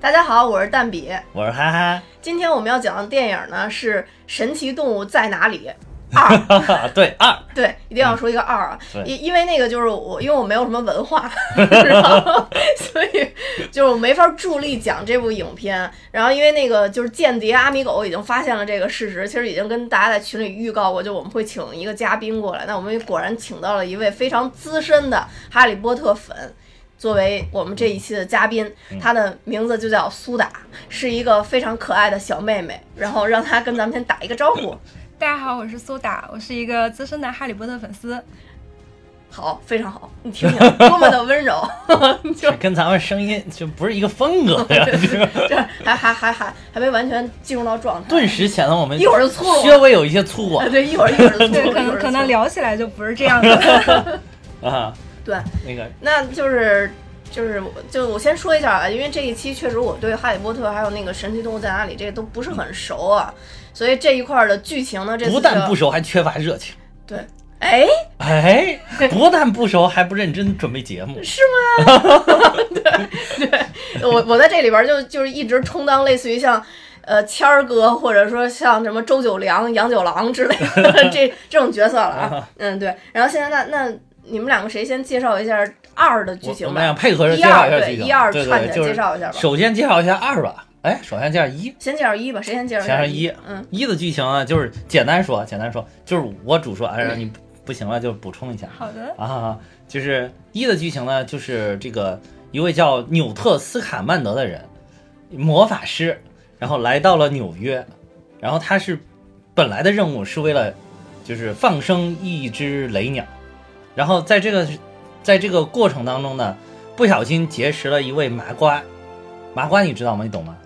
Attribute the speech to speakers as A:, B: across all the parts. A: 大家好，我是蛋比。
B: 我是憨憨。
A: 今天我们要讲的电影呢是《神奇动物在哪里》二，
B: 哈哈，对二，
A: 对，一定要说一个二啊，
B: 对
A: 因因为那个就是我，因为我没有什么文化， 然后所以就是我没法助力讲这部影片。然后因为那个就是间谍阿米狗已经发现了这个事实，其实已经跟大家在群里预告过，就我们会请一个嘉宾过来。那我们果然请到了一位非常资深的哈利波特粉。作为我们这一期的嘉宾，她的名字就叫苏打，是一个非常可爱的小妹妹。然后让她跟咱们先打一个招呼。
C: 大家好，我是苏打，我是一个资深的哈利波特 粉丝。
A: 好，非常好，你听 听，多么的温柔，就
B: 跟咱们声音就不是一个风格 呀，就是
A: 这还还还还还没完全进入到状态，
B: 顿时显得我们
A: 一会儿就粗鲁了
B: 稍微有一些粗
A: 啊
B: 犷
A: 对，一会儿一会儿就
C: 对，
A: 错
C: 可
A: 一会
C: 能
A: 儿
C: 可
A: 就
C: 能
A: 错
C: 聊起来就不是这样 的。
B: 啊。
A: 对，
B: 那个
A: 那就是就是我就我先说一下吧，啊因为这一期确实我对《哈利波特》还有那个《神奇动物在哪里》这都不是很熟啊，所以这一块儿的剧情呢，这次
B: 不但
A: 就
B: 不熟，还缺乏热情。
A: 对，哎，
B: 哎，不但不熟，还不认真准备节目。
A: 是吗？对对，我我在这里边儿就就是一直充当类似于像。呃，谦儿哥，或者说像什么周九良、杨九郎之类的 这这种角色了啊，嗯，对。然后现在那那你们两个谁先介绍一下二的剧
B: 我
A: 情
B: 我
A: 吧？
B: 们俩配合着
A: 一
B: 介绍
A: 二
B: 一下
A: 对
B: 剧情，
A: 一二
B: 对
A: 串起
B: 对，
A: 来
B: 就
A: 介
B: 是
A: 绍一下吧。
B: 首先介绍一下二吧。哎，首先介绍一，
A: 先介绍一吧，谁先介绍一
B: 先
A: 下？
B: 说一
A: 嗯，
B: 一的剧情啊，就是简单说，简单说，就是我主说，哎，
A: 嗯
B: 让你不行了就补充一下。
C: 好的，
B: 啊，就是一的剧情呢，就是这个一位叫纽特斯卡曼德的人，魔法师，然后来到了纽约，然后他是本来的任务是为了就是放生一只雷鸟，然后在这个在这个过程当中呢，不小心结识了一位麻瓜，麻瓜你知道吗？你懂吗？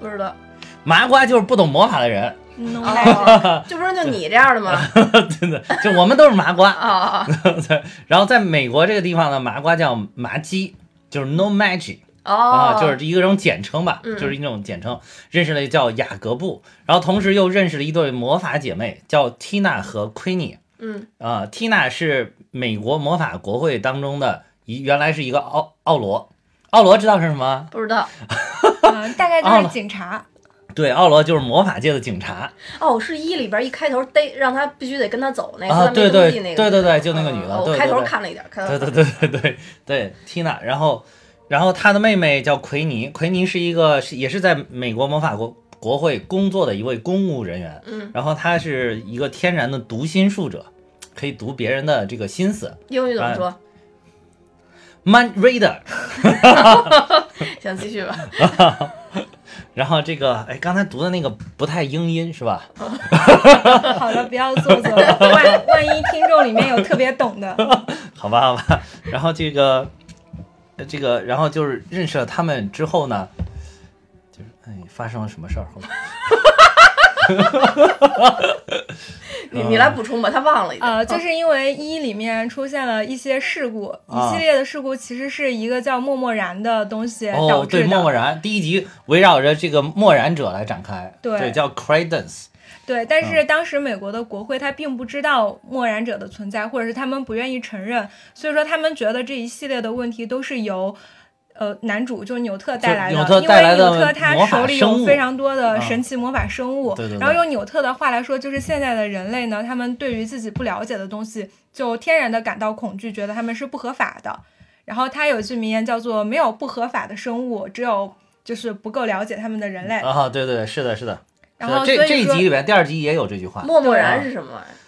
A: 不知 道，
B: 麻瓜就是不懂魔法的人，
C: 嗯，我来
A: 哦，这不是就你这样的吗？
B: 真的，就我们都是麻瓜
A: 啊， 啊
B: 然后在美国这个地方呢，麻瓜叫麻鸡，就是 no magic。
A: 啊！哦
B: 啊，就是一个种简称吧，
A: 嗯
B: 就是一种简称。认识了叫雅各布，然后同时又认识了一对魔法姐妹，叫缇娜和奎尼。
A: 嗯
B: 啊，缇娜是美国魔法国会当中的一，原来是一个奥奥罗。奥罗知道是什么？
A: 不知道
C: 嗯，大概
B: 哦
C: 就
B: 了
C: 是警察。
B: 对，奥罗就是魔法界的警察
A: 哦，是一里边一开头逮让他必须得跟他走那个，
B: 啊，
A: 哎跟他没
B: 对对
A: 东西那个，
B: 对对对，就那个女
A: 嗯
B: 的，
A: 我
B: 对
A: 开
B: 对
A: 头
B: 对
A: 看了一点，看
B: 对对对对对对，Tina，然后然后她的妹妹叫奎尼，奎尼是一个是也是在美国魔法国国会工作的一位公务人员，
A: 嗯，
B: 然后她是一个天然的读心术者，可以读别人的这个心思
A: 英语怎么说？
B: ，mind reader。哎
A: 行，继续 吧。
B: 然后这个哎，刚才读的那个不太英音是吧？
A: 哦
C: 好的，不要 做作，万万一听众里面有特别懂的，
B: 好吧，好吧。然后这个，呃这个，然后就是认识了他们之后呢，就是哎，发生了什么事儿？后面
A: 你你来补充
B: 嗯
A: 吧，他忘了已经。
C: 呃，就是因为一里面出现了一些事故，
B: 啊
C: 一系列的事故其实是一个叫默默然的东西呃导
B: 哦，
C: 致
B: 对，
C: 的。
B: 默默然第一集围绕着这个默然者来展开，
C: 对
B: 叫 Credence，
C: 对，但
B: 嗯
C: 是当时美国的国会他并不知道默然者的存在，或者是他们不愿意承认，所以说他们觉得这一系列的问题都是由。呃，男主就是纽特带来的，
B: 就纽特
C: 因
B: 带来
C: 为
B: 的
C: 纽特他
B: 魔法
C: 手里
B: 生
C: 有
B: 物
C: 非常多的
B: 嗯
C: 神奇魔法生物，
B: 对对对
C: 然后用纽特的话来说，就是现在的人类呢，他们对于自己不了解的东西，就天然的感到恐惧，觉得他们是不合法的。然后他有一句名言叫做“没有不合法的生物，只有就是不够了解他们的人类”
B: 啊，对对对，是的，是的。
C: 然后
B: 是啊
C: 所
B: 的这这一
C: 以说
B: 集里边，第二集也有这句话。
A: 默默然是什么玩意儿？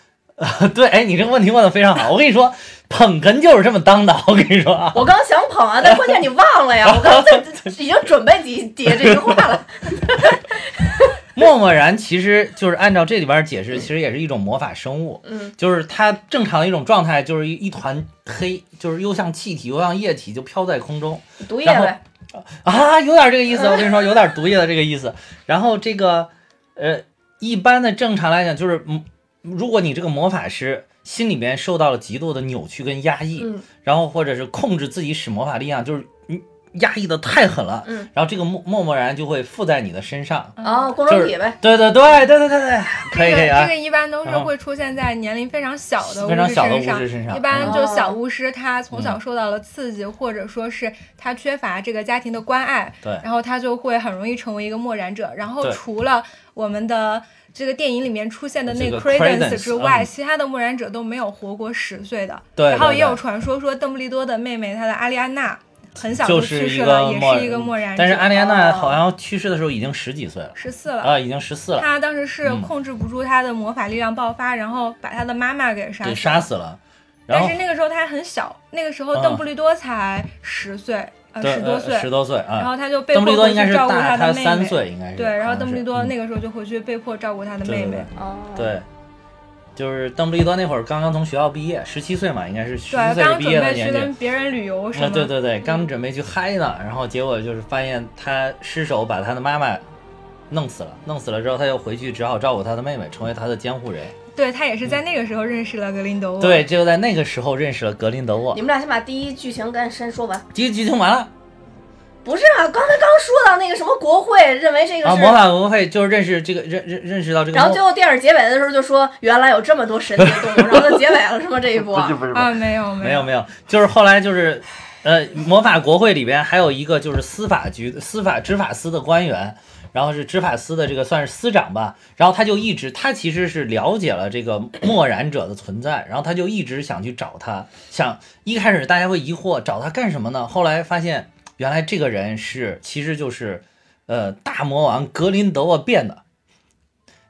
B: 对，哎，你这个问题问的非常好。我跟你说，捧哏就是这么当的。 我跟你说啊，
A: 我刚想捧啊，但关键你忘 了呀！我刚在已经准备几几这句话了。
B: 默默然其实就是按照这里边解释，其实也是一种魔法生物。
A: 嗯，
B: 就是它正常的一种状态，就是一一团黑，就是又像气体又像液体，就飘在空中
A: 毒液
B: 然后
A: 呗。
B: 啊，有点这个意思。我跟你说，有点毒液的这个意思。然后这个，呃，一般的正常来讲，就是嗯如果你这个魔法师心里面受到了极度的扭曲跟压抑，
A: 嗯
B: 然后或者是控制自己使魔法力量，就是你嗯压抑的太狠了，
A: 嗯，
B: 然后这个默默默然就会附在你的身上，
A: 哦，
C: 嗯
A: 光
B: 就
A: 荣
B: 是
A: 体呗，
B: 对对对对对对对，可以
C: 这
B: 可以
C: 个这
B: 啊
C: 个，一般都是
B: 然后
C: 会出现在年龄非常小的巫
B: 非常
C: 师
B: 小的
C: 身
B: 巫
C: 上
B: 师，身上，
C: 一般
B: 嗯
C: 就是小巫师，他从小受到了刺激，或者说是他缺乏这个家庭的关爱，
B: 对
C: 然后他就会很容易成为一个漠然者。然后
B: 对
C: 除了我们的这个电影里面出现的那
B: 这个
C: Credence
B: Credence，
C: 之外，
B: 嗯
C: 其他的漠然者都没有活过十岁的。
B: 对，
C: 然后
B: 对
C: 也有
B: 对
C: 传说说邓布利多的妹妹，她的阿丽安娜，很小
B: 就
C: 去
B: 是一
C: 世
B: 个
C: 了，也
B: 漠嗯
C: 是一个漠然者。
B: 但是安莲娜
A: 哦
B: 好像去世的时候已经十几岁了，
C: 十四了。
B: 啊，已经十四了，
C: 他当时是
B: 嗯
C: 控制不住他的魔法力量爆发，然后把他的妈妈给杀死
B: 给
C: 了。
B: 杀死了，然
C: 但
B: 后
C: 是那个时候他还很小，那个时候
B: 嗯
C: 邓布利多才十岁，呃，
B: 对
C: 十多岁
B: 呃，十多岁
C: 然
B: 啊，
C: 后他就被
B: 邓布利
C: 迫
B: 多
C: 地
B: 应该
C: 去
B: 是
C: 照顾
B: 大
C: 的
B: 他
C: 妹
B: 三
C: 妹。
B: 岁，应该是嗯
C: 对，然后邓布利多那
B: 个
C: 个时候就回去被迫照顾他的
B: 对
C: 妹
B: 对
C: 妹。嗯
A: 哦，
B: 对，就是邓布利多那会儿刚刚从学校毕业，十七岁嘛，应该是十
C: 对
B: 七，岁
C: 刚
B: 毕
C: 准
B: 业的
C: 备去
B: 年
C: 跟
B: 纪。
C: 别人旅游什
B: 啊，
C: 么，
B: 对对对，
C: 嗯
B: 刚准备去嗨呢，然后结果就是发现他失手把他的妈妈弄死了，弄死了之后他又回去，只好照顾他的妹妹，成为他的监护人。
C: 对他也是在那个时候认识了格林德沃。
B: 对，就在那个时候认识了格林德沃
A: 你。们俩先把第一剧情赶紧先说完。
B: 第一集听完了
A: 不是啊，刚才刚说到那个什么国会，认为这个
B: 啊，
A: 是，
B: 魔法国会就是认识这个认认认识到这个
A: 然后
B: 魔，
A: 最后电影结尾的时候就说原来有这么多神奇的动物，然后就结尾了，是吗？这一部
D: 不是
C: 啊，没有
B: 没有
C: 有
B: 没有，就是后来就是，呃，魔法国会里边还有一个就是司法局、司法执法司的官员，然后是执法司的这个算是司长吧，然后他就一直他其实是了解了这个漠然者的存在，然后他就一直想去找他，想一开始大家会疑惑找他干什么呢？后来发现原来这个人是其实就是，呃，大魔王格林德沃变的。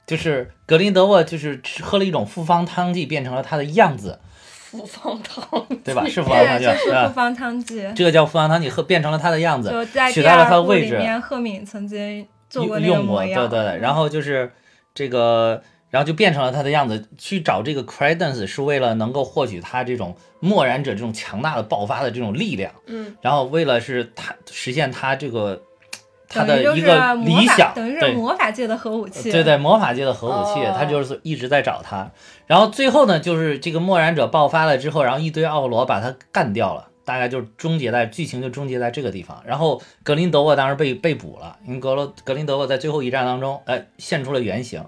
B: 就是格林德沃，就是吃喝了一种复方汤剂，变成了他的样子，
A: 复方汤，
B: 对 吧？是复方汤
C: 对，啊
B: 剂，
C: 就是
B: 吧
C: 复方汤剂，
B: 这个叫复方汤，你喝变成了他啊的样子，
C: 就在
B: 取
C: 第
B: 代了他
C: 二
B: 的
C: 部
B: 位
C: 里
B: 置
C: 面，赫敏曾经做过
B: 用
C: 那个
B: 用过，
C: 模
B: 对
C: 样。嗯
B: 对对，然后就是这个，然后就变成了他的样子。去找这个 credence 是为了能够获取他这种漠然者这种强大的爆发的这种力量，
A: 嗯，
B: 然后为了是他实现他这个他
C: 等于就
B: 的一
C: 是啊
B: 个
C: 魔
B: 理
C: 法，
B: 想，
C: 等于是
B: 对
C: 魔法界的核武器。
B: 对对，魔法界的核武器，
A: 哦
B: 他就是一直在找他。然后最后呢，就是这个漠然者爆发了之后，然后一堆奥罗把他干掉了，大概就是终结在剧情就终结在这个地方。然后格林德沃当时被被捕了，因为格罗格林德沃在最后一战当中，呃，现出了原形，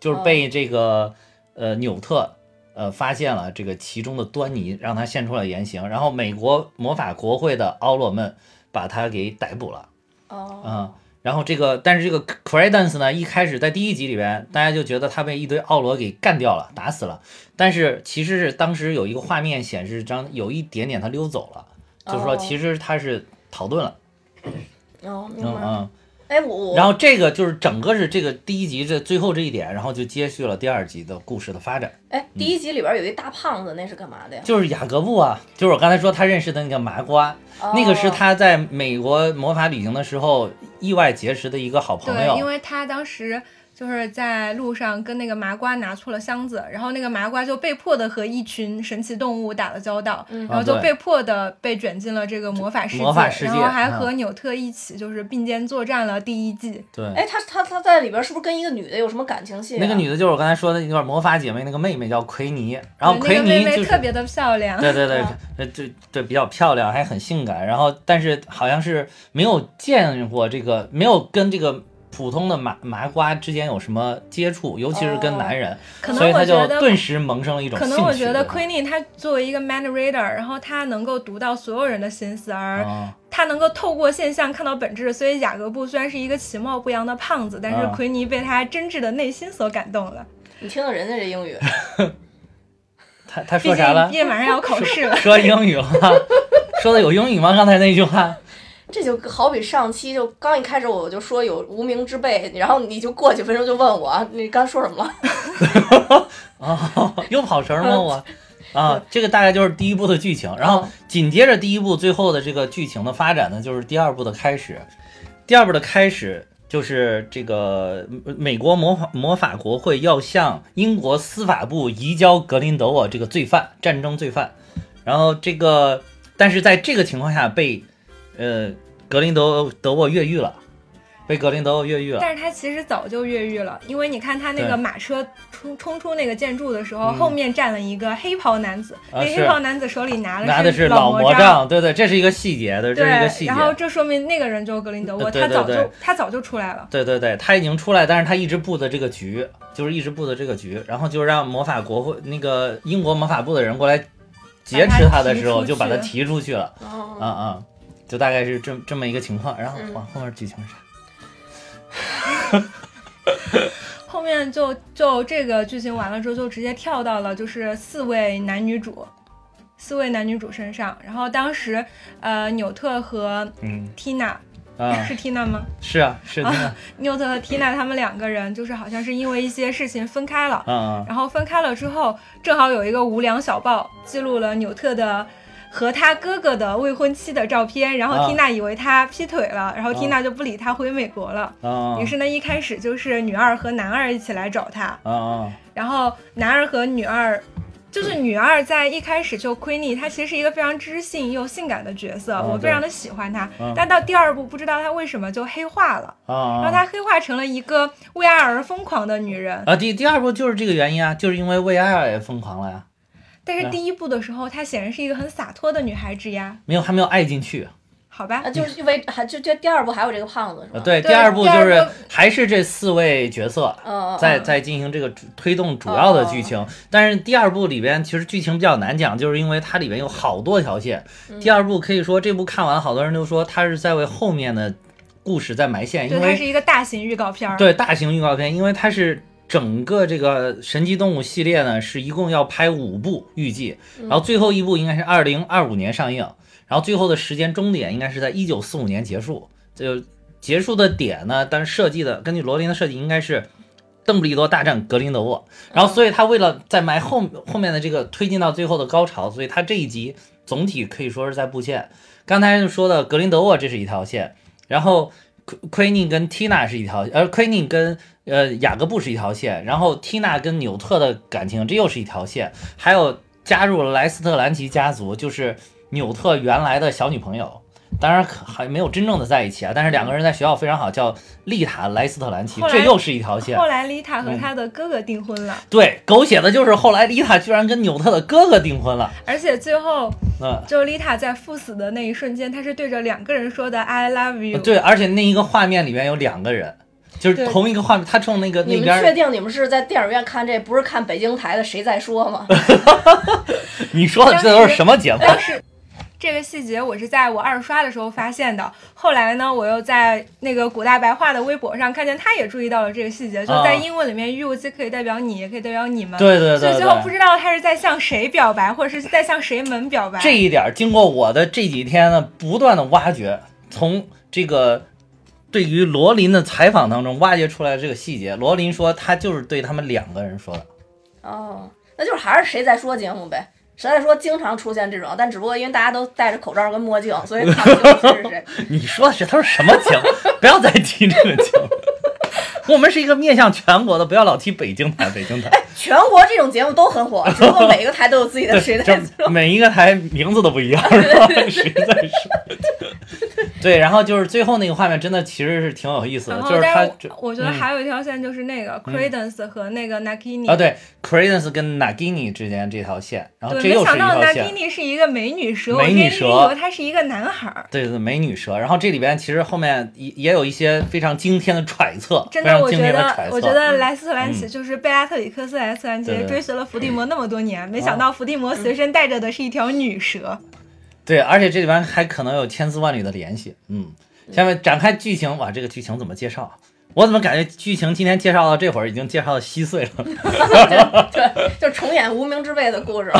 B: 就是被这个、呃纽特。呃，发现了这个其中的端倪，让他现出了原形。然后美国魔法国会的奥洛们把他给逮捕了。
A: 哦，
B: 嗯，然后这个，但是这个 Credence 呢，一开始在第一集里边，大家就觉得他被一堆奥罗给干掉了，打死了。但是其实是当时有一个画面显示，张有一点点他溜走了，就是说
A: 哦
B: 其实他是逃遁了。
A: 哦，明
B: 嗯
A: 白了。
B: 嗯。
A: 哎，我我
B: 然后这个就是整个是这个第一集这最后这一点，然后就接续了第二集的故事的发展，
A: 哎，第一集里边有一大胖子，那是干嘛的呀？
B: 嗯就是雅各布啊，就是我刚才说他认识的那个麻瓜，那个是
A: 哦
B: 他在美国魔法旅行的时候意外结识的一个好朋
C: 对，
B: 友
C: 因。为他当时就是在路上跟那个麻瓜拿错了箱子，然后那个麻瓜就被迫的和一群神奇动物打了交道，
A: 嗯
C: 然后
B: 啊
C: 就
B: 对
C: 被迫的被卷进了这个魔法世界，
B: 魔法世界嗯
C: 然后还和纽特一起就是并肩作战了第一季。
B: 对，
A: 哎，他他他在里边是不是跟一个女的有什么感情戏啊？
B: 那个女的就是我刚才说的那段魔法姐妹那个妹妹叫奎尼，然后
C: 对那
B: 奎
C: 个
B: 尼
C: 妹
B: 就是、
C: 妹特别嗯的漂亮，
B: 对对对
A: 啊，
B: 呃对对比较漂亮，还很性感，然后但是好像是没有见过这个，没有跟这个普通的麻麻瓜之间有什么接触，尤其是跟男人，
C: 哦可
B: 所
C: 能
B: 以
C: 我
B: 他
C: 觉
B: 就
C: 得。
B: 顿时萌生了一种
C: 可
B: 兴趣。
C: 能我觉得
B: 对吧
C: Queenie 她作为一个 mind reader，然后她能够读到所有人的心思，而
B: 啊
C: 他能够透过现象看到本质，所以雅各布虽然是一个其貌不扬的胖子，但是
B: 啊
C: 奎尼被他真挚的内心所感动了。
A: 你听听人家这英语，
B: 他他
C: 毕
B: 说啥
C: 竟
B: 了？，
C: 也马上要考试了
B: 说英语了， 说的有英语吗？刚才那句话。
A: 这就好比上期就刚一开始我就说有无名之辈，然后你就过几分钟就问我你刚说什么了？
B: 哦， 又跑神儿
C: 嗯
B: 吗我？啊，这个大概就是第一部的剧情，然后紧接着第一部最后的这个剧情的发展呢，就是第二部的开始。第二部的开始就是这个呃美国魔法魔法国会要向英国司法部移交格林德沃这个罪犯，战争罪犯。然后这个，但是在这个情况下被呃格林德德沃越狱了。被格林德沃越狱了。
C: 但是他其实早就越狱了，因为你看他那
B: 对
C: 个马车冲冲出那个建筑的时候，
B: 嗯
C: 后面站了一个黑袍男子，
B: 啊
C: 那
B: 是
C: 黑袍男子手里拿的
B: 拿的是
C: 老
B: 老魔
C: 杖。
B: 杖，对对，这是一个细节对，这是一个细节
C: 对，然。后这说明那个人就是格林德沃，
B: 对
C: 他早
B: 对对
C: 就他早就出来了。
B: 对对对，他已经出来，但是他一直布的这个局，就是一直布的这个局，然后就让魔法国会那个英国魔法部的人过来劫持他的时候，
C: 把他
B: 就把他提
C: 提出去
B: 出去了。
A: 哦
B: 啊啊、就大概是这这么一个情况。然后
A: 嗯
B: 往后面剧情是啥？
C: 后面就就这个剧情完了之后，就直接跳到了就是四位男女主，四位男女主身上。然后当时，呃，纽特和
B: 嗯
C: Tina、
B: 啊，
C: 是 Tina 吗？
B: 是啊，是的， 啊
C: 纽特和 Tina 他们两个人就是好像是因为一些事情分开了。
B: 啊
C: 然后分开了之后，正好有一个无良小报记录了纽特的和他哥哥的未婚妻的照片，然
B: 啊
C: 后缇娜以为他劈腿了，然后
B: 啊
C: 缇娜就不理他回美国了。
B: 啊
C: 于是呢，一开始就是女二和男二一起来找他，
B: 啊啊
C: 然后男二和女二，就是女二在一开始就 Queenie，她其实是一个非常知性又性感的角色，
B: 啊
C: 我
B: 对
C: 非常的喜欢她。
B: 嗯
C: 但到第二部，不知道她为什么就黑化了，
B: 啊
C: 然后
B: 啊！
C: 她黑化成了一个为爱而疯狂的女人。
B: 啊，第第二部就是这个原因啊，就是因为为爱而疯狂了呀，
C: 但是
B: 嗯
C: 第一部的时候，她显然是一个很洒脱的女孩子呀，
B: 没有还没有爱进去。
C: 好吧
A: 啊，？就是因为还就这第二部还有这个胖子是
B: 啊，
A: 吧？，
B: 对，
C: 对
B: 第二部
C: 第
B: 就
C: 二
B: 是
C: 部
B: 还是这四位角色
A: 嗯，
B: 在
A: 嗯
B: 在进行这个主推动主要的剧
C: 哦
B: 情，但是第二部里边其实剧情比较难讲，就是因为它里边有好多条线。
C: 嗯
B: 第二部可以说这部看完，好多人都说它是在为后面的故事在埋线，
C: 对，
B: 因
C: 它是
B: 为
C: 一个大型预告片儿。
B: 对大型预告片，因为它是。整个这个《神奇动物》系列呢，是一共要拍五部，预计，
C: 嗯
B: 然后最后一部应该是二零二五年上映，然后最后的时间终点应该是在一九四五年结束。就结束的点呢，但是设计的根据罗琳的设计应该是邓布利多大战格林德沃，然
C: 嗯
B: 后所以他为了在埋后后面的这个推进到最后的高潮，所以他这一集总体可以说是在布线。刚才说的格林德沃这是一条线，然后 Queenie 跟 Tina 是一条，呃，Queenie 跟呃雅各布是一条线，然后 Tina 跟纽特的感情这又是一条线，还有加入了莱斯特兰奇家族，就是纽特原来的小女朋友。当然可还没有真正的在一起啊，但是两个人在学校非常好，叫丽塔莱斯特兰奇
C: 后，来
B: 这又是一嗯条线。
C: 后来丽塔和她的哥哥订婚了，
B: 对，狗血的就是后来丽塔居然跟纽特的哥哥订婚了。
C: 而且最后
B: 嗯，
C: 就丽塔在赴死的那一瞬间，她是对着两个人说的 “I love you”。
B: 对，而且那一个画面里面有两个人，就是
C: 对
B: 同一个画面，他冲那个
A: 你
B: 那边
A: 们确
B: 儿，
A: 定你们是在电影院看这，不是看北京台的《谁在说》 吗？
B: 你说的这都是什么节目？
C: 当时这个细节我是在我二刷的时候发现的，后来呢，我又在那个古大白话的微博上看见他也注意到了这个细节，就
B: 啊
C: 在英文里面 “you” 既可以代表你，也可以代表你们。
B: 对对对
C: 所以最后不
B: 对。
C: 知道他是在向谁表白，或者是在向谁们表白。
B: 这一点儿经过我的这几天呢不断的挖掘，从这个对于罗琳的采访当中挖掘出来这个细节。罗琳说他就是对他们两个人说的。
A: 哦，那就是还是《谁在说》节目呗。谁在说经常出现这种，但只不过因为大家都戴着口罩跟墨镜，所以看不清谁是谁。
B: 你说的这都是什么节目？ 不要再提这个节目。 我们是一个面向全国的，不要老提北京台，北京台。
A: 全国这种节目都很 火，只不过每个台都有自己的谁在
B: 这
A: 说。
B: 每一个台名字都不一样，是 吧？谁在说？ 对，然后就是最后那个画面，真的其实是挺有意思的，
C: 然
B: 就
C: 后，
B: 是他
C: 但
B: 这嗯
C: 是我我觉得还有一条线就是那个 Credence 和那个 Nakini
B: 啊，对，Credence 跟 Nagini 之间这条线，然后
C: 对
B: 啊这又
C: 没
B: 是
C: 想
B: 一
C: 到
B: 条线。
C: Nakini 是一个美女蛇，我
B: 美
C: 之
B: 女
C: 前一直
B: 蛇
C: 以为他是一个男孩儿。
B: 对对，美女蛇。然后这里边其实后面也也有一些非常惊天的揣测，
C: 真
B: 非
C: 的，
B: 常
C: 我
B: 惊
C: 觉
B: 天的
C: 得
B: 揣，测。
C: 我觉得莱斯特兰
B: 嗯
C: 奇就是贝拉特里克斯莱斯特兰奇
B: 对嗯对
C: 追随了伏地魔那么多年，没想到伏地魔随身带着的是一条女蛇。
B: 对，而且这里边还可能有千丝万缕的联系。嗯，下面展开剧情，哇，这个剧情怎么介绍啊？我怎么感觉剧情今天介绍到这会儿已经介绍的稀碎了？
A: 对，就重演无名之辈的故事。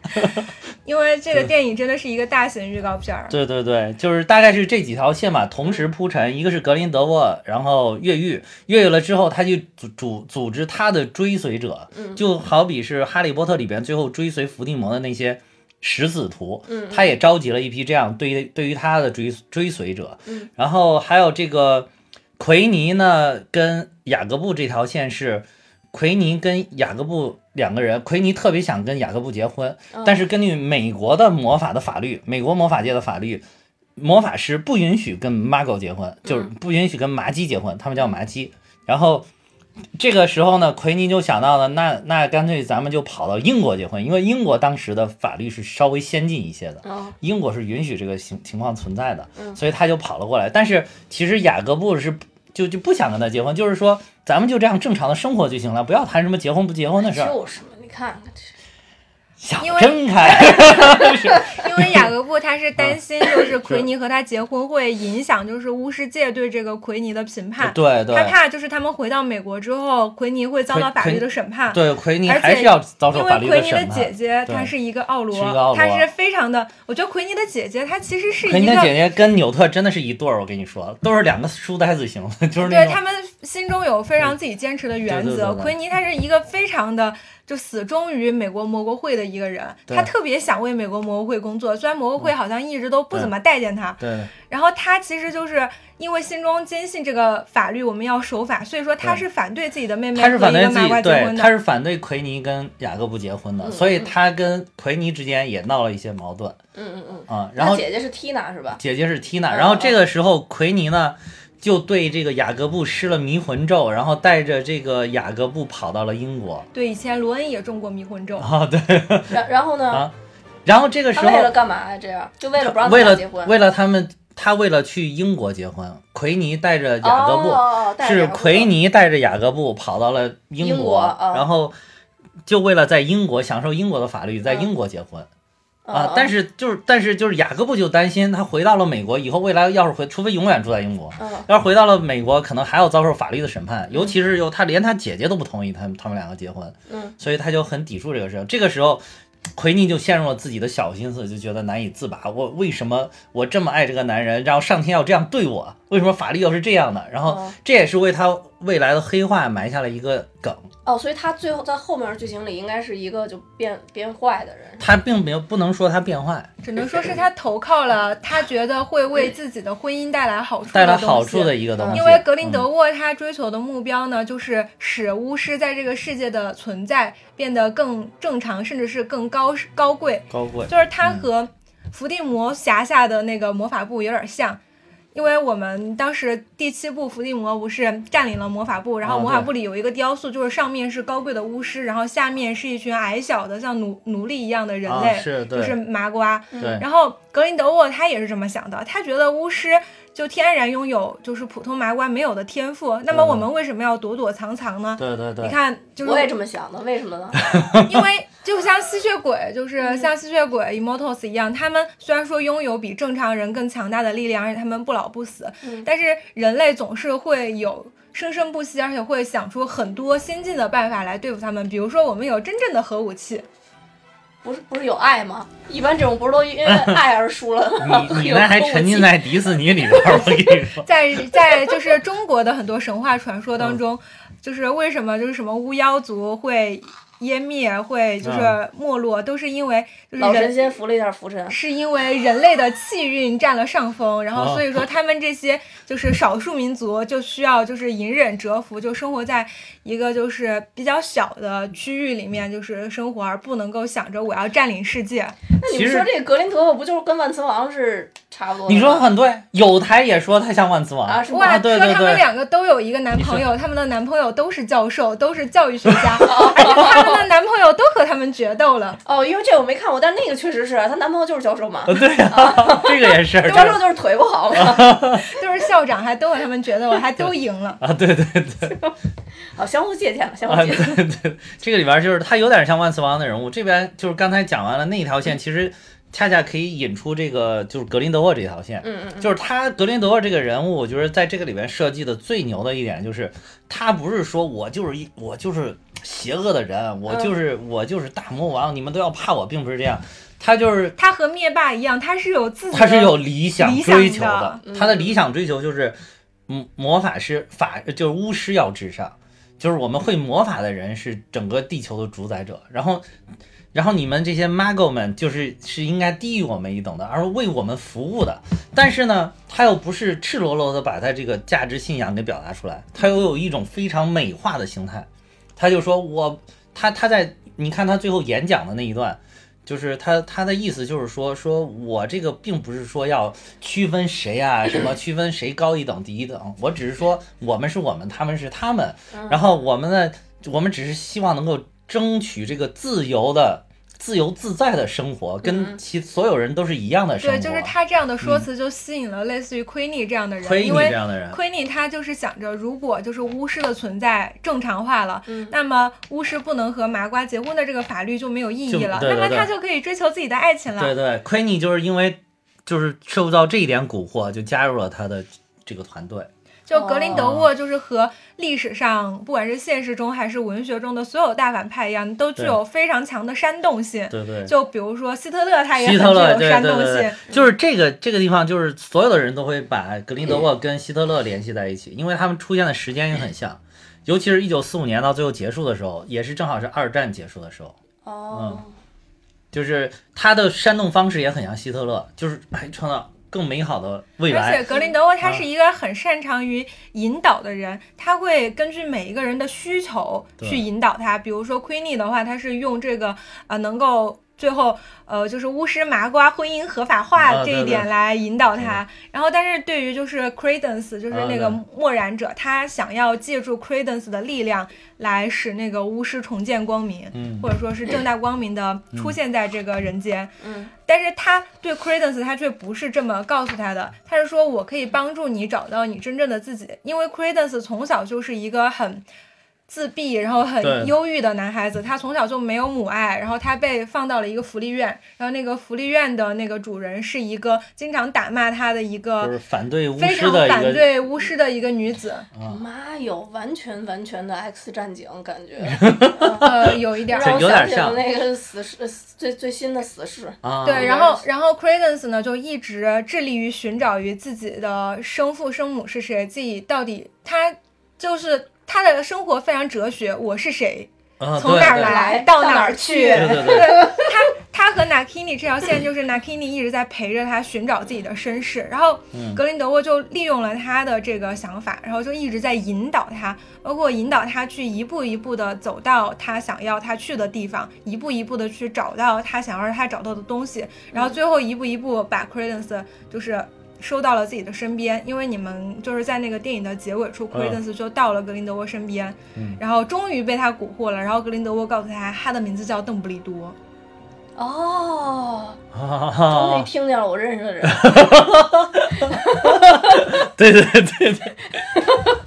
C: 因为这个电影真的是一个大型预告片儿，
B: 对对对，就是大概是这几条线嘛，同时铺陈，一个是格林德沃，然后越狱，越狱了之后，他去组组组织他的追随者，就好比是《哈利波特》里边最后追随伏地魔的那些食死徒，
A: 嗯
B: 他也召集了一批这样对于对于他的追追随者，
A: 嗯
B: 然后还有这个奎尼呢，跟雅各布这条线是。奎尼跟雅各布两个人，奎尼特别想跟雅各布结婚，但是根据美国的魔法的法律，美国魔法界的法律，魔法师不允许跟 Mago 结婚，就是不允许跟麻鸡结婚，他们叫麻鸡。然后这个时候呢，奎尼就想到了，那那干脆咱们就跑到英国结婚，因为英国当时的法律是稍微先进一些的，
A: 哦，
B: 英国是允许这个情情况存在的，
A: 嗯
B: 所以他就跑了过来。但是其实雅各布是就就不想跟他结婚，就是说咱们就这样正常的生活就行了，不要谈什么结婚不结婚的事儿，
A: 就是嘛，你看看这，
B: 想
C: 因为
B: 真 开。 是
C: 因为雅各布他
B: 嗯
C: 是担 心，就是奎尼和他结婚会影响，就是巫师界对这个奎尼的评判。
B: 对
C: 他
B: 对
C: 怕就是他们回到美国之后，奎尼会遭到法律的审判。
B: 对，奎尼
C: 而且
B: 还是要遭受
C: 因
B: 法
C: 为
B: 律
C: 奎尼的
B: 审
C: 姐
B: 判。
C: 姐
B: 对
C: 她是一个奥
B: 是一个奥罗
C: 罗，她是非常的，我觉得奎尼的姐姐她其实是
B: 奎
C: 一
B: 尼
C: 个
B: 的姐姐跟纽特真的是一对儿，我跟你说，都是两个书呆子型， 就是那
C: 对
B: 种
C: 他们心中有非常自己坚持的原
B: 对对对
C: 则。
B: 对对
C: 奎尼他是一个非常的就死忠于美国魔国会的一个人，
B: 对嗯
C: 他特别想为美国魔国会工作，虽然魔国会好像一直都不怎么待见他，
B: 对
C: 然后他其实就是因为心中坚信这个法律我们要守法，所以说他
B: 对
C: 是反对自己的妹妹
B: 他是
C: 和
B: 反
C: 一
B: 对
C: 个
B: 自
C: 麻
B: 己
C: 瓜结
B: 对，
C: 婚
B: 他
C: 的。
B: 是反对奎尼跟雅各布结婚的，
A: 嗯
B: 所以
A: 嗯
B: 他跟奎尼之间也闹了一些矛盾
A: 嗯嗯嗯，
B: 啊、然后
A: 他姐姐是 Tina 是吧？
B: 姐姐是缇娜，
A: 嗯
B: 然后这个时候奎尼呢就对这个雅各布施了迷魂咒，然后带着这个雅各布跑到了英国
C: 对，以前罗恩也中过迷魂咒，
B: 啊，对
A: 然然后呢？
B: 啊，然后这个
A: 嗯
B: 时
A: 他
B: 候
A: 为了干嘛呀？这样就为了不让他
B: 为
A: 俩
B: 了
A: 结婚，
B: 为了他们，他为了去英国结婚，奎尼带着雅各布，
A: 哦带着
B: 是
A: 雅各布
B: 奎尼带着雅各布跑到了英
A: 英国啊
B: 然后就为了在英国享受英国的法律，在
A: 嗯
B: 英国结婚、
A: 嗯
B: 啊
A: 嗯。
B: 但是就是但是就是雅各布就担心，他回到了美国以后，未来要是回，除非永远住在英国。
A: 嗯
B: 要是回到了美国，可能还要遭受法律的审判，
C: 嗯
B: 尤其是由他连他姐姐都不同意他们他们两个结婚，
A: 嗯
B: 所以他就很抵触这个事情。这个时候，奎尼就陷入了自己的小心思，就觉得难以自拔。我为什么我这么爱这个男人，然后上天要这样对我？为什么法律又是这样的？然后
A: 嗯
B: 这也是为他未来的黑化埋下了一个梗。
A: 哦，所以他最后在后面的剧情里应该是一个就变变坏的人，
B: 他并没有不能说他变坏，
C: 只能说是他投靠了他觉得会为自己的婚姻带来好处
B: 带来
C: 的东西
B: 好处的一个东西。
C: 因为格林
B: 嗯
C: 德沃他追求的目标呢，就是使巫师在这个世界的存在变得更正常，甚至是更高高贵。
B: 高贵，
C: 就是他和伏地魔辖下的那个魔法部有点像，因为我们当时第七部伏地魔不是占领了魔法部，然后
B: 啊
C: 魔法
B: 对
C: 部里有一个雕塑，就是上面是高贵的巫师，然后下面是一群矮小的像奴奴隶一样的人
B: 啊
C: 类，
B: 是对
C: 就是嗯麻瓜。
B: 对
C: 然后格林德沃他也是这么想的，他觉得巫师就天然拥有就是普通麻瓜没有的天赋，那么
B: 对
C: 我们为什么要躲躲藏藏呢？
B: 对对对
C: 你，看，就是
A: 我也这么想的，为什 么呢？
C: 因为就像吸血鬼， 就是像吸血鬼 Immortals 一样，他们虽然说拥有比正常人更强大的力量，而且他们不老不死，
A: 嗯
C: 但是人类总是会有。生生不息，而且会想出很多先进的办法来对付他们。比如说，我们有真正的核武器，
A: 不是不是有爱吗？一般这种不是都因 为爱而输了吗？
B: 你你那还 沉浸在迪士尼里边儿，我跟你说。
C: 在在就是中国的很多神话传说当中，就是为什么就是什么巫妖族会湮灭，会就是没落，都是因为就是
A: 老
C: 人
A: 神仙扶了一下浮尘，
C: 是因为人类的气运占了上风，然后
B: 哦
C: 所以说他们这些就是少数民族就需要就是隐忍蛰伏，就生活在一个就是比较小的区域里面，就是生活而不能够想着我要占领世界。
A: 那你
B: 其
A: 们
B: 实
A: 说这个格林德沃不就是跟万磁王是差不多的吗？
B: 你说的很对，有台也说他像万磁王
A: 啊是吗
C: 哇，
B: 啊对对
C: 说他们
B: 对，
C: 两个都有一个男朋友，他们的男朋友都是教授，都是教育学 家，而且他们的男朋友都和他们决斗了。
A: 哦，因为这我没看过，但那个确实是她男朋友就是教授嘛，
B: 呃，对啊，这个也是，这
A: 教
B: 个
A: 授 就是腿不好嘛。
C: 就是校长还都和他们 决斗了，还都赢了。
B: 啊，对对对，
A: 啊，相互借鉴了，相
B: 啊
A: 互借鉴。
B: 对对，这个里边就是他有点像万磁王的人物，这边就是刚才讲完了那一条
A: 嗯
B: 线，其实恰恰可以引出这个就是格林德沃这条线，
A: 嗯嗯
B: 就是他格林德沃这个人物，我觉得在这个里边设计的最牛的一点就是，他不是说我就是一我就是邪恶的人，我
A: 嗯
B: 就是我就是大魔王，你们都要怕我，并不是这样，他就是
C: 他和灭霸一样，他是有自己的
B: 他是有理想
C: 理想
B: 追求
C: 的
A: 嗯
B: 他的理想追求就是，嗯，魔法师法就是巫师要至上，就是我们会魔法的人是整个地球的主宰者，然后，然后你们这些 mago 们就是是应该低于我们一等的，而为我们服务的。但是呢，他又不是赤裸裸的把他这个价值信仰给表达出来，他又有一种非常美化的形态，他就说我他他在你看他最后演讲的那一段。就是他他的意思就是说，说我这个并不是说要区分谁啊，什么区分谁高一等低一等，我只是说我们是我们，他们是他们，
C: 嗯
B: 然后我们呢，我们只是希望能够争取这个自由的、自由自在的生活，跟其所有人都是一样的生活。
C: 嗯对，就是他这样的说辞就吸引了类似于 Queenie 这样的人，
B: 亏你
C: 因
B: 这
C: 为
B: 样的人，
C: Queenie 她就是想着，如果就是巫师的存在正常化了，
B: 嗯
C: 那么巫师不能和麻瓜结婚的这个法律就没有意义
B: 就
C: 了，
B: 对对
C: 那么
B: 对
C: 她就可以追求自己的爱情了。
B: 对对，亏你就是因为就是受到这一点蛊惑，就加入了他的这个团队。
C: 就格林
B: 哦
C: 德沃就是和历史上不管是现实中还是文学中的所有大反派一样，都具有非常强的煽动性。
B: 对对，
C: 就比如说希特勒，他也很
B: 希
C: 具
B: 特勒，
C: 有
B: 对
C: 煽
B: 对
C: 动
B: 对
C: 性嗯
B: 对。，就是这个这个地方，就是所有的人都会把格林德沃跟希特勒联系在一起，因为他们出现的时间也很像，尤其是一九四五年到最后结束的时候，也是正好是二战结束的时候，
A: 哦，
B: 就是他的煽动方式也很像希特勒，就是哎，创造更美好的未
C: 而且
B: 来。
C: 格林德沃他
B: 啊
C: 是一个很擅长于引导的人，他会根据每一个人的需求
B: 对
C: 去引导他。比如说 Queenie 的话，他是用这个呃能够最后呃就是巫师麻瓜婚姻合法化
B: 啊
C: 这
B: 对
C: 一
B: 对
C: 点来引导他。然后，但是对于就是 Credence 就是
B: 啊
C: 那个
B: 对
C: 默然者，他想要借助 Credence 的力量来使那个巫师重见光明。
B: 嗯，
C: 或者说是正大光明的出现在这个人间。
A: 嗯，
C: 但是他对 Credence 他却不是这么告诉他的，他是说我可以帮助你找到你真正的自己，因为 Credence 从小就是一个很。自闭，然后
B: 对
C: 很忧郁的男孩子，他从小就没有母爱，然后他被放到了一个福利院，然后那个福利院的那个主人是一个经常打骂他的一
B: 就
C: 个
B: 是反对巫
C: 非
B: 师
C: 常
B: 的
C: 反
B: 一个，啊
C: 对巫师的一个女子，
A: 妈哟，完全完全的 X 战警感觉，
C: 呃，有一点儿
A: 让我
B: 有
A: 想
B: 点
A: 起了
B: 像
A: 那个死侍呃最最新的死侍，
B: 啊，
C: 对，
A: 有点
C: 然后然后 Credence 呢就一直致力于寻找于自己的生父生母是谁，自己到底他就是他的生活非常哲学，我是谁，
B: 啊
C: 从哪儿
B: 对对
C: 来
A: 来
C: 到
A: 到
C: 哪
A: 哪
C: 儿
A: 儿
C: 去。
A: 去
B: 对对对，
C: 对他，他和 Nakini 这条线就是 Nakini 一直在陪着他寻找自己的身世，然后
B: 嗯
C: 格林德沃就利用了他的这个想法，然后就一直在引导他，包括引导他去一步一步的走到他想要他去的地方，一步一步的去找到他想要他找到的东西，
B: 嗯
C: 然后最后一步一步把 Credence 就是。收到了自己的身边，因为你们就是在那个电影的结尾处
B: 嗯
C: ，Credence 就到了格林德沃身边，
B: 嗯
C: 然后终于被他蛊惑了，然后格林德沃告诉他，他的名字叫邓布利多。
A: 哦，终于
B: 啊，
A: 听见了我认识的人，
B: 对对对对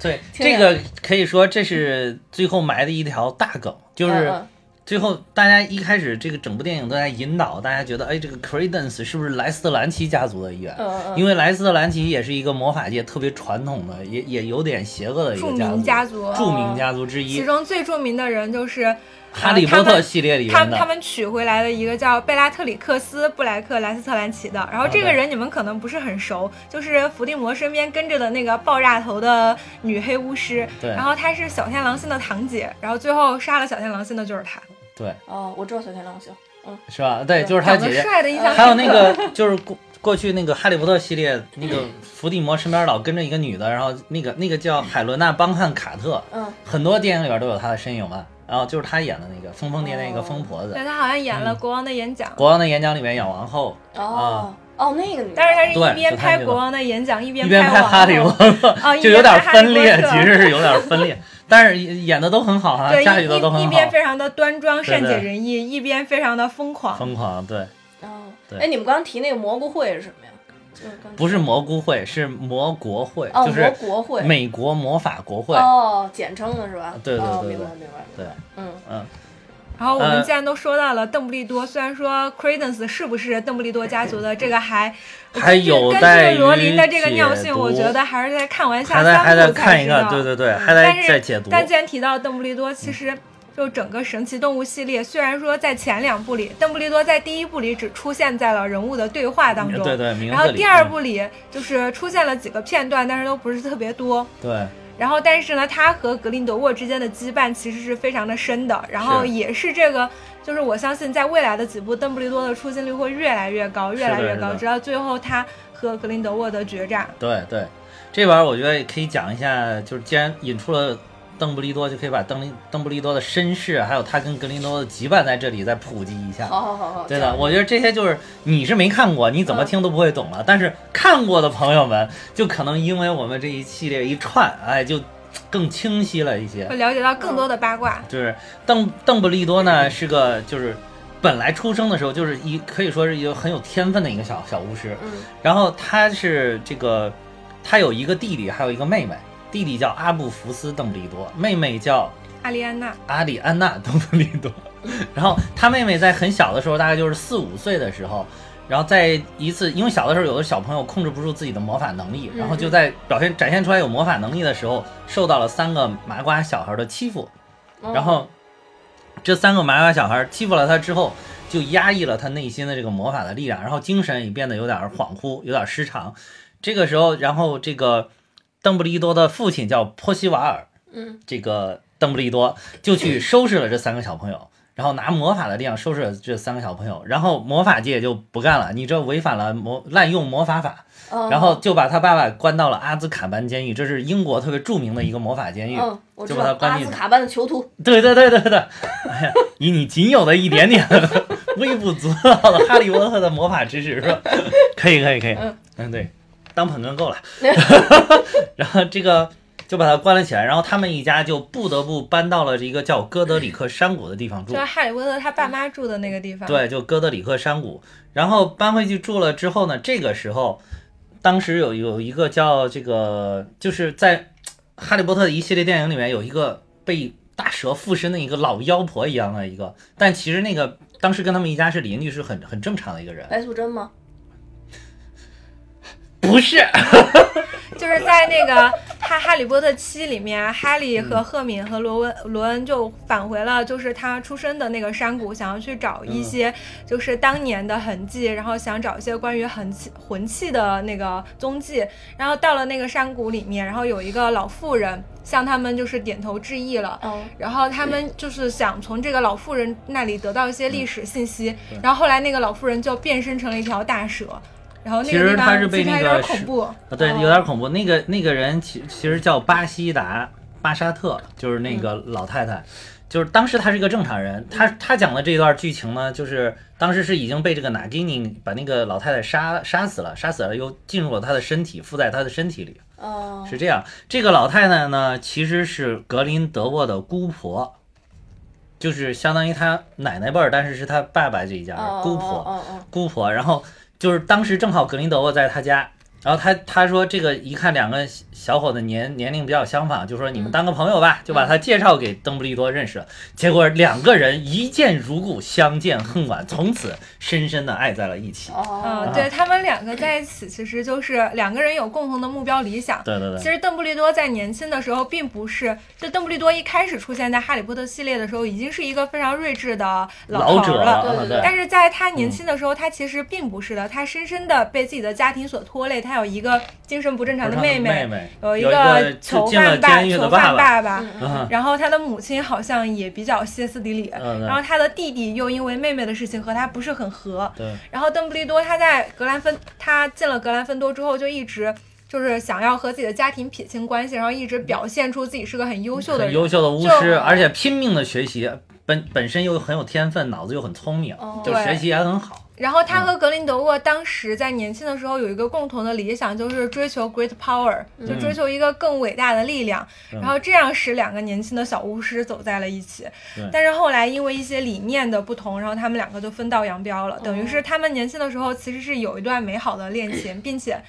B: 对 对，
A: 听
B: 这
A: 见
B: 个可以说这是最后埋的一条大梗，就是
A: 嗯
B: 最后，大家一开始这个整部电影都在引导大家觉得，哎，这个 Credence 是不是莱斯特兰奇家族的一员？
A: 嗯嗯嗯
B: 因为莱斯特兰奇也是一个魔法界特别传统的，也也有点邪恶的一
C: 著
B: 个家
C: 名家族，
B: 著名家族之
C: 其
B: 一。
C: 中最著名的人就是
B: 哈利波特系列里
C: 他
B: 面的，
C: 他们取回来的一个叫贝拉特里克斯·布莱克·莱斯特兰奇的。然后这个
B: 对
C: 人你们可能不是很熟，就是伏地魔身边跟着的那个爆炸头的女黑巫师。
B: 对
C: 然后她是小天狼星的堂姐，然后最后杀了小天狼星的就是他，
B: 对，
A: 哦，我知道小天狼星，嗯，
B: 是吧？对，就是他
C: 长得
B: 姐姐。呃
C: 帅的印象
B: 还有那个就是过过去那个哈利波特系列，那个伏地魔身边老跟着一个女的，然后那个那个叫海伦娜·邦汉卡特，
A: 嗯，
B: 很多电影里边都有她的身影嘛。然后就是她演的那个疯疯癫癫一个疯婆子
C: 对，他好像演
B: 嗯
C: 了《国王的演讲》。
B: 国王的演讲里面演王后，
A: 哦哦，那个女的，
C: 但是他是一
B: 对
C: 边
B: 就他
C: 拍
B: 这个
C: 《国王的演讲》，一边
B: 一边拍
C: 拍
B: 哈利
C: 王
B: 波
C: 后
B: 特，
C: 哦，一
B: 就
C: 边
B: 有点
C: 拍哈利
B: 分裂，
C: 波特
B: 其实是有点分 裂，但是演的都很好哈，
C: 对，
B: 驾驭的啊都
C: 一一一
B: 很
C: 边
B: 好，
C: 非常的端庄
B: 对
C: 善解
B: 对
C: 人意，一边非常的疯狂。
B: 疯狂对，
A: 哦，
B: 对
A: 哎，你们刚刚提那个蘑菇会是什么呀？就是刚
B: 不是蘑菇会，是魔国会，
A: 哦，
B: 就是
A: 魔国会，
B: 美国魔法国会，
A: 哦，简称的是吧？
B: 对对
A: 哦
B: 对
A: 明
B: 对
A: 白明白明白，
B: 对，
A: 嗯，
B: 嗯，
C: 然后我
B: 呃
C: 们既然都说到了邓布利多，虽然说 Credence 是不是邓布利多家族的这个还呃
B: 还有
C: 根
B: 待
C: 据
B: 于
C: 罗琳的这个尿
B: 解
C: 性，
B: 读
C: 我觉得还是在看完
B: 还
C: 下
B: 在还
C: 三
B: 在
C: 部
B: 看
C: 才
B: 一
C: 知道。
B: 个，
C: 嗯
B: 对对对，还
C: 但
B: 在在
C: 是
B: 解读，
C: 但既然提到邓布利多，其实就整个神奇动物系列，虽然说在前两部里，邓布利多在第一部里只出现在了人物的对话当中，
B: 嗯对对，名
C: 然
B: 字
C: 后
B: 里，嗯
C: 第二部里就是出现了几个片段，但是都不是特别多。
B: 嗯对
C: 然后，但是呢，他和格林德沃之间的羁绊其实是非常的深的。然后
B: 是
C: 也是这个，就是我相信在未来的几部，邓布利多的出镜率会越来越高，越来越
B: 是
C: 高，
B: 的
C: 直到最后他和格林德沃的决战。
B: 对对，这玩意儿我觉得也可以讲一下，就是既然引出了邓布利多就可以把邓利邓布利多的身世，还有他跟格林多的羁绊在这里再普及一下。
A: 好好好好，
B: 对的，我觉得这些就是你是没看过，你怎么听都不会懂了。但是看过的朋友们，就可能因为我们这一系列一串，哎，就更清晰了一些。
C: 会了解到更多的八卦。
B: 就是邓邓布利多呢，是个就是本来出生的时候就是一可以说是一个很有天分的一个小小巫师。
A: 嗯
B: 然后他是这个，他有一个弟弟，还有一个妹妹。弟弟叫阿布福斯·邓布利多，妹妹叫
C: 阿丽安娜，
B: 阿里安娜·邓布利多。 然后他妹妹在很小的时候，大概就是四五岁的时候，然后在一次，因为小的时候有的小朋友控制不住自己的魔法能力，然后就在表现展现出来有魔法能力的时候，受到了三个麻瓜小孩的欺负。
A: 嗯，
B: 然后这三个麻瓜小孩欺负了他之后，就压抑了他内心的这个魔法的力量，然后精神也变得有点恍惚，有点失常。这个时候，然后这个邓布利多的父亲叫波西瓦尔，
A: 嗯
B: 这个邓布利多就去收拾了这三个小朋友，然后拿魔法的力量收拾了这三个小朋友，然后魔法界就不干了，你这违反了魔滥用魔法法，
A: 嗯，
B: 然后就把他爸爸关到了阿兹卡班监狱，这是英国特别著名的一个魔法监狱。
A: 嗯，我知
B: 就把
A: 道
B: 他关
A: 阿
B: 进
A: 兹
B: 去
A: 卡班的囚徒，
B: 对对对对对， 哎呀，以你仅有的一点点微不足道的哈利波特的魔法知识，是吧？可以可以可以
A: 嗯，
B: 嗯对，当捧哏够了。 然后这个就把他关了起来，然后他们一家就不得不搬到了一个叫哥德里克山谷的地方住
C: 就。是哈利波特他爸妈住的那个地方。，
B: 对，就哥德里克山谷。然后搬回去住了之后呢，这个时候，当时有有一个叫这个，就是在《哈利波特》的一系列电影里面有一个被大蛇附身的一个老妖婆一样的一个，但其实那个当时跟他们一家是邻居，是很很正常的一个人，
A: 白素贞吗？
B: 不是。
C: 就是在那个哈哈利波特七里面，哈利
B: 嗯
C: 和赫敏和罗恩罗恩就返回了，就是他出生的那个山谷，想要去找
B: 嗯
C: 一些就是当年的痕迹，然后想找一些关于痕气魂器的那个踪迹。然后到了那个山谷里面，然后有一个老妇人向他们就是点头致意了。
A: 嗯，
C: 然后他们就是想从这个老妇人那里得到一些历
B: 嗯
C: 史信息，然后后来那个老妇人就变身成了一条大蛇，然后那
B: 其
C: 个
B: 实
C: 地
B: 她是
C: 方
B: 被
C: 其实还
B: 那
C: 有
B: 个
C: 点
B: 蛇
C: 恐怖，
B: 啊，对，
A: 哦
B: 有点恐怖。那个那个人其其实叫巴西达巴沙特，就是那个
A: 嗯
B: 老太太，就是当时她是一个正常人。她她讲的这段剧情呢，就是当时是已经被这个纳吉尼把那个老太太杀杀死了，杀死了又进入了她的身体，附在她的身体里，
A: 哦，
B: 是这样。这个老太太呢，其实是格林德沃的姑婆。就是相当于她奶奶辈儿，但是是她爸爸这一家人
A: 哦
B: 姑婆。
A: 哦哦
B: 姑婆，然后就是当时正好格林德沃在他家，然后他他说这个一看两个小伙子年年龄比较相仿，就说你们当个朋友
C: 嗯
B: 吧，就把他介绍给邓布利多认识了。结果两个人一见如故，相见恨晚，从此深深的爱在了一起
A: 哦。哦，
B: 啊
C: 嗯，对他们两个在一起，其实就是两个人有共同的目标理想。
B: 对对
C: 其
B: 对，
C: 实邓布利多在年轻的时候并不是，就邓布利多一开始出现在《哈利波特》系列的时候，已经是一个非常睿智的
B: 老
C: 头
B: 者
C: 了。
B: 啊
A: 对对
B: 对
C: 但是在他年轻的时候，他其实并不是的，他深深的被自己的家庭所拖累。他有一个精神不正常的妹
B: 妹
C: 妹，
B: 妹
C: 有一
B: 有一个
C: 个囚
B: 进了
C: 犯爸，
B: 监狱的
C: 囚
B: 爸
C: 犯
B: 爸，
C: 爸爸。
A: 嗯
B: 嗯，
C: 然后他的母亲好像也比较歇斯底里，
B: 嗯
C: 然后他的弟弟又因为妹妹的事情和他不是很合。
B: 对，
C: 然后邓布利多他在格兰芬，他进了格兰芬多之后就一直。就是想要和自己的家庭撇清关系，然后一直表现出自己是个很优秀的
B: 很
C: 人，
B: 优秀的巫
C: 就
B: 师，而且拼命的学习，本本身又很有天分，脑子又很聪明，
A: 哦
B: 就
C: 对
B: 学习也很好。
C: 然后他和格林德沃当时在年轻的时候有一个共同的理想，就是追求 great power，就追求一个更伟大的力量。
B: 嗯
C: 然后这样使两个年轻的小巫师走在了一起
B: 对。
C: 但是后来因为一些理念的不同，然后他们两个就分道扬镳
B: 嗯
C: 了。等于是他们年轻的时候其实是有一段美好的恋 情，并且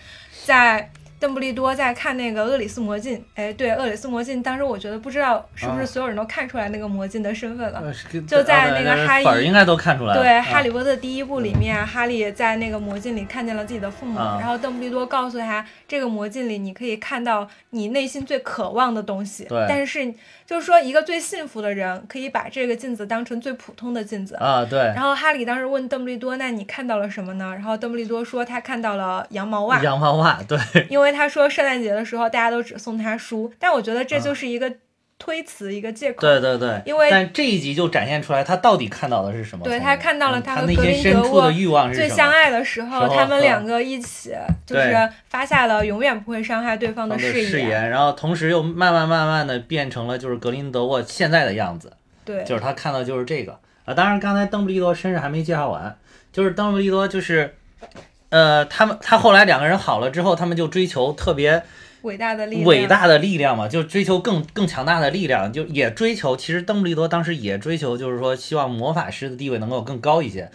C: 在。邓布利多在看那个《厄里斯魔镜》，哎，对，《厄里斯魔镜》，当时我觉得不知道是不
B: 啊
C: 是所有人都看出来那个魔镜的身份了。
B: 呃是跟
C: 就在
B: 啊
C: 那个
B: 对
C: 哈利
B: 粉儿应该都看出来了。
C: 对，《
B: 啊嗯
C: 哈利波特》第一部里面，哈利在那个魔镜里看见了自己的父母，
B: 啊
C: 然后邓布利多告诉他，这个魔镜里你可以看到你内心最渴望的东西。
B: 对
C: 但是就是说，一个最幸福的人可以把这个镜子当成最普通的镜子。
B: 啊，对，
C: 然后哈利当时问邓布利多：“那你看到了什么呢？”然后邓布利多说：“他看到了羊毛袜，
B: 洋娃娃，对，
C: 因为他说圣诞节的时候大家都只送他书。”但我觉得这就是一个推辞、一个借口。
B: 啊对对对，
C: 因为
B: 但这一集就展现出来他到底看到的是什么层
C: 对
B: 面。
C: 他看到了
B: 嗯
C: 他
B: 他
C: 和
B: 内
C: 格
B: 心
C: 林
B: 深
C: 德
B: 处
C: 沃
B: 的欲望是
C: 最
B: 什
C: 相
B: 么
C: 爱的时候，
B: 时候
C: 他们
B: 和
C: 两个一起就是
B: 对
C: 发下了永远不会伤害对方
B: 他
C: 的
B: 的
C: 誓
B: 誓言，然后同时又慢慢慢慢的变成了就是格林德沃现在的样子，
C: 对，
B: 就是他看到就是这个啊。当然，刚才邓布利多身世还没介绍完，就是邓布利多就是，呃，他们他后来两个人好了之后，他们就追求特别
C: 伟大的力量，
B: 伟大的力量嘛，就追求更更强大的力量，就也追求。其实邓布利多当时也追求，就是说希望魔法师的地位能够更高一些。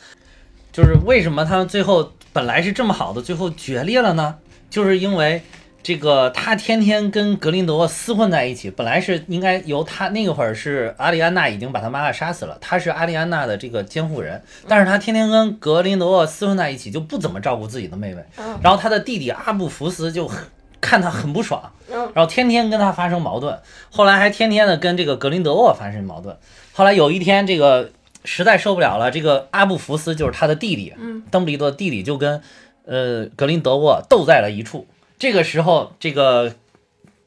B: 就是为什么他们最后本来是这么好的，最后决裂了呢？就是因为这个他天天跟格林德沃厮混在一起，本来是应该由他那会儿是阿丽安娜已经把他妈妈杀死了，他是阿丽安娜的这个监护人，但是他天天跟格林德沃厮混在一起，就不怎么照顾自己的妹妹
A: 嗯。
B: 然后他的弟弟阿布福斯就很看他很不爽，
A: 嗯
B: 然后天天跟他发生矛盾，后来还天天的跟这个格林德沃发生矛盾。后来有一天，这个实在受不了了，这个阿布福斯就是他的弟弟，
A: 嗯，
B: 邓布利多的弟弟就跟呃格林德沃斗在了一处。这个时候，这个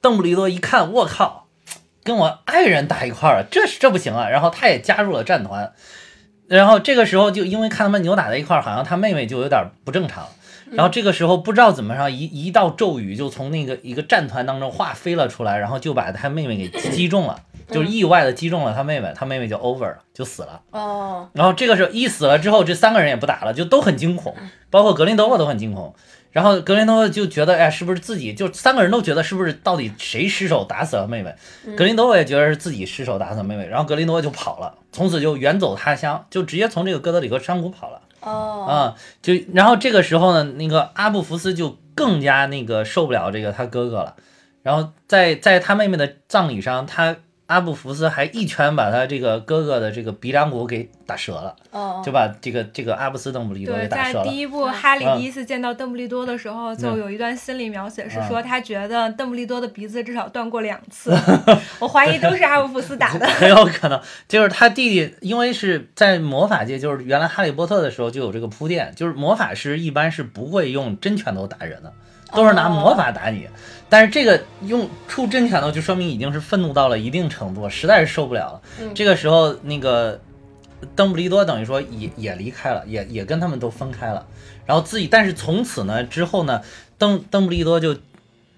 B: 邓布利多一看，我靠，跟我爱人打一块儿了，这是这不行啊！然后他也加入了战团。然后这个时候就因为看他们扭打在一块儿，好像他妹妹就有点不正常。然后这个时候不知道怎么上一一道咒语就从那个一个战团当中化飞了出来，然后就把他妹妹给击中了，就是意外的击中了他妹妹，他妹妹就 over 了，就死了。
A: 哦，
B: 然后这个时候一死了之后，这三个人也不打了，就都很惊恐，包括格林德沃都很惊恐。然后格林德沃就觉得，哎，是不是自己就三个人都觉得是不是到底谁失手打死了妹妹？格林德沃也觉得是自己失手打死了妹妹，然后格林德沃就跑了，从此就远走他乡，就直接从这个哥德里克山谷跑了。
A: 哦，
B: 啊、就然后这个时候呢，那个阿布福斯就更加那个受不了这个他哥哥了，然后在在他妹妹的葬礼上，他阿布福斯还一拳把他这个哥哥的这个鼻梁骨给打折了，
A: 哦，
B: 就把这个这个阿布斯邓布利多
C: 对，
B: 给打
C: 在
B: 折了
C: 第。一部
A: 嗯
C: 哈利
B: 嗯
C: 第一次见到邓布利多的时候，就
B: 嗯
C: 有一段心理描写是
B: 嗯。
C: 说，他觉得邓布利多的鼻子至少断过两次，我怀疑都是阿布福斯打的
B: 很有可能就是他弟弟，因为是在魔法界，就是原来哈利波特的时候就有这个铺垫，就是魔法师一般是不会用真拳头打人的，都是
A: 哦
B: 拿魔法打你。但是这个用出真拳头，就说明已经是愤怒到了一定程度，实在是受不了了。
A: 嗯
B: 这个时候，那个邓布利多等于说也也离开了，也也跟他们都分开了。然后自己，但是从此呢之后呢，邓邓布利多就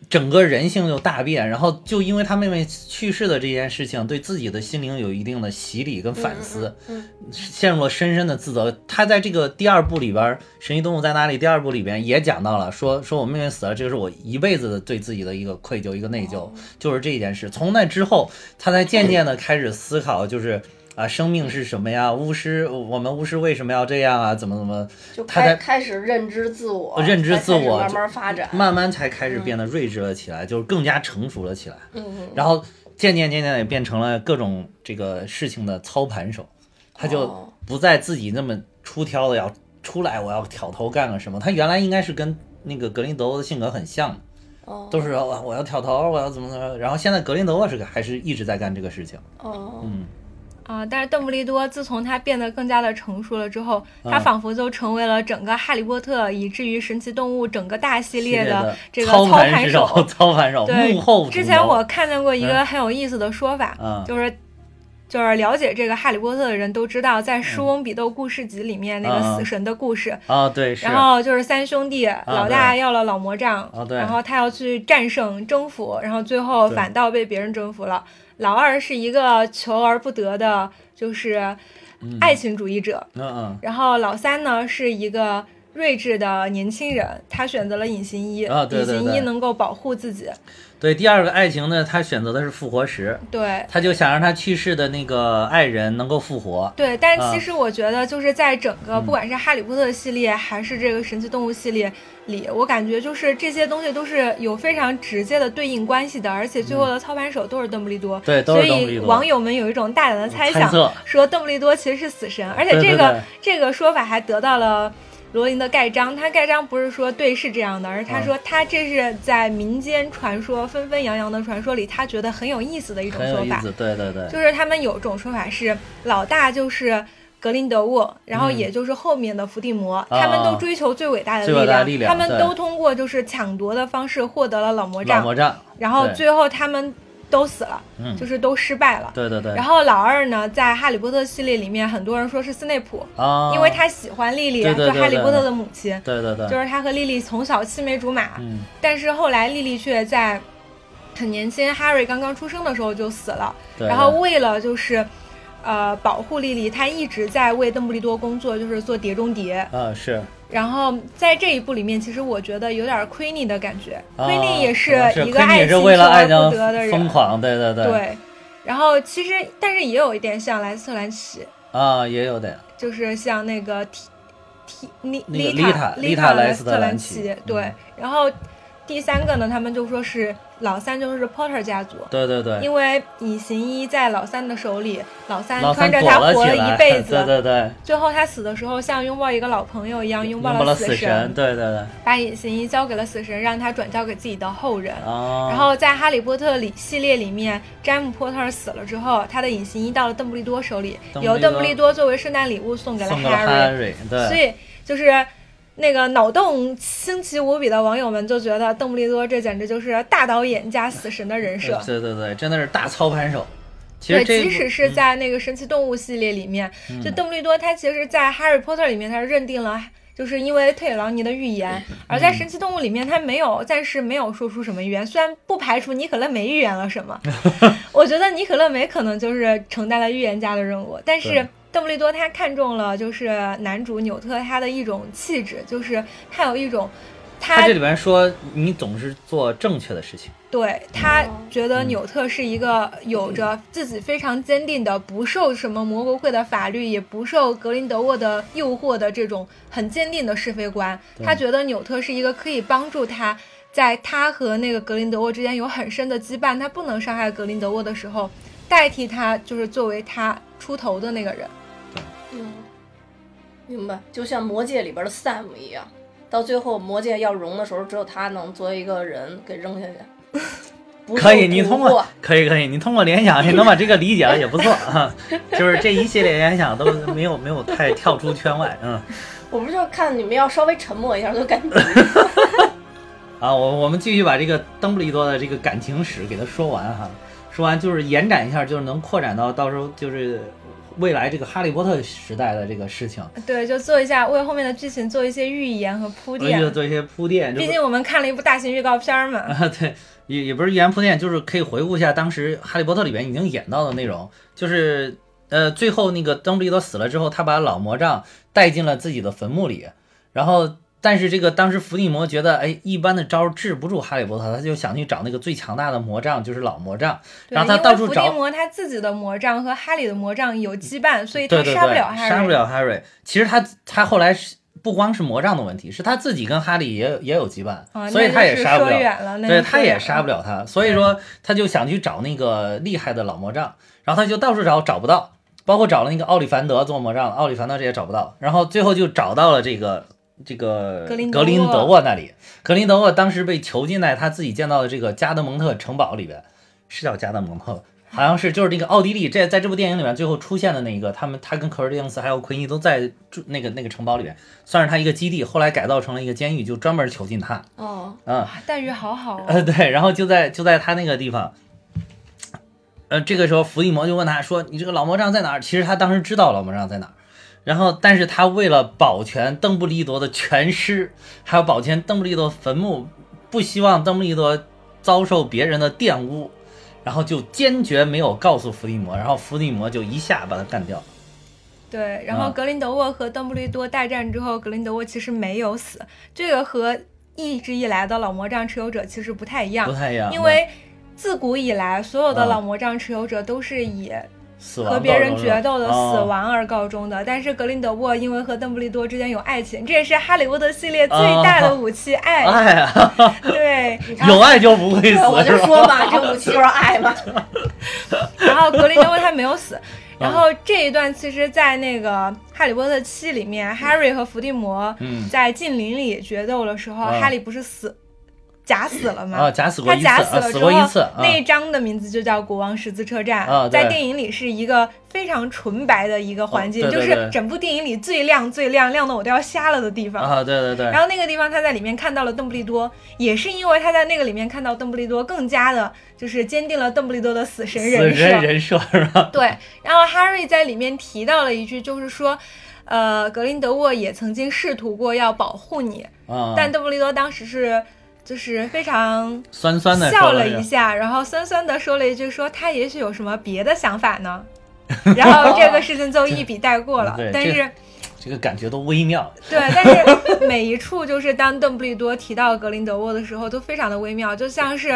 B: 整个人性就大变，然后就因为他妹妹去世的这件事情，对自己的心灵有一定的洗礼跟反思。
A: 嗯
B: 陷入了深深的自责。他在这个第二部里边，《神奇动物在哪里》第二部里边也讲到了，说说我妹妹死了，这个是我一辈子的对自己的一个愧疚，一个内疚，就是这件事。从那之后，他才渐渐的开始思考，就是。啊，生命是什么呀？巫师，我们巫师为什么要这样啊？怎么怎么，
A: 就
B: 他
A: 开
B: 在
A: 开始认知自我，
B: 认知
A: 才开
B: 自
A: 始
B: 我
A: 慢
B: 就
A: 慢发展，
B: 慢慢才开始变得睿智了起来，就是更加成熟了起来。
A: 嗯，
B: 然后渐渐渐渐也变成了各种这个事情的操盘手，他就
A: 哦
B: 不再自己那么出挑的要出来，我要挑头干个什么。他原来应该是跟那个格林德沃的性格很像的，
A: 哦
B: 都是啊我我要挑头，我要怎么怎么。然后现在格林德沃是个还是一直在干这个事情，
A: 哦，
B: 嗯，
C: 啊、但是邓布利多自从他变得更加的成熟了之后，他
B: 嗯
C: 仿佛就成为了整个《哈利波特》以至于《神奇动物》整个大系列的这个
B: 操
C: 盘
B: 盘手， 操盘手，
C: 对
B: 幕后主
C: 之前
B: 谋
C: 我看见过一个
B: 嗯
C: 很有意思的说法，
B: 嗯
C: 就是就是了解这个《哈利波特》的人都知道，在《施翁比斗故事集》里面、那个
B: 嗯嗯嗯
C: 死神的故事，
B: 啊，对是啊
C: 然。后就是三兄弟，老大
B: 对
C: 要了老魔杖，
B: 啊对
C: 然后他要去战胜、征服，然后最后
B: 对
C: 反倒被别人征服了。老二是一个求而不得的，就是爱情主义者，
B: 嗯嗯
C: 然后老三呢是一个。睿智的年轻人，他选择了隐形衣，
B: 啊对对
C: 隐形
B: 对
C: 衣能够保护自己。
B: 对，第二个爱情呢，他选择的是复活石，
C: 对
B: 他就想让他去世的那个爱人能够复活，
C: 对，但是其
B: 啊嗯
C: 实我觉得，就是在整个不管是《哈利波特》系列，还是这个《神奇动物》系列里，我感觉就是这些东西都是有非常直接的对应关系的，而且最后的操盘手都是邓布利多。
B: 对嗯都
C: 所
B: 是邓布利
C: 以
B: 多
C: 网友们有一种大胆的猜想
B: 猜测，
C: 说邓布利多其实是死神，而且
B: 对对
C: 这个
B: 对
C: 这个说法还得到了。罗琳的盖章，他盖章不是说对是这样的，而是他
B: 嗯
C: 说他这是在民间传说纷纷扬扬的传说里，他觉得很有意思的一种
B: 很有
C: 说
B: 意
C: 法。
B: 思。对对对，
C: 就是他们有一种说法是，老大就是格林德沃，然后
B: 嗯啊
C: 也就是后面的伏地魔，他们都追求最伟大的
B: 最伟大的力量
C: 他们
B: 对
C: 都通过就是抢夺的方式获得了老魔
B: 老
C: 杖，
B: 魔杖，
C: 然后
B: 对
C: 最后他们都死了，
B: 嗯
C: 就是都失败了。
B: 对对对，
C: 然后老二呢，在《哈利波特》系列里面，很多人说是斯内普，
B: 啊，
C: 因为他喜欢莉莉啊，
B: 对对对
C: 就哈利
B: 对
C: 波特
B: 对
C: 的母亲，
B: 对对对，
C: 就是他和莉莉从小青梅竹马，
B: 嗯
C: 但是后来莉莉却在很年轻，Harry 刚刚出生的时候就死了。
B: 对，
C: 然后
B: 对
C: 为了就是，呃，保护莉莉，她一直在为邓布利多工作，就是做碟中谍。
B: 啊是
C: 然后在这一部里面，其实我觉得有点 Queenie 的感觉、
B: 啊
C: q u e e n i e 也是
B: 是
C: 一个
B: Queenie
C: 爱
B: 也是
C: 情
B: 为
C: 求
B: 了爱
C: 而
B: 情
C: 不得的人，
B: 疯狂，对对对，
C: 对。然后其实，但是也有一点像莱斯特兰奇，
B: 啊也有点，
C: 就是像那个 T T 丽
B: 那个
C: 丽
B: 丽塔
C: 丽
B: 丽塔
C: 莱
B: 莱
C: 斯
B: 斯
C: 特
B: 特
C: 兰
B: 兰奇
C: 奇
B: 嗯。
C: 对，然后第三个呢，他们就说是老三，就是 Potter 家族。
B: 对对对，
C: 因为以行医在老三的手里，老三
B: 老三
C: 穿着
B: 躲
C: 他
B: 了
C: 活
B: 起
C: 一
B: 来，
C: 辈子。
B: 对对对，
C: 最后他死的时候，像拥抱一个老朋友一样
B: 拥
C: 拥抱
B: 抱了
C: 死
B: 神，对对对，
C: 把以行医交给了死神，让他转交给自己的后人。
B: 啊，
C: 然后在《哈利波特》里系列里面，詹姆·波特尔死了之后，他的隐形衣到了邓布利多手里，
B: 邓布利多
C: 由邓布利多作为圣诞礼物送给了
B: 送给了 Harry，对，
C: 所以就是那个脑洞新奇无比的网友们就觉得邓布利多这简直就是大导演加死神的人设
B: 呃。对对对，真的是大操盘手。其
C: 对，
B: 实这嗯
C: 即
B: 一
C: 使
B: 部
C: 是在那个神奇动物系列里面，就邓布利多他其实，在《哈利波特》里面，他认定了就是因为特里劳尼的预言，
B: 嗯
C: 而在神奇动物里面，他没有暂时没有说出什么预言，虽然不排除尼可乐梅预言了什 么，我觉得尼可乐梅可能就是承担了预言家的任务，但是
B: 对。
C: 邓布利多他看中了就是男主纽特他的一种气质，就是他有一种
B: 他这里边说你总是做正确的事情，
C: 对他
A: 哦
C: 觉得纽特是一个有着自己非常坚定的、不受什么魔国会的法律，也不受格林德沃的诱惑的这种很坚定的是非观。
B: 对
C: 他觉得纽特是一个可以帮助他，在他和那个格林德沃之间有很深的羁绊，他不能伤害格林德沃的时候，代替他就是作为他出头的那个人。
A: 嗯，明白，就像《魔戒》里边的 Sam 一样，到最后魔戒要融的时候，只有他能作为一个人给扔下去。 不
B: 可以，
A: 受
B: 你
A: 蛊
B: 通
A: 惑
B: 过可以可以，你通过联想，你能把这个理解了也不错啊， 就是这一系列联想都没有没有太跳出圈外，嗯，
A: 我不就看你们要稍微沉默一下，就赶紧
B: 啊，我我们继续把这个邓布利多的这个感情史给他说完哈，说完就是延展一下，就是能扩展到到时候就是未来这个哈利波特时代的这个事情，
C: 对，就做一下为后面的剧情做一些预言和铺
B: 我呃就
C: 垫。
B: 做一些铺垫，哎就
C: 毕
B: 是
C: 竟我们看了一部大型预告片儿嘛。
B: 啊，对，也也不是原铺垫，就是可以回顾一下当时《哈利波特》里边已经演到的内容，就是呃，最后那个邓布利多死了之后，他把老魔杖带进了自己的坟墓里，然后。但是这个当时伏地魔觉得，哎，一般的招儿治不住哈利波特，他就想去找那个最强大的魔杖，就是老魔杖。
C: 对
B: 然后他
C: 因为
B: 到处
C: 伏
B: 找
C: 地魔他自己的魔杖和哈利的魔杖有羁绊，所以他
B: 对对对，
C: 杀不了哈利。
B: 杀不了 Harry。其实他他后来是不光是魔杖的问题，是他自己跟哈利也有也有羁绊，
C: 啊，
B: 所以他
C: 那就
B: 也
C: 是
B: 杀不
C: 说
B: 了。
C: 远了，那
B: 对，
C: 就
B: 他
C: 说
B: 也
C: 远
B: 杀
C: 了
B: 不了他，所以说他就想去找那个厉害的老魔杖，然后他就到处找，找不到，包括找了那个奥利凡德做魔杖，奥利凡德这也找不到，然后最后就找到了这个这个
C: 格林德
B: 格
C: 沃
B: 林德沃那里，格林德沃当时被囚禁在他自己建造的这个加德蒙特城堡里边，是叫加德蒙 特吧。好像是，就是那个奥地利，这在这部电影里面最后出现的那一个，他们他跟科尔蒂昂斯还有奎因都在住那个那个城堡里面，算是他一个基地，后来改造成了一个监狱，就专门囚禁他。
A: 哦，
B: 嗯，
C: 啊待遇 好好、哦。
B: 呃，对，然后就在就在他那个地方，呃，这个时候伏地魔就问他说：“你这个老魔杖在哪儿？”其实他当时知道老魔杖在哪儿，然后但是他为了保全邓布利多的全尸，还有保全邓布利多坟墓，不希望邓布利多遭受别人的玷污，然后就坚决没有告诉伏地魔，然后伏地魔就一下把他干掉了。
C: 对，然后
B: 啊
C: 格林德沃和邓布利多大战之后，格林德沃其实没有死，这个和一直以来的老魔杖持有者其实不太一
B: 不
C: 样，
B: 太一样，
C: 啊
B: 嗯
C: 因为。自古以来，所有的
B: 啊
C: 老魔杖持有者都是以
B: 死亡
C: 和别人
B: 斗
C: 决斗的死
B: 哦
C: 亡而告终的。但是格林德沃因为和邓布利多之间有爱情，这也是哈利波特系列最
B: 哦
C: 大的武器——爱。
B: 爱 啊，
C: 对，
B: 有爱就不会
A: 对，
B: 死，
A: 我就是
B: 吧
A: 说嘛，这武器就是爱 嘛。
C: 然后格林德沃他没有死。然后这一段其实，在那个《哈利波特七》里面，Harry 和伏地魔
B: 嗯
C: 在禁林里决斗的时候，
B: 啊
C: 哈利不是死假死了嘛。
B: 啊，假死过
C: 他
B: 一次，
C: 假
B: 啊
C: 死了
B: 死
C: 之
B: 过
C: 后，
B: 一次，啊
C: 那一章的名字就叫《国王十字车站》
B: 啊对
C: 在电影里是一个非常纯白的一个环境，
B: 哦对对
C: 就
B: 对
C: 是整部电影里最亮、最亮、亮的我都要瞎了的地方。
B: 啊，对对对，
C: 然后那个地方他在里面看到了邓布利多，也是因为他在那个里面看到邓布利多，更加的就是坚定了邓布利多的死神人
B: 死
C: 设。
B: 神人设是吧？
C: 对，然后 Harry 在里面提到了一句，就是说。呃，格林德沃也曾经试图过要保护你，
B: 啊，
C: 但邓布利多当时是就是非常
B: 酸酸的
C: 笑
B: 说
C: 了
B: 是
C: 一下，然后酸酸的说了一句说他也许有什么别的想法 呢，然后这个事情就一笔带过了
B: 对。
C: 但
B: 这
C: 是
B: 这个感觉都微妙，
C: 对，但是每一处就是当邓布利多提到格林德沃的时候，都非常的微妙，就像是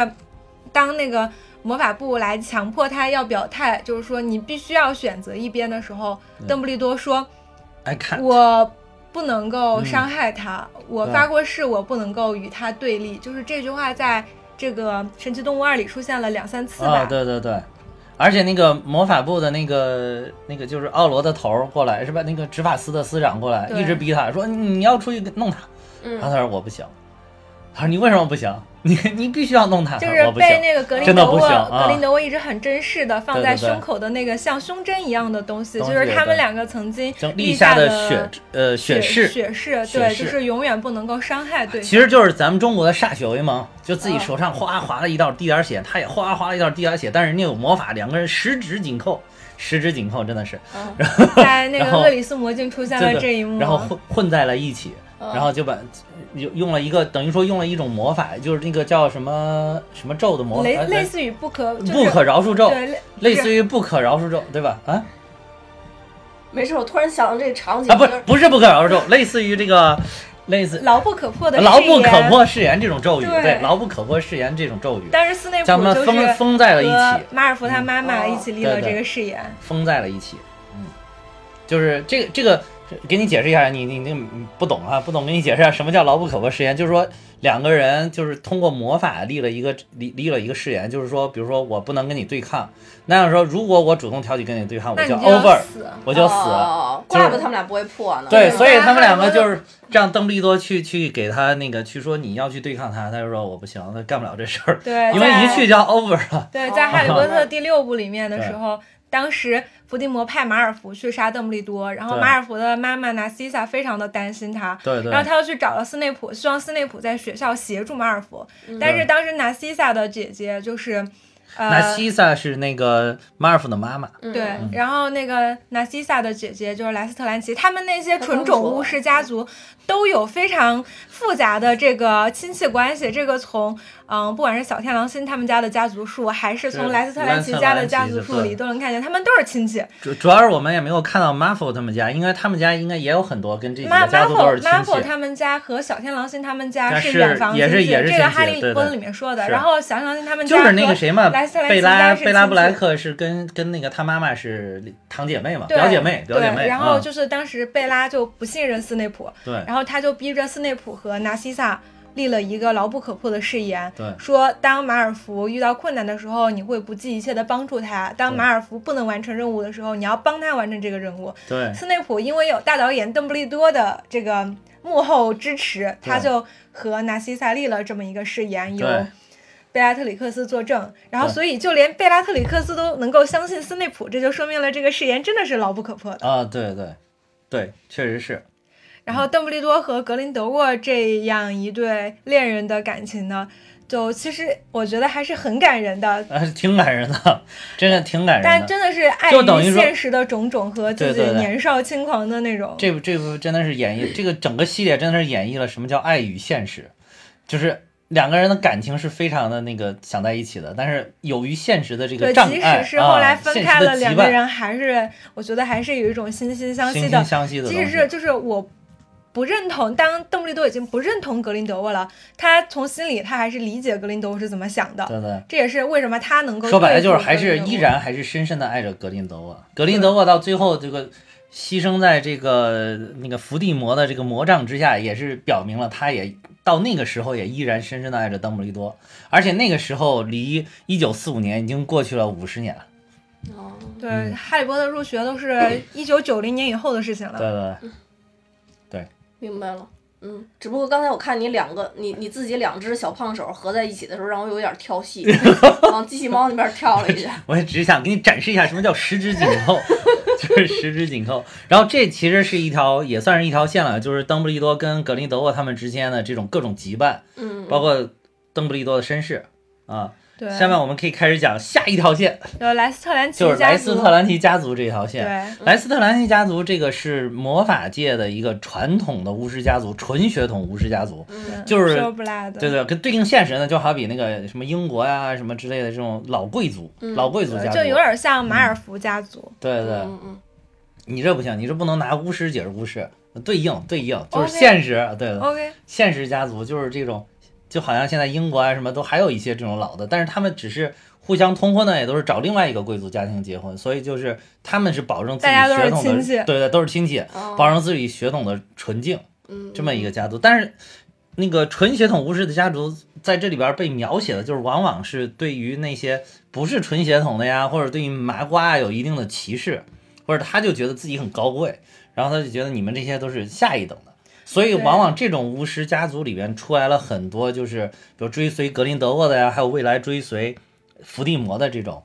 C: 当那个魔法部来强迫他要表态，就是说你必须要选择一边的时候，邓布利多说
B: 哎看，
C: 我。不能够伤害他，我发过誓，我不能够与他对立。就是这句话在这个《神奇动物二》里出现了两三次吧。
B: 啊，对对对，而且那个魔法部的那个那个就是奥罗的头儿过来是吧？那个执法司的司长过来，
C: 对
B: 一直逼他说你要出去弄他，然后
A: 嗯，
B: 他说我不行，他说你为什么不行？ 你你必须要弄他，
C: 就
B: 他说
C: 是
B: 啊我不
C: 被
B: 行。
C: 那个格林
B: 真的
C: 德
B: 不
C: 沃，
B: 行啊
C: 格林德沃一直很珍视的放在
B: 对对对
C: 胸口的那个像胸针一样的东西，
B: 东西
C: 就是他
B: 对
C: 们两个曾经
B: 就立
C: 立
B: 下
C: 的
B: 血呃
C: 血
B: 誓，
C: 血誓，
B: 血
C: 对，
B: 誓
C: 就是永远不能够伤害对嗯
B: 其
C: 方。
B: 实就是咱们中国的歃血为盟，就自己手上哗划了一道滴点儿血，他也哗划了一道滴点儿血，但是人家有魔法，两个人十指紧扣，十指紧扣真的是，
A: 嗯
C: 在那
B: 然
C: 个
B: 后
C: 厄里斯魔镜出现
B: 对
C: 了
B: 对
C: 这一幕，啊
B: 然后混混在了一起，
A: 嗯
B: 然后就把用用了一个等于说用了一种魔法，就是那个叫什么什么咒的魔法，
C: 类
B: 呃
C: 类似于不可就是
B: 不可饶恕咒，
C: 对类
B: 类似于不可饶恕咒，对吧？啊
A: 没事，我突然想到这个场景，
B: 啊，不
A: 就是
B: 不是不可饶恕咒，类似于这个类似
C: 牢不可破的
B: 牢不
C: 誓言
B: 可。破誓言这种咒语，
C: 对
B: 对，牢不可破誓言这种咒语，
C: 当时斯内普
B: 咱们
C: 就是呃
B: 封封在了一
C: 和
B: 起，
C: 马尔福他妈妈
A: 嗯
C: 一起立
B: 哦
C: 了
B: 对对
C: 这个誓言。
B: 封在了一起，嗯，就是这个这个。给你解释一下，你你你不懂啊，不懂，给你解释一下什么叫牢不可破誓言，就是说两个人就是通过魔法立了一个立立了一个誓言，就是说，比如说我不能跟你对抗，那样说如果我主动挑起跟你对抗，我
C: 那你
B: 就
C: 就要
B: over，
C: 死。
B: 我就要死，
A: 哦
B: 就是
A: 怪不得他们俩不会破呢。
B: 对，
C: 嗯
B: 所以他们两个
C: 他
B: 就是让邓布利多去去给他那个去说你要去对抗他，他就说我不行，他干不了这事儿，
C: 对，
B: 因为
C: 在
B: 一去就要 over 了。
C: 对，
A: 哦
C: 在《哈利 波特》第六部里面的时候，当时伏地魔派马尔福去杀邓布利多，然后
B: 对
C: 马尔福的妈妈纳西萨非常的担心他。
B: 对对
C: 然后他又去找了斯内普，希望斯内普在学校协助马尔福。
B: 嗯
C: 但是当时纳西萨的姐姐就是，
B: 那
C: 呃，
B: 西萨是那个马尔福的妈妈，
A: 嗯
C: 对，然后那个纳西萨的姐姐就是莱斯特兰奇，他们那些纯种巫师家族都有非常复杂的这个亲戚关系。这个从嗯，不管是小天狼星他们家的家族树，还是从
B: 对
C: 莱斯特兰
B: 莱斯特
C: 奇
B: 兰奇
C: 家的家族树
B: 对
C: 里，都能看见他们都是亲戚。
B: 主主要是我们也没有看到 m a f 他们家，应该他们家应该也有很多跟这几
C: 马
B: 个
C: 马
B: 家族都
C: 火
B: 是亲
C: 马火
B: 戚。
C: 他们家和小天狼星他们
B: 但
C: 家
B: 是
C: 远房
B: 也
C: 亲
B: 是
C: 戚，
B: 也是
C: 这
B: 亲
C: 个
B: 戚
C: 哈利
B: 对
C: 波特
B: 对
C: 里面说的。
B: 是
C: 然后小天狼星他们家
B: 就是那个谁嘛
C: 和莱斯特，兰奇
B: 贝
C: 家
B: 拉
C: 是
B: 贝拉
C: 亲
B: 布莱
C: 戚
B: 克是跟跟那个他妈妈是堂姐妹嘛，
C: 对
B: 表姐妹，表姐妹。
C: 对，然后
B: 嗯
C: 就是当时贝拉就不信任斯内普，
B: 对
C: 然后他就逼着斯内普和纳西萨立了一个牢不可破的誓言，
B: 对
C: 说当马尔福遇到困难的时候，你会不计一切的帮助他；当
B: 对
C: 马尔福不能完成任务的时候，你要帮他完成这个任务。
B: 对
C: 斯内普因为有大导演邓布利多的这个幕后支持，他就和纳西萨立了这么一个誓言，由
B: 对
C: 贝拉特里克斯作证，然后
B: 对
C: 所以就连贝拉特里克斯都能够相信斯内普，这就说明了这个誓言真的是牢不可破的。
B: 啊，对对对，确实是。
C: 然后邓布利多和格林德沃这样一对恋人的感情呢，就其实我觉得还是很感人的，
B: 啊，挺感人的，真的挺感人
C: 但
B: 的。
C: 真的是碍
B: 就等于
C: 于
B: 说
C: 现实的种种和自己
B: 对对对
C: 年少轻狂的那种。
B: 这部这部真的是演绎这个整个系列，真的是演绎了什么叫爱与现实，就是两个人的感情是非常的那个想在一起的，但是由于现实的这个
C: 对，
B: 障
C: 即
B: 碍
C: 使是后来
B: 啊
C: 分
B: 现实
C: 开
B: 的
C: 了，
B: 羁
C: 两个
B: 绊
C: 人还是，我觉得还是有一种惺惺相惜
B: 惺
C: 的
B: 惺相惜的东
C: 即
B: 西，
C: 使是就是我不认同，当邓布利多已经不认同格林德沃了，他从心里他还是理解格林德沃是怎么想的。
B: 对对。
C: 这也是为什么他能够
B: 说白了
C: 对
B: 就
C: 付
B: 是还
C: 格林
B: 是
C: 德沃
B: 依然还是深深的爱着格林德沃，格林德沃到最后这个牺牲在这个那个伏地魔的这个魔杖之下，也是表明了他也到那个时候也依然深深的爱着邓布利多，而且那个时候离一九四五年已经过去了五十年了，
A: 哦
C: 对
B: 嗯
C: 《哈利波特》 入学都是一九九零年以后的事情了。
B: 对对对。
A: 明白了。嗯，只不过刚才我看你两个，你你自己两只小胖手合在一起的时候，让我有点跳戏， 往机器猫那边跳了一下。
B: 我也只想给你展示一下什么叫十指紧扣， 就是十指紧扣。然后这其实是一条也算是一条线了，就是邓布利多跟格林德沃他们之间的这种各种羁绊，
A: 嗯，
B: 包括邓布利多的身世啊。
C: 对，
B: 下面我们可以开始讲下一条线，
C: 有莱斯特兰奇
B: 就是
C: 家
B: 莱
C: 族
B: 斯特兰奇家族这条线。
C: 对，
B: 莱斯特兰奇家族这个是魔法界的一个传统的巫师家族，纯血统巫师家族。
A: 嗯
B: 就是
C: Pure Blood，
B: 对对，跟对应现实呢，就好比那个什么英国呀、什么之类的这种老贵族、
A: 嗯
B: 老贵族家族，嗯
C: 就有点像马尔福家族。
B: 对对，
A: 嗯嗯
B: 你这不行，你这不能拿巫师解释巫师，对应对应就是
C: OK
B: 现实对的，
C: OK，
B: 现实家族就是这种，就好像现在英国啊什么都还有一些这种老的，但是他们只是互相通婚呢，也都是找另外一个贵族家庭结婚，所以就是他们是保证自己
C: 大家都是
B: 血统的，
C: 亲戚哦
B: 对对，都是亲戚，
A: 嗯，
B: 保证自己血统的纯净。
A: 嗯
B: 这么一个家族。但是那个纯血统巫师的家族在这里边被描写的，就是往往是对于那些不是纯血统的呀，或者对于麻瓜啊有一定的歧视，或者他就觉得自己很高贵，然后他就觉得你们这些都是下一等的。所以，
C: 对
B: 往往这种巫师家族里边出来了很多，就是比如追随格林德沃的呀，还有未来追随伏地魔的这种，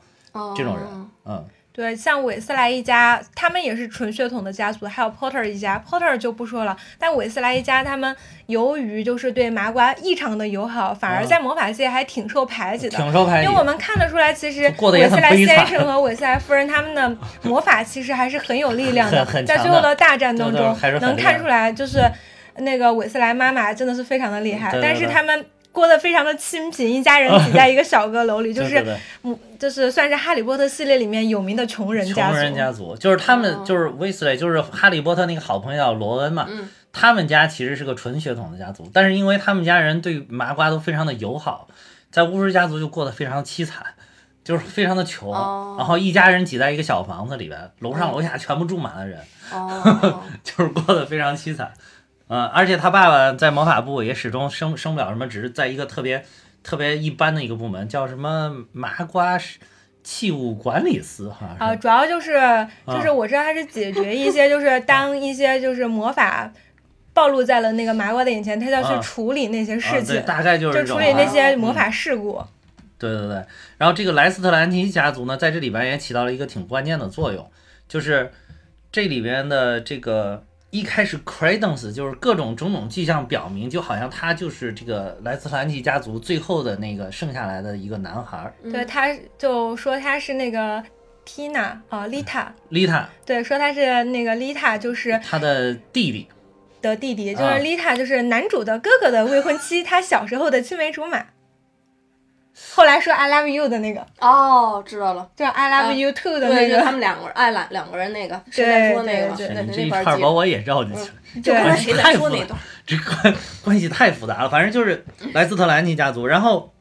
B: 这种人
A: 嗯
B: 嗯，
C: 对，像韦斯莱一家，他们也是纯血统的家族，还有 Potter 一家，Potter 就不说了。但韦斯莱一家，他们由于就是对麻瓜异常的友好，反而
B: 嗯
C: 在魔法界还挺受排挤的。
B: 挺受排
C: 因
B: 挤
C: 为。我们看得出来，其实
B: 过得也
C: 韦斯
B: 很
C: 莱
B: 悲
C: 先
B: 惨
C: 生和韦斯莱夫人他们的魔法其实还是很有力量的，
B: 很很
C: 在
B: 强
C: 最后
B: 的
C: 的大战当
B: 对对
C: 中
B: 还是，很
C: 能
B: 厉
C: 看
B: 害
C: 出来就是那个韦斯莱妈妈真的是非常的厉害，
B: 对对
C: 但是
B: 对
C: 他们过得非常的清贫，一家人挤在一个小 阁楼里，就
B: 对
C: 是
B: 对对
C: 嗯，就是算是哈利波特系列里面有名的穷人家
B: 穷
C: 族。
B: 人家族，就是他们
A: 哦
B: 就是威斯莱，就是哈利波特那个好朋友罗恩嘛，
A: 嗯
B: 他们家其实是个纯血统的家族，但是因为他们家人对麻瓜都非常的友好，在巫师家族就过得非常凄惨，就是非常的穷，
A: 哦
B: 然后一家人挤在一个小房子里边，楼上楼下全部住满了人，
A: 哦哦，
B: 就是过得非常凄惨。嗯，而且他爸爸在魔法部也始终升升不了什么职，只是在一个特别特别一般的一个部门，叫什么麻瓜是器物管理司，好像是。
C: 啊，主要就是就是我知道它是解决一些就是当一些就是魔法暴露在了那个麻瓜的眼前，他要
B: 啊
C: 去处理那些
B: 啊
C: 事
B: 对
C: 情，
B: 大概就是
C: 就
B: 这种
C: 处理那
B: 啊
C: 些魔法事故。
B: 对对对，然后这个莱斯特兰奇家族呢，在这里边也起到了一个挺关键的作用，就是这里边的这个一开始 credence 就是各种种种迹象表明，就好像他就是这个莱斯特兰奇家族最后的那个剩下来的一个男孩儿
A: 嗯
C: 对，他就说他是那个 Tina 啊、Lita，
B: 丽塔，
C: 对，说他是那个 Lita 就是
B: 他的弟弟。
C: 的弟弟，就
B: 啊
C: 是 Lita 就是男主的哥哥的未婚 妻，他小时候的青梅竹马。后来说 I love you 的那个，
A: 哦，知道了，
C: 就是 I
A: 啊
C: love you too 的那
A: 对，就
C: 个，
A: 他们两个人，哎，两两个人那个谁在说那个嘛，
C: 对
A: 对
B: 哎
A: 对，
B: 你这一
A: 那
B: 串
A: 边
B: 儿
A: 记
B: 把
A: 得，
B: 我也绕进去了，
A: 就刚才谁在说那段，
B: 这关 关系太复杂了。反正就是莱斯特兰奇家族，然后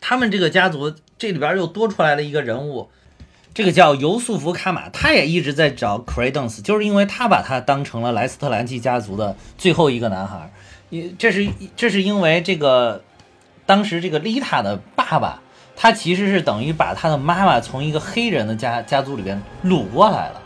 B: 他们这个家族这里边又多出来了一个人物，这个叫尤素福卡玛，他也一直在找 Credence，就是因为他把他当成了莱斯特兰奇家族的最后一个男孩儿。也这是这是因为这个当时这个丽塔的爸爸。他其实是等于把他的妈妈从一个黑人的家家族里边掳过来了，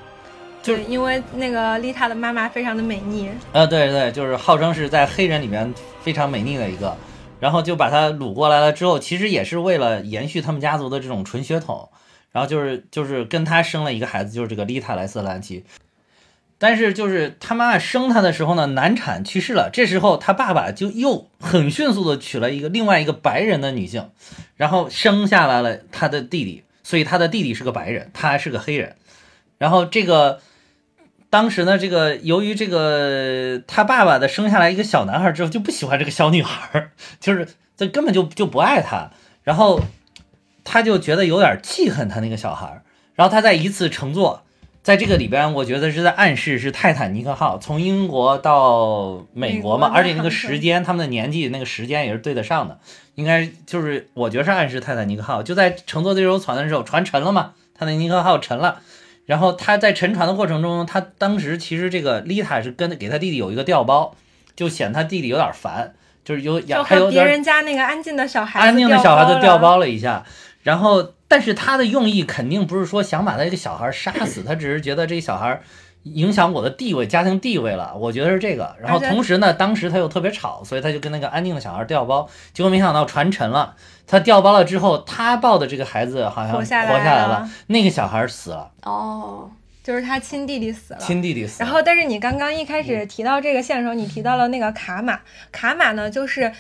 B: 就是
C: 对，因为那个丽塔的妈妈非常的美丽，
B: 啊，对对，就是号称是在黑人里面非常美丽的一个，然后就把他掳过来了之后，其实也是为了延续他们家族的这种纯血统，然后就是就是跟他生了一个孩子，就是这个丽塔莱斯兰奇。但是就是他妈妈生他的时候呢，难产去世了。这时候他爸爸就又很迅速的娶了一个另外一个白人的女性，然后生下来了他的弟弟，所以他的弟弟是个白人，他是个黑人。然后这个当时呢，这个由于这个他爸爸的生下来一个小男孩之后就不喜欢这个小女孩儿， 就是这根本就就不爱他，然后他就觉得有点记恨他那个小孩儿，然后他在一次乘坐。在这个里边，我觉得是在暗示是泰坦尼克号从英国到美国嘛，
C: 美国的
B: 而且那个
C: 航程
B: 时间，他们的年纪那个时间也是对得上的，应该就是我觉得是暗示泰坦尼克号。就在乘坐这艘船的时候，船沉了嘛，泰坦尼克号沉了，然后他在沉船的过程中，他当时其实这个丽塔是跟给他弟弟有一个调包，就显他弟弟有点烦，就是有
C: 就
B: 还有
C: 和别
B: 点
C: 人家那个安静的小孩子
B: 安静的小孩子调
C: 调包了。
B: 包了一下。然后，但是他的用意肯定不是说想把他这个小孩杀死，他只是觉得这个小孩影响我的地位、家庭地位了，我觉得是这个。然后
C: 而且
B: 同时呢，当时他又特别吵，所以他就跟那个安静的小孩调包，结果没想到传沉了。他调包了之后，他抱的这个孩子好像啊
C: 活
B: 活
C: 下
B: 下
C: 来
B: 来
C: 了
B: 了，那个小孩死了，
A: 哦，
C: 就是他亲弟弟死了。
B: 亲弟弟死了。
C: 然后，但是你刚刚一开
B: 嗯
C: 始提到这个线的时候，你提到了那个卡玛，卡玛呢，就是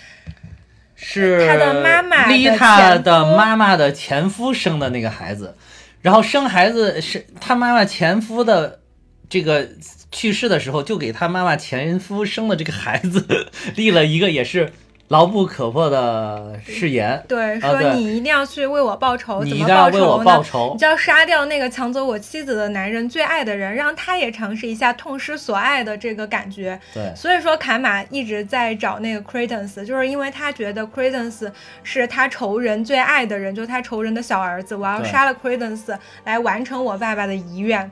B: 是
C: 他的妈妈的
B: 丽
C: 前
B: 塔
C: 夫
B: 的妈妈的前夫生的那个孩子，然后生孩子是他妈妈前夫的这个去世的时候，就给他妈妈前夫生的这个孩子 立了一个也是牢不可破的誓言，
C: 对
B: 啊
C: 说
B: 对
C: 你一定要去为我报仇，
B: 你
C: 怎
B: 一
C: 么
B: 定要
C: 报
B: 为我
C: 仇
B: 报
C: 呢？
B: 仇
C: 你。就要杀掉那个抢走我妻子的男人，最爱的人，让他也尝试一下痛失所爱的这个感觉。
B: 对，
C: 所以说，卡玛一直在找那个 Credence，就是因为他觉得 Credence 是他仇人最爱的人，就是他仇人的小儿子，我要
B: 对
C: 杀了 Credence 来完成我爸爸的遗愿。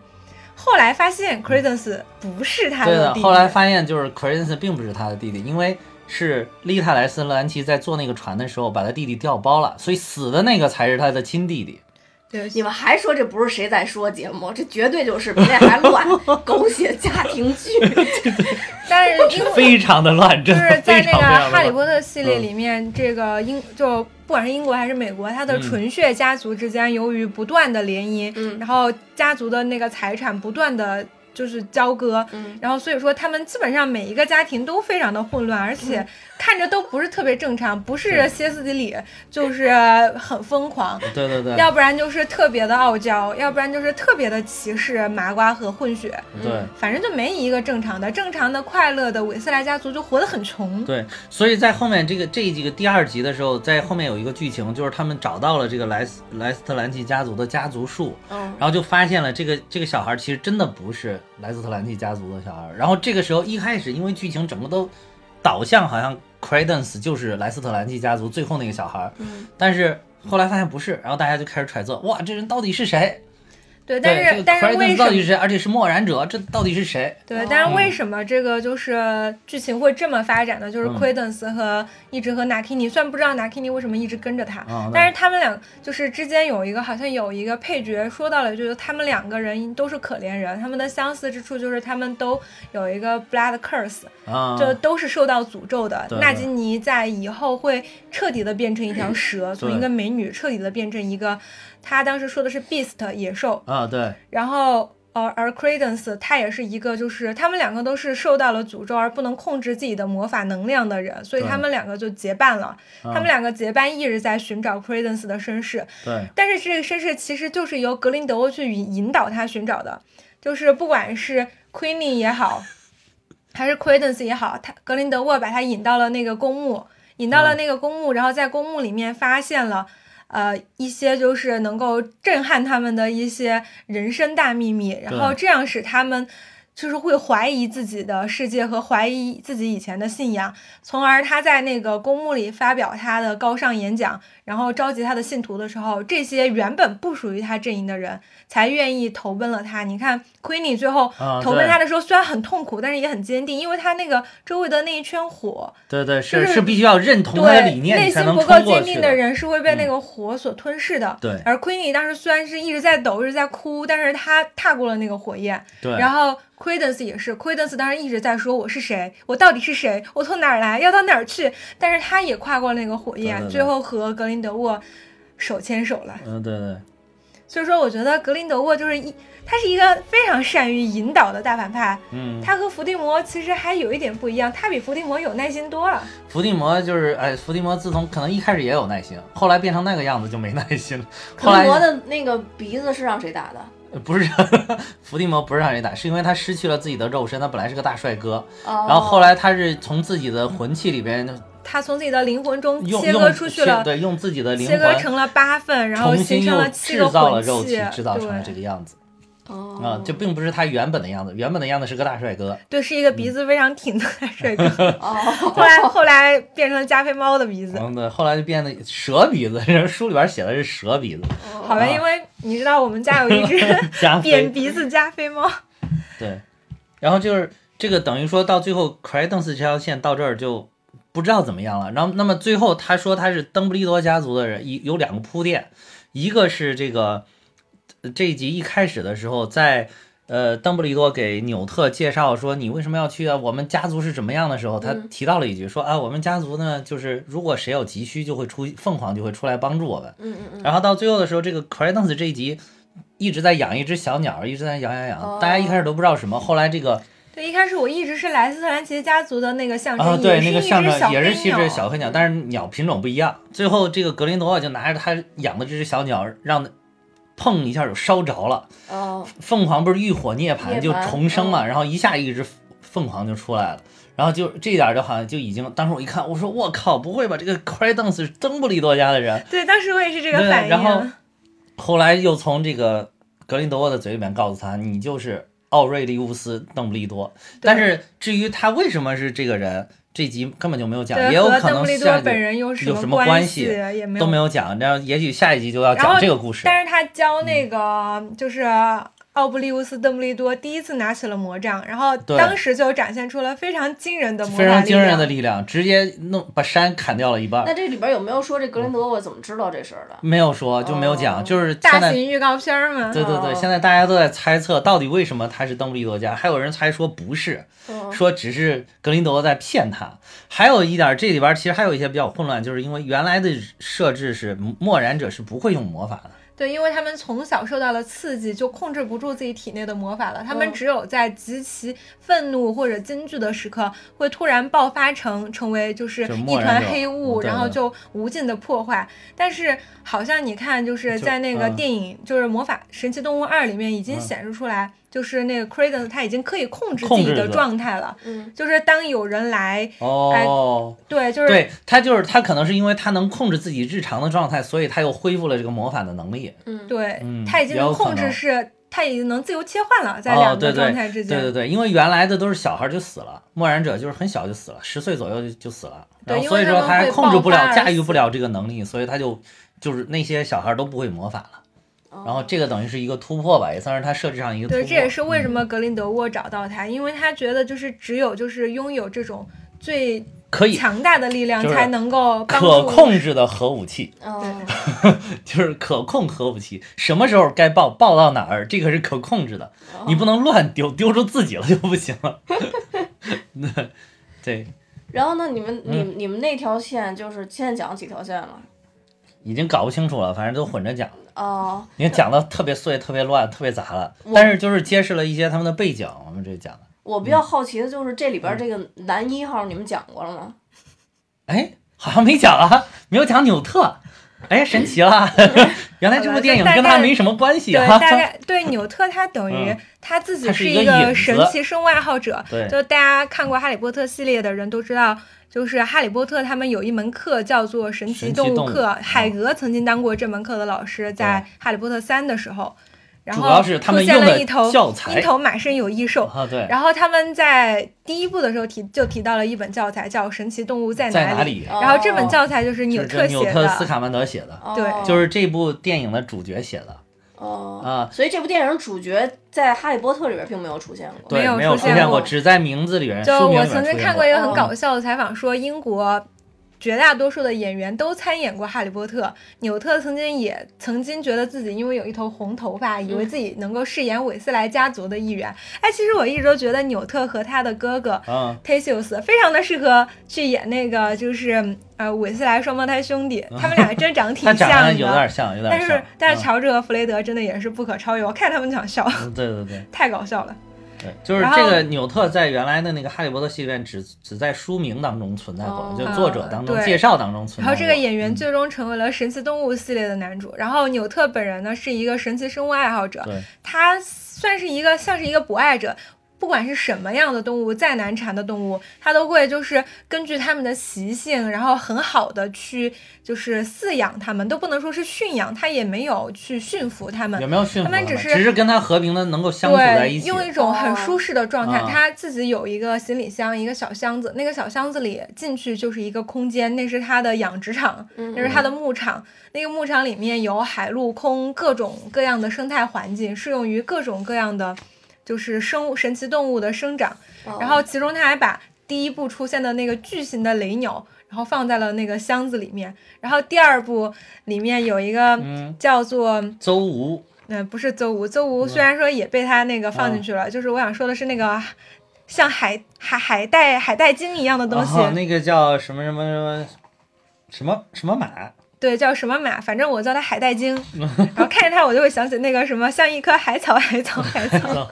C: 后来发现 Credence 不是他
B: 嗯对
C: 的
B: 的。
C: 弟弟，
B: 后来发现就是 c r i s t e n 并不是他的弟弟，因为是丽塔莱斯兰奇在坐那个船的时候把他弟弟调包了，所以死的那个才是他的亲弟弟。
C: 对，
A: 你们还说这不是谁在说节目，这绝对就是比这还乱， 狗血家庭剧。
C: 但是因为
B: 非常的乱，
C: 就
B: 真
C: 是
B: 的
C: 在
B: 非
C: 那
B: 常非
C: 个
B: 常
C: 《哈
B: 的
C: 利
B: 乱。
C: 波特》系列里面，这个英就不管是英国还是美国，它的
B: 嗯
C: 纯血家族之间由于不断的联姻，
A: 嗯
C: 然后家族的那个财产不断的就是交割，
A: 嗯，
C: 然后所以说他们基本上每一个家庭都非常的混乱，而
A: 嗯
C: 且看着都不是特别正常，不是
B: 对
C: 歇斯底里，就是很疯狂。
B: 对对对，
C: 要不然就是特别的傲娇，要不然就是特别的歧视麻瓜和混血，
B: 对
C: 反正就没一个正常的。正常的快乐的韦斯莱家族就活得很穷。
B: 对，所以在后面这个这一集个第二集的时候，在后面有一个剧情，就是他们找到了这个莱斯莱斯特兰奇家族的家族树，
A: 嗯，
B: 然后就发现了这个这个小孩其实真的不是莱斯特兰奇家族的小孩。然后这个时候一开始，因为剧情整个都导向好像 Credence 就是莱斯特兰奇家族最后那个小孩，
A: 嗯
B: 但是后来发现不是，然后大家就开始揣测，哇，这人到底是谁？
C: 对，但
B: 对这
C: 是
B: 个
C: 但是为
B: Credence
C: 什
B: 到底
C: 么？
B: 是谁？而且是默然者，这到底是谁？
C: 对
A: 哦，
C: 但
B: 嗯
C: 是为什么这个就是剧情会这么发展呢？就是
B: 嗯
C: Credence 和一直和 Nakini，虽然不知道 Nakini 为什么一直跟着他，
B: 啊、
C: 但是他们俩就是之间有一个好像有一个配角说到了，就是他们两个人都是可怜人，他们的相似之处就是他们都有一个 blood curse，
B: 啊，
C: 就都是受到诅咒的。
B: 对
C: 纳吉尼在以后会彻底的变成一 条蛇，从一个美女彻底的变成一个，他当时说的是 beast 野兽，
B: 啊，对，
C: 然后。呃，而 Credence 他也是一个，就是他们两个都是受到了诅咒而不能控制自己的魔法能量的人，所以
B: 对嗯
C: 他们两个就结伴了。他们
B: 俩
C: 两个结伴一直在寻找 Credence 的身世，
B: 对
C: 但是这个身世其实就是由格林德沃去引引导他寻找的，就是不管是 Queenie 也好，还是 Credence 也好，他格林德沃把他引到了那个公墓，引到了那个公墓，然后在公墓里面发现了。呃，一些就是能够震撼他们的一些人生大秘密，然后
B: 对
C: 这样使他们就是会怀疑自己的世界和怀疑自己以前的信仰，从而他在那个公墓里发表他的高尚演讲，然后召集他的信徒的时候，这些原本不属于他阵营的人才愿意投奔了他。你看 Queenie 最后
B: 啊
C: 投奔
B: 对
C: 他的时候，虽然很痛苦，但是也很坚定，因为他那个周围的那一圈火，
B: 对对，是、
C: 就是
B: 是必须要认同他的
C: 对
B: 理念，
C: 内
B: 你才
C: 心
B: 能
C: 不
B: 冲
C: 够
B: 过
C: 坚
B: 去
C: 定的人是会被那个火所吞噬的。
B: 对
C: 而 Queenie 当时虽然是一直在抖，一直在哭，但是他踏过了那个火焰，
B: 对，
C: 然后 Credence 也是，Credence 当时一直在说我是谁，我到底是谁，我从哪儿来，要到哪儿去。但是他也跨过那个火焰，
B: 对对对
C: 最后和格林德沃手牵手了。
B: 嗯，对对
C: 所以说，我觉得格林德沃就是一，他是一个非常善于引导的大反派。
B: 嗯，
C: 他和伏地魔其实还有一点不一样，他比伏地魔有耐心多了。
B: 伏地魔就是，哎，伏地魔自从可能一开始也有耐心，后来变成那个样子就没耐心了。
A: 伏
B: 后
A: 地
B: 来
A: 魔的那个鼻子是让谁打的？
B: 呃不是 伏地魔不是让人打，是因为他失去了自己的肉身，他本来是个大帅哥，
A: 哦，
B: 然后后来他是从自己的魂器里边
C: 他从自己的灵魂中
B: 用
C: 切割
B: 用
C: 出去了，
B: 对，用自己的灵
C: 切割
B: 魂
C: 成了八份，然后
B: 重
C: 形
B: 新
C: 成
B: 又
C: 了七
B: 制
C: 个
B: 造了
C: 魂
B: 肉
C: 器
B: 体，制造成了这
C: 对
B: 个样子
A: 哦
B: 啊，这并不是他原本的样子，原本的样子是个大帅哥。
C: 对，是一个
B: 嗯
C: 鼻子非常挺的 帅哥。
A: 哦，
C: 后来后来变成了加菲猫的鼻子。
B: 嗯，对，后来就变得蛇鼻子， 人书里边写的是蛇鼻子，
C: 好
B: 啊
C: 吧，因为你知道我们家有 一只
B: 加
C: 扁
B: 菲
C: 鼻子加菲猫，
B: 对，然后就是这个等于说到最后 c r e d e n c e 这条线到这儿就不知道怎么样了。然后那么最后他说他是邓布利多家族的人，一有两个铺垫，一个是这个呃这一集一开始的时候在。呃，邓布利多给纽特介绍说你为什么要去啊？我们家族是怎么样的时候，他
A: 嗯
B: 提到了一句说啊，我们家族呢，就是如果谁有急需，就会出凤凰就会出来帮助我们。
A: 嗯嗯嗯，
B: 然后到最后的时候，这个 Credence 这一集一直在养一只小鸟，一直在养养
A: 哦
B: 养，大家一开始都不知道什么，后来这个
C: 对，一开始我一直是莱斯特兰奇家族的那个象征，
B: 啊，对，那个
C: 也
B: 象
C: 是一只
B: 征
C: 小
B: 也是
C: 黑
B: 一
C: 鸟
B: 只小黑鸟，但是鸟品种不一样。最后这个格林德沃就拿着他养的这只小鸟，让碰一下就烧着了。
A: 哦，
B: 凤凰不是浴火涅槃
A: 涅槃
B: 就重生
C: 嗯
B: 嘛，然后一下一只凤凰就出来了，然后就这一点就好像就已经，当时我一看，我说我靠，不会吧，这个 Credence 是邓布利多家的人？
C: 对，当时我也是这个
B: 对
C: 反应。啊
B: 然后后来又从这个格林德沃的嘴里面告诉他，你就是奥瑞利乌斯邓布利多。但是至于他为什么是这个人，这集根本就没有讲，
C: 对，
B: 也有
C: 和
B: 可
C: 邓
B: 能
C: 布利
B: 下
C: 多
B: 一
C: 本
B: 集
C: 人有什
B: 有什么
C: 关
B: 关
C: 系
B: 系
C: 也没
B: 都
C: 有
B: 没有讲，然后也许下一集就要
C: 然
B: 讲
C: 后
B: 这个故事。
C: 但是他教
B: 嗯
C: 那个就是奥布利乌斯·邓布利多第一次拿起了魔杖，然后
B: 对
C: 当时就展现出了非常惊人的魔法
B: 非常惊人的
C: 力
B: 力量，直接弄把山砍掉了一半
A: 那。这里边有没有说这格林德沃怎么知道这事儿的？
B: 没有说，就没有讲，
A: 哦
B: 就是
C: 量
B: 现
C: 大
B: 在，
C: 型预告片儿嘛。
B: 对对
A: 哦
B: 对，现在大家都在猜测到底为什么他是邓布利多家，还有人猜说不是，
A: 嗯，
B: 说只是格林德沃在骗他。还有一点，这里边其实还有一些比较混乱，就是因为原来的设置是漠然者是不会用魔法的，
C: 对，因为他们从小受到了刺激，就控制不住自己体内的魔法了。他们
A: 嗯
C: 只有在极其愤怒或者惊惧的时刻，会突然爆发成成为就是
B: 就
C: 一
B: 漠
C: 团
B: 然者
C: 黑
B: 嗯
C: 雾，
B: 对
C: 然后
B: 对
C: 就无尽的破坏。但是好像你看，就是
B: 就
C: 在那个
B: 嗯
C: 电影，就是《魔法神奇动物二》里面已经显示出来，就是那个 Credence 他已经可以控制自
B: 控
C: 己
B: 制
C: 的
B: 了
C: 状态了。
A: 嗯
C: 就是当有人来，
B: 哦，
C: 对，哎就是
B: 对他就是他可能是因为他能控制自己日常的状态，所以他又恢复了这个魔法的能力。
A: 嗯，
C: 对，
B: 嗯
C: 他已经
B: 也
C: 能
B: 有可
C: 控制
B: 能
C: 是。他已经能自由切换了，在
B: 哦
C: 两个
B: 对对
C: 状态之间。
B: 对对对，因为原来的都是小孩就死了，漠然者就是很小就死了，十岁左右就就死了，
C: 对
B: 然后
C: 因
B: 所
C: 为
B: 以说
C: 他们
B: 他还
C: 会
B: 控制不
C: 爆发
B: 了、
C: 而
B: 驾驭
C: 死
B: 不了这个能力，所以他就就是那些小孩都不会魔法了。
A: 哦
B: 然后这个等于是一个突破吧，也算是他设置上一个突破。
C: 对，这也是为什
B: 嗯
C: 么格林德沃找到他，因为他觉得就是只有就是拥有这种最
B: 可以
C: 强大的力量，
B: 就是
C: 才能够帮助
B: 可控制的核武器，
A: 哦，
B: 就是可控核武器，什么时候该爆爆到哪儿，这个是可控制的，
A: 哦
C: 哦
B: 你不能乱丢，丢出自己了就不行了。 对对，
A: 然后呢，你
B: 嗯
A: 们你们你们那条线就是现在讲几条线了？
B: 已经搞不清楚了，反正都混着讲。
A: 哦，
B: 你讲的特别碎、特别乱、特别杂了，但是就是揭示了一些他们的背景。我们这讲的，
A: 我比较好奇的就是这里
B: 嗯
A: 边这个男一号，你们讲过了吗？
B: 哎，好像没讲啊，没有讲纽特，哎，神奇 了，原来这部电影跟他没什么关系
C: 对，
B: 啊。
C: 大概对纽特他等于
B: 嗯
C: 他自己
B: 他
C: 是
B: 是一
C: 一
B: 个
C: 个
B: 引
C: 神
B: 子
C: 奇生物爱好者，
B: 对
C: 就大家看过《哈利波特》系列的人都知道，就是《哈利波特》他们有一门课叫做神奇
B: 神奇
C: 动物
B: 动物
C: 课，
B: 嗯
C: 海格曾经当过这门课的老师，在《哈利波特三》的时候，然
B: 主
C: 后
B: 要是他
C: 出
B: 们
C: 现
B: 用
C: 了
B: 的
C: 一头
B: 教材
C: 一头马身有异兽，
B: 啊，对，
C: 然后他们在第一部的时候提就提到了一本教材叫《神奇动物在
B: 在
C: 哪
B: 哪
C: 里》，
B: 里？哦
A: 哦
C: 然后这本教材就是纽
B: 就是这
C: 特
B: 纽
C: 写
B: 特斯
C: 的，
B: 卡曼德写的，
A: 哦
C: 对
B: 就是这部电影的主角写的
A: 哦，
B: 啊。
A: 所以这部电影主角在《哈利波特》里边并没有出现过。
B: 对
C: 没，有
B: 没有
C: 出
B: 出
C: 现
B: 现
A: 过
B: 过，只在名字里面。
C: 就
B: 书名
C: 我
B: 里面
C: 曾经
B: 出现嗯
C: 看过一个很
A: 哦
C: 搞笑的采访，说英国。绝大多数的演员都参演过《哈利波特》，纽特曾经也曾经觉得自己因为有一头红头发，
B: 嗯
C: 以为自己能够饰演韦斯莱家族的一员。哎，其实我一直都觉得纽特和他的哥哥
B: 嗯，
C: Tasius 非常的适合去演那个就是呃韦斯莱双胞胎兄弟，他们俩真长得挺
B: 嗯 他
C: 像
B: 长得
C: 的。
B: 有点像，有点
C: 但
B: 像。
C: 是但是
B: 嗯
C: 乔治和弗雷德真的也是不可超越，我看他们想笑，
B: 对对 对。
C: 太搞笑了。
B: 对，就是
C: 然后
B: 这个纽特在原来的那个《哈利波特》系列只只在书名当中存在过
A: 哦，
B: 就作者当中
C: 啊对
B: 介绍当中存在过。嗯
C: 然后这个演员最终成为了《神奇动物》系列的男主。然后纽特本人呢是一个神奇生物爱好者，
B: 对
C: 他算是一个像是一个博爱者。不管是什么样的动物，再难缠的动物，他都会就是根据他们的习性，然后很好的去就是饲养他们，都不能说是驯养，他也没有去驯服他们
B: 有，没有驯服
C: 他们只
B: 只
C: 是
B: 是跟他和平的能够相处
C: 对，
B: 在一起。
C: 用一种很
A: 哦
C: 舒适的状态。
B: 啊
C: 他自己有一个行李箱，一个小箱子，那个小箱子里进去就是一个空间，那是他的养殖场，
A: 嗯
C: 那是他的牧场。那个牧场里面有海陆空各种各样的生态环境，适用于各种各样的就是生物神奇动物的生长。
A: 哦
C: 然后其中他还把第一部出现的那个巨型的雷鸟，然后放在了那个箱子里面。然后第二部里面有一个
B: 嗯，
C: 叫做
B: 邹无
C: 嗯，不是邹无，邹无虽然说也被他那个放
B: 嗯
C: 进去了，就是我想说的是那个像海海海带海带精一样的东西，
B: 哦那个叫什么什么什么什么什么马，
C: 对，叫什么马，反正我叫它海 带精。然后看着它，我就会想起那个什么，像一棵海草，海草，海草。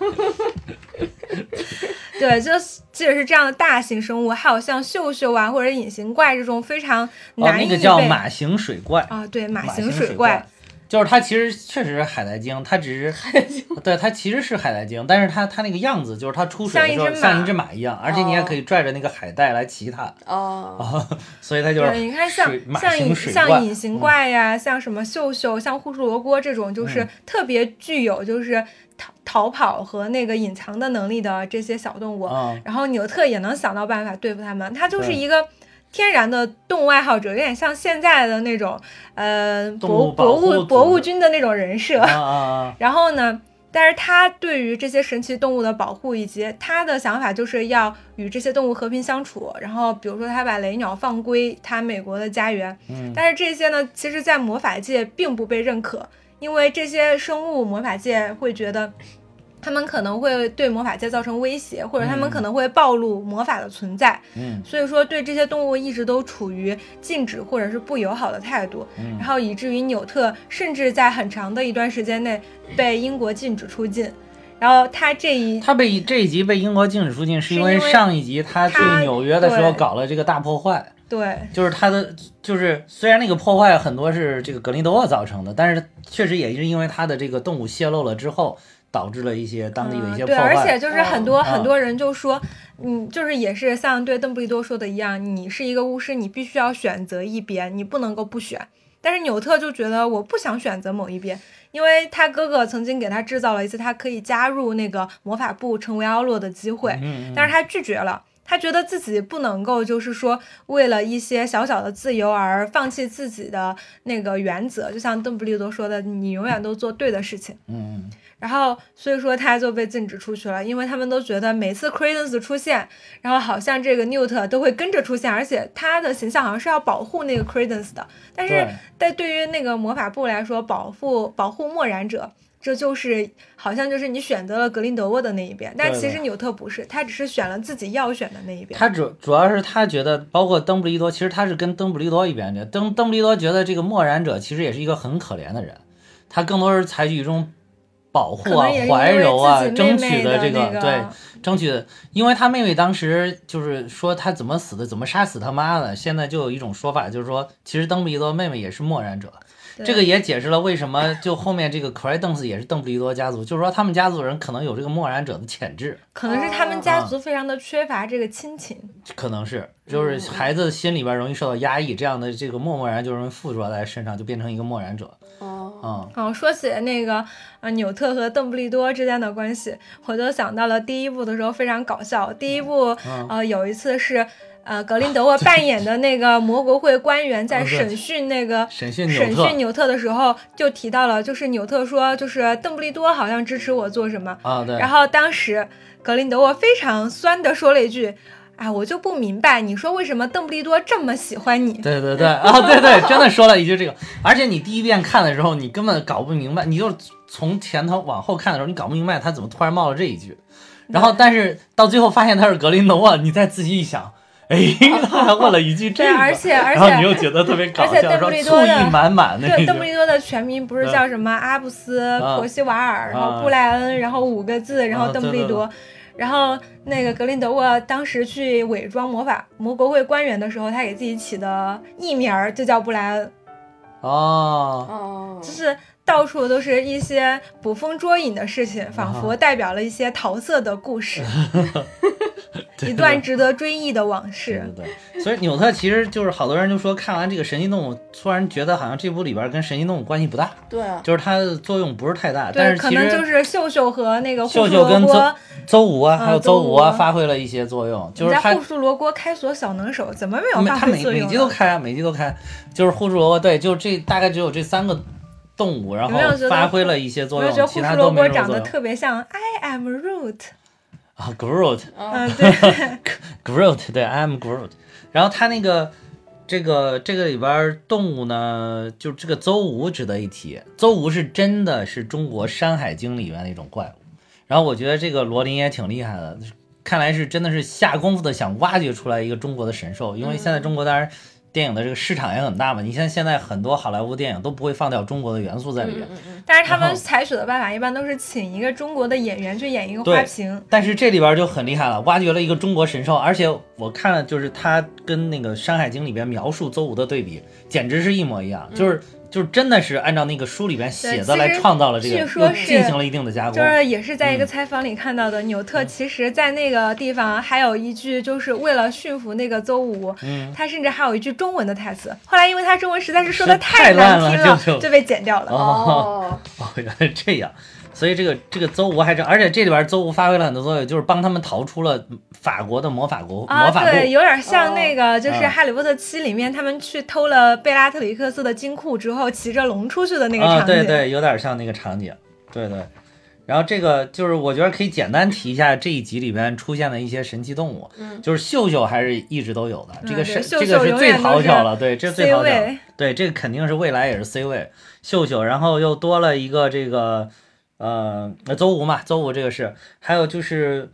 C: 对，就是即使是这样的大型生物，还有像秀秀啊或者隐形怪这种非常
B: 哦，
C: 难以
B: 那
C: 被、
B: 个叫马形水怪，
C: 啊，对，马
B: 马
C: 形
B: 水
C: 水
B: 怪，就是它其实确实是海带精，它只是海带精，对，它其实是海带精，但是它它那个样子就是它出水的时候
C: 像一只马
B: 像一只马一样，而且你还
A: 哦
B: 可以拽着那个海带来骑它，啊
A: 哦，
B: 所以它就是
C: 对，你看像
B: 水马
C: 像
B: 形
C: 隐
B: 水
C: 像
B: 怪嗯
C: 隐形怪呀、像什么秀秀，像护树罗锅这种，就是
B: 嗯
C: 特别具有就是逃逃跑和那个隐藏的能力的这些小动物。
B: 啊，
C: 然后纽特也能想到办法对付他们，他就是
B: 对
C: 一个天然的动物爱好者，有点像现在的那种呃
B: 动
C: 博
B: 物保
C: 博
B: 护
C: 物
B: 组
C: 博
B: 织
C: 物军的那种人设。
B: 啊啊啊！
C: 然后呢，但是他对于这些神奇动物的保护，以及他的想法就是要与这些动物和平相处。然后比如说他把雷鸟放归他美国的家园，
B: 嗯
C: 但是这些呢，其实在魔法界并不被认可，因为这些生物魔法界会觉得。他们可能会对魔法界造成威胁，或者他们
B: 嗯
C: 可能会暴露魔法的存在，
B: 嗯
C: 所以说对这些动物一直都处于禁止或者是不友好的态度。
B: 嗯
C: 然后以至于纽特甚至在很长的一段时间内被英国禁止出境。然后他这一
B: 他被这一集被英国禁止出境，是因
C: 是
B: 为
C: 因为
B: 上一集他去
C: 他
B: 纽约的时候
C: 对
B: 搞了这个大破坏，
C: 对
B: 就是他的就是虽然那个破坏很多是这个格林德沃造成的，但是确实也是因为他的这个动物泄露了之后，导致了一些当地的一些破
C: 嗯对，
B: 坏。
C: 而且就是很多、
B: 嗯
C: 很多人就说，嗯，就是也是像对邓布利多说的一样，你是一个巫师，你必须要选择一边，你不能够不选。但是纽特就觉得我不想选择某一边，因为他哥哥曾经给他制造了一次他可以加入那个魔法部成为奥洛的机会，
B: 嗯，嗯
C: 但是他拒绝了。他觉得自己不能够，就是说为了一些小小的自由而放弃自己的那个原则，就像邓布利多说的，你永远都做对的事情。
B: 嗯
C: 然后，所以说他就被禁止出去了，因为他们都觉得每次 Credence 出现，然后好像这个 Newt 都会跟着出现，而且他的形象好像是要保护那个 Credence 的。但是
B: 对，
C: 但对于那个魔法部来说，保护保护默然者，这就是好像就是你选择了格林德沃的那一边，但
B: 对
C: 其
B: 的
C: 实纽特不是，他只是选了自己要选的那一边。
B: 他主主要是他觉得，包括邓布利多，其实他是跟邓布利多一边的。邓邓布利多觉得这个默然者其实也是一个很可怜的人，他更多是采取一种保护
C: 可
B: 啊
C: 能也、是因
B: 怀
C: 为
B: 柔啊、
C: 自己妹
B: 争
C: 妹
B: 取
C: 的
B: 这个、
C: 那个
B: 对争取的。因为他妹妹当时就是说他怎么死的，怎么杀死他妈的。现在就有一种说法，就是说其实邓布利多妹妹也是默然者。
C: 对
B: 这个也解释了为什么就后面这个 Credence 也是邓布利多家族，就是说他们家族人可能有这个默然者的潜质。
C: 可能是他
B: 哦
C: 们
B: 啊
C: 家族非常的缺乏这个亲情，
B: 可能是，就是
C: 嗯
B: 孩子心里边容易受到压抑，这样的这个默默然就容易附着在身上，就变成一个默然者。
A: 哦，
B: 嗯，
C: 哦，说起那个呃纽特和邓布利多之间的关系，我就想到了第一部的时候非常搞笑。第一部、
B: 嗯
C: 呃有一次是呃格林德沃扮演的那个魔国会官员在
B: 哦对
C: 审讯那个。
B: 审讯纽
C: 审
B: 特
C: 讯纽特的时候，就提到了，就是纽特说，就是邓布利多好像支持我做什么，
B: 啊，对
C: 然，后当时格林德沃非常酸的说了一句：“哎，我就不明白，你说为什么邓布利多这么喜欢你？”
B: 对对对啊，对对，真的说了一句这个，而且你第一遍看的时候，你根本搞不明白，你就是从前头往后看的时候，你搞不明白他怎么突然冒了这一句，然后但是到最后发现他是格林德沃，你再仔细一想，哎，他还问了一句这
C: 啊对，
B: 个，
C: 而且而
B: 然后你又
C: 且
B: 觉得特别搞
C: 而且
B: 笑，
C: 邓布
B: 说
C: 利
B: 醋
C: 多的
B: 意满满的
C: 对
B: 一
C: 邓布
B: 句，
C: 利多的全名
B: 嗯
C: 不是叫什么阿布斯
B: 啊
C: 婆西瓦尔，然后
B: 啊
C: 布莱恩，然后五个字，然后
B: 啊
C: 邓布
B: 对
C: 利
B: 对
C: 多。然后那个格林德沃当时去伪装魔法魔国会官员的时候，他给自己起的艺名儿就叫布莱恩，
B: 哦，
A: 哦，
C: 就是到处都是一些捕风捉影的事情，仿
B: 啊
C: 佛代表了一些桃色的故事，
B: 对
C: 一段值得追忆的往事。
B: 对对对，所以纽特其实就是好多人就说看完这个神奇动物，突然觉得好像这部里边跟神奇动物关系不大，
A: 对啊，
B: 就是它的作用不是太大。但
C: 对，
B: 是
C: 可
B: 其
C: 能就
B: 实
C: 是秀秀和那个
B: 秀
C: 护
B: 秀
C: 树罗
B: 跟
C: 锅，
B: 邹无啊，
C: 啊
B: 还有邹无啊，
C: 邹无
B: 发挥了一些作用，就是
C: 人
B: 它
C: 家护。树罗锅开锁小能手，怎么没有
B: 每
C: 发
B: 它
C: 挥
B: 每
C: 作
B: 每
C: 用
B: 集都
C: 呢？
B: 开啊，每集都开，就是护树萝卜，对，就这大概只有这三个动物，然
C: 有
B: 后
C: 没有觉得
B: 发挥了一些
C: 我
B: 作
C: 就觉得
B: 用，
C: 护
B: 其
C: 树
B: 他
C: 罗
B: 都没
C: 锅
B: 什么
C: 长
B: 作
C: 得
B: 用
C: 特别像 I am Root，
B: 啊。Groot，
A: 嗯
C: 嗯，对，
B: Groot，对，I'm Groot。然后他那个这个这个里边儿动物呢，就是这个邹吴值得一提，邹吴是真的是中国《山海经》里面的一种怪物。然后我觉得这个罗琳也挺厉害的，看来是真的是下功夫的想挖掘出来一个中国的神兽，因为现在中国当然电影的这个市场也很大嘛，你像现在很多好莱坞电影都不会放掉中国的元素在里面，
C: 但是他
B: 然
C: 们
B: 后
C: 采取的办法一般都是请一个中国的演员去演一个
B: 对
C: 花瓶，
B: 但是这里边就很厉害了，挖掘了一个中国神兽，而且我看了就是它跟那个《山海经》里边描述邹吴的对比，简直是一模一样，
C: 嗯
B: 就是就是真的是按照那个书里边写的
C: 对其
B: 来
C: 实
B: 创造了这个，
C: 据说
B: 又
C: 是
B: 进行了一定的加工
C: 就。是也是
B: 嗯
C: 在一个采访里看到的。纽特其实，在那个地方还有一句，就是为了驯服那个邹武，
B: 嗯
C: 他甚至还有一句中文的台词。后来因为他中文实在是说的
B: 是太
C: 难
B: 烂
C: 听
B: 了就就
C: 被剪掉了。
A: 哦，
B: 哦，原来是这样。所以这个这个邹吴还是，而且这里边邹吴发挥了很多作用，就是帮他们逃出了法国的魔法国、
C: 啊，
B: 魔法
C: 对，
B: 部。
C: 有点像那个，就是
B: 嗯
C: 《哈利波特七》里面他们去偷了贝拉特里克斯的金库之后，骑着龙出去的那个场
B: 啊，
C: 景。
B: 对对，有点像那个场景，对对。然后这个就是我觉得可以简单提一下这一集里边出现的一些神奇动物，
A: 嗯
B: 就是秀秀还是一直都有的，这个
C: 嗯对
B: 是
C: 秀
B: 这个
C: 秀
B: 是
C: 永
B: 最
C: 远都
B: 讨
C: 是
B: 巧了，对，这是最
C: C
B: 讨巧了
C: 位，
B: 对，这个肯定是未来也是 C 位秀秀，然后又多了一个这个呃邹吴嘛，邹吴这个是，还有就是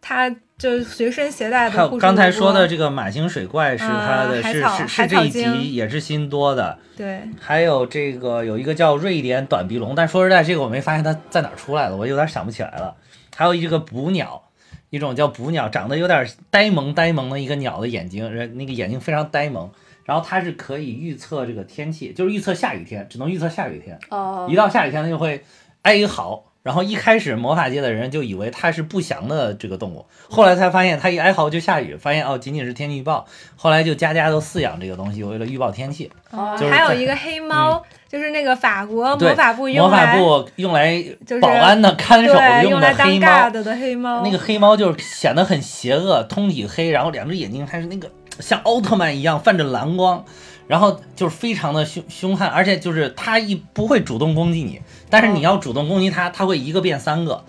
C: 他就随身携带
B: 还
C: 的护
B: 有
C: 身
B: 刚才
C: 符
B: 说的这个马型水怪是它的，
C: 嗯海
B: 是
C: 草
B: 是是
C: 海
B: 这
C: 草
B: 一集
C: 精
B: 也是新多的。
C: 对，
B: 还有这个有一个叫瑞典短鼻龙，但说实呃在，这个我没发现它在哪儿出来的，我有点想不起来了。还有一个捕鸟，一种叫捕鸟，长得有点呃呆萌呆萌的一个鸟的眼睛，人呃那个眼睛非常呆萌。然后它是可以预测这个天气，就是预测下雨天，只能预测下雨天。
A: 哦，
B: 一到下雨天，它就会哀嚎。然后一开始魔法界的人就以为它是不祥的这个动物，后来才发现它一哀嚎就下雨，发现哦仅仅是天气预报。后来就家家都饲养这个东西，为了预报天气。
C: 哦
B: 就是
C: 还有
B: 在
C: 一个黑猫，就是那个法国
B: 对
C: 魔法部用
B: 魔法
C: 来
B: 部用来
C: 就是
B: 保安的看守
C: 对用
B: 的
C: 来当
B: 黑猫，
C: guard 的黑哦猫，
B: 那个黑猫就是显得很邪恶，通体黑，然后两只眼睛还是那个像奥特曼一样泛着蓝光，然后就是非常的凶凶悍，而且就是它一不会主动攻击你，但是你
C: 哦
B: 要主动攻击它，它会一个变三个。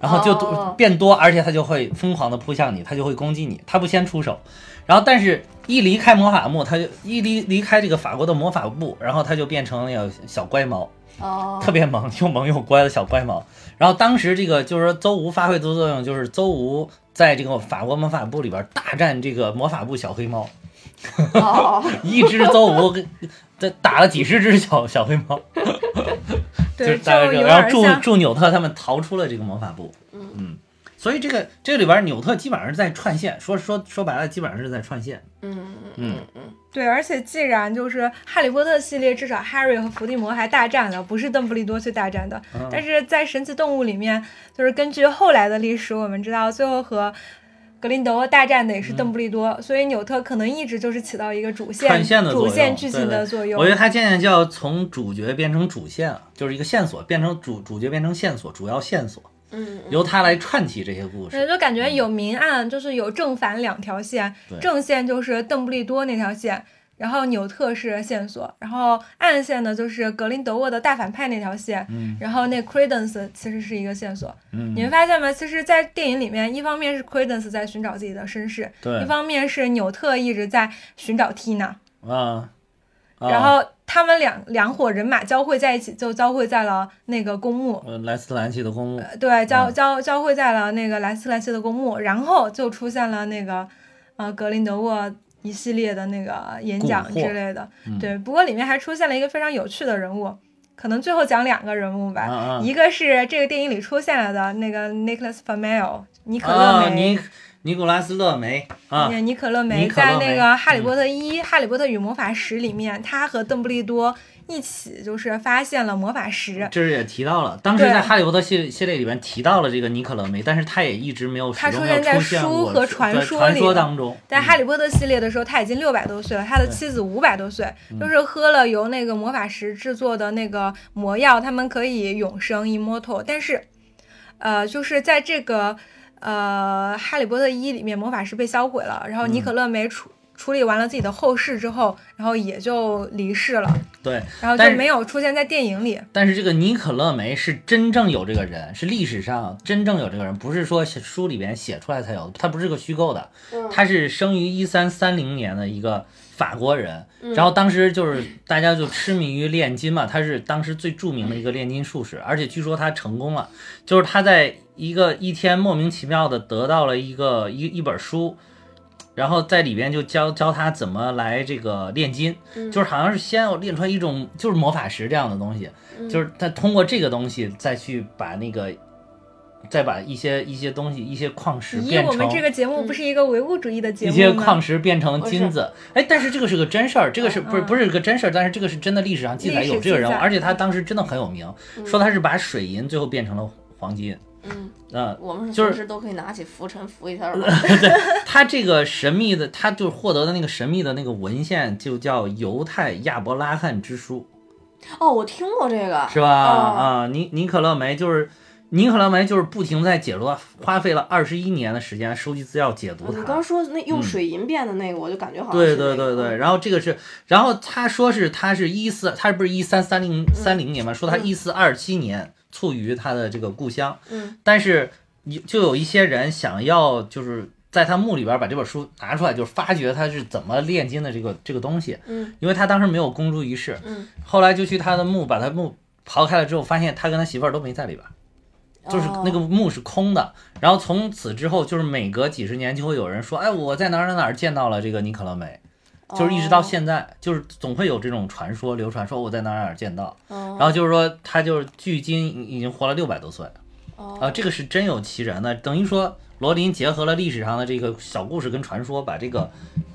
B: 然后就多
A: 哦
B: 变多，而且它就会疯狂的扑向你，它就会攻击你，它不先出手，然后但是一离开魔法部，它就一离离开这个法国的魔法部，然后它就变成那个小乖猫，
A: 哦，
B: 特别萌，又萌又乖的小乖猫。然后当时这个就是说邹吴发挥的作用，就是邹吴在这个法国魔法部里边大战这个魔法部小黑 猫，
A: 哦，
B: 一只邹吴跟这打了几十只小小黑猫，就
C: 对，
B: 是
C: 就
B: 大概这
C: 有
B: 个。然后
C: 点
B: 助
C: 像。
B: 助纽特他们逃出了这个魔法部，
A: 嗯
B: 嗯，所以这个这里边纽特基本上是在串线，说说说白了基本上是在串线，
A: 嗯
B: 嗯
A: 嗯
C: 对，而且既然就是《哈利波特》系列，至少 Harry 和伏地魔还大战了，不是邓布利多去大战的。
B: 嗯
C: 但是在《神奇动物》里面，就是根据后来的历史，我们知道最后和格林德沃大战的也是邓布利多，所以纽特可能一直就是起到一个主线
B: 串嗯线的作
C: 主
B: 用
C: 线剧情
B: 对
C: 的
B: 对
C: 作用。
B: 我觉得他渐渐就要从主角变成主线了，就是一个线索变成主主角变成线索，主要线索。
A: 嗯嗯，
B: 由他来串起这些故事。
C: 对，就感觉有明暗，就是有正反两条线
B: 对。
C: 正线就是邓布利多那条线，然后纽特是线索，然后暗线呢就是格林德沃的大反派那条线，
B: 嗯
C: 然后那 Credence 其实是一个线索。你
B: 嗯，
C: 们发现吗？其实，在电影里面，一方面是 Credence 在寻找自己的身世，一
B: 对
C: 方面是纽特一直在寻找 Tina，
B: 啊，啊
C: 然后他们两两伙人马交汇在一起，就交汇在了那个公墓。
B: 呃，莱斯特兰奇的公墓，
C: 对，交
B: 嗯
C: 交交汇在了那个莱斯兰奇的公墓，然后就出现了那个，呃，格林德沃一系列的那个演讲
B: 蛊惑
C: 之类的。
B: 嗯
C: 对，不过里面还出现了一个非常有趣的人物，可能最后讲两个人物
B: 啊
C: 吧，
B: 啊
C: 一个是这个电影里出现了的那个 Nicholas Flamel 尼可乐
B: 啊，
C: 梅。
B: 尼尼古拉斯勒梅啊，
C: 对尼可乐
B: 尼
C: 梅
B: 可乐梅嗯
C: 在那个《哈利波特一》哈利波特与魔法石》里面，他和邓布利多一起就是发现了魔法石，
B: 这是也提到了，当时在
C: 对啊
B: 《哈利波特》系系列里边提到了这个尼可乐梅，但是他也一直没有始
C: 他
B: 终
C: 出
B: 没有
C: 现在
B: 出现
C: 书
B: 过
C: 和
B: 对
C: 传
B: 传
C: 说里
B: 说
C: 了
B: 当中。
C: 在《
B: 嗯
C: 哈利波特》系列的时候，他已经六百多岁了，他的妻子五百多岁，
B: 嗯
C: 就是喝了由那个魔法石制作的那个魔药，他们可以永生 （immortal）。但是，呃，就是在这个呃《哈利波特一》里面，魔法石被销毁了，然后尼
B: 嗯
C: 可乐梅处、处理完了自己的后事之后，然后也就离世了，
B: 对，
C: 然后
B: 但
C: 就是没有出现在电影里。
B: 但是这个尼可乐梅是真正有这个人，是历史上真正有这个人，不是说写书里边写出来才有，他不是个虚构的，
A: 嗯
B: 他是生于一三三零年的一个法国人，
A: 嗯
B: 然后当时就是大家就痴迷于炼金嘛，他是当时最著名的一个炼金术士，而且据说他成功了，就是他在一个一天莫名其妙的得到了一个一一本书，然后在里边就教教他怎么来这个炼金，
A: 嗯
B: 就是好像是先要炼出来一种就是魔法石这样的东西，
A: 嗯
B: 就是他通过这个东西再去把那个。再把一些一些东西、一些矿石变
C: 咦，
B: 成
C: 我们这个节目不是一个唯物主义的节
B: 一
C: 目吗？
B: 些矿石变成
A: 不是
B: 金子，哎，但是这个是个真事儿，这个是
C: 嗯
B: 不是
C: 嗯
B: 不是个真事儿？但是这个是真的，历史上记载
C: 历史
B: 有这个人物，
C: 记载嗯
B: 而且他当时真的很有名，说他是把水银最后变成了黄金。
A: 嗯，
B: 呃，
A: 我们是
B: 就是
A: 随时都可以拿起拂尘拂一下耳朵。
B: 他这个神秘的，他就是获得的那个神秘的那个文献，就叫《犹太亚伯拉罕之书
A: 哦，我听过这个》，，
B: 是吧？
A: 哦
B: 啊，尼尼可勒梅就是尼可勒梅就是不停在解读，花费了二十一年的时间收集资料解读它。
A: 你刚说那用
B: 嗯
A: 水银变的那个，我就感觉好像
B: 对
A: 是这
B: 对对
A: 个嗯
B: 对，，然后这个是，然后他说是他是一四，他不是一三三零三零年嘛，说他
A: 嗯
B: 一四二七年卒于他的这个故乡，
A: 嗯
B: 但是有就有一些人想要就是在他墓里边把这本书拿出来，就是发掘他是怎么炼金的这个这个东西，
A: 嗯
B: 因为他当时没有公诸于世，
A: 嗯，
B: 后来就去他的墓把他墓刨开了之后，发现他跟他媳妇儿都没在里边。就是那个
A: 哦
B: 墓是空的。然后从此之后，就是每隔几十年就会有人说，哎，我在哪儿哪儿哪儿见到了这个尼可勒梅，就是一直到
A: 哦
B: 现在，就是总会有这种传说流传，说我在哪儿哪儿哪儿见到。
A: 哦
B: 然后就是说，他就是距今已经活了六百多岁
A: 哦
B: 啊，这个是真有其人的。等于说，罗琳结合了历史上的这个小故事跟传说，把这个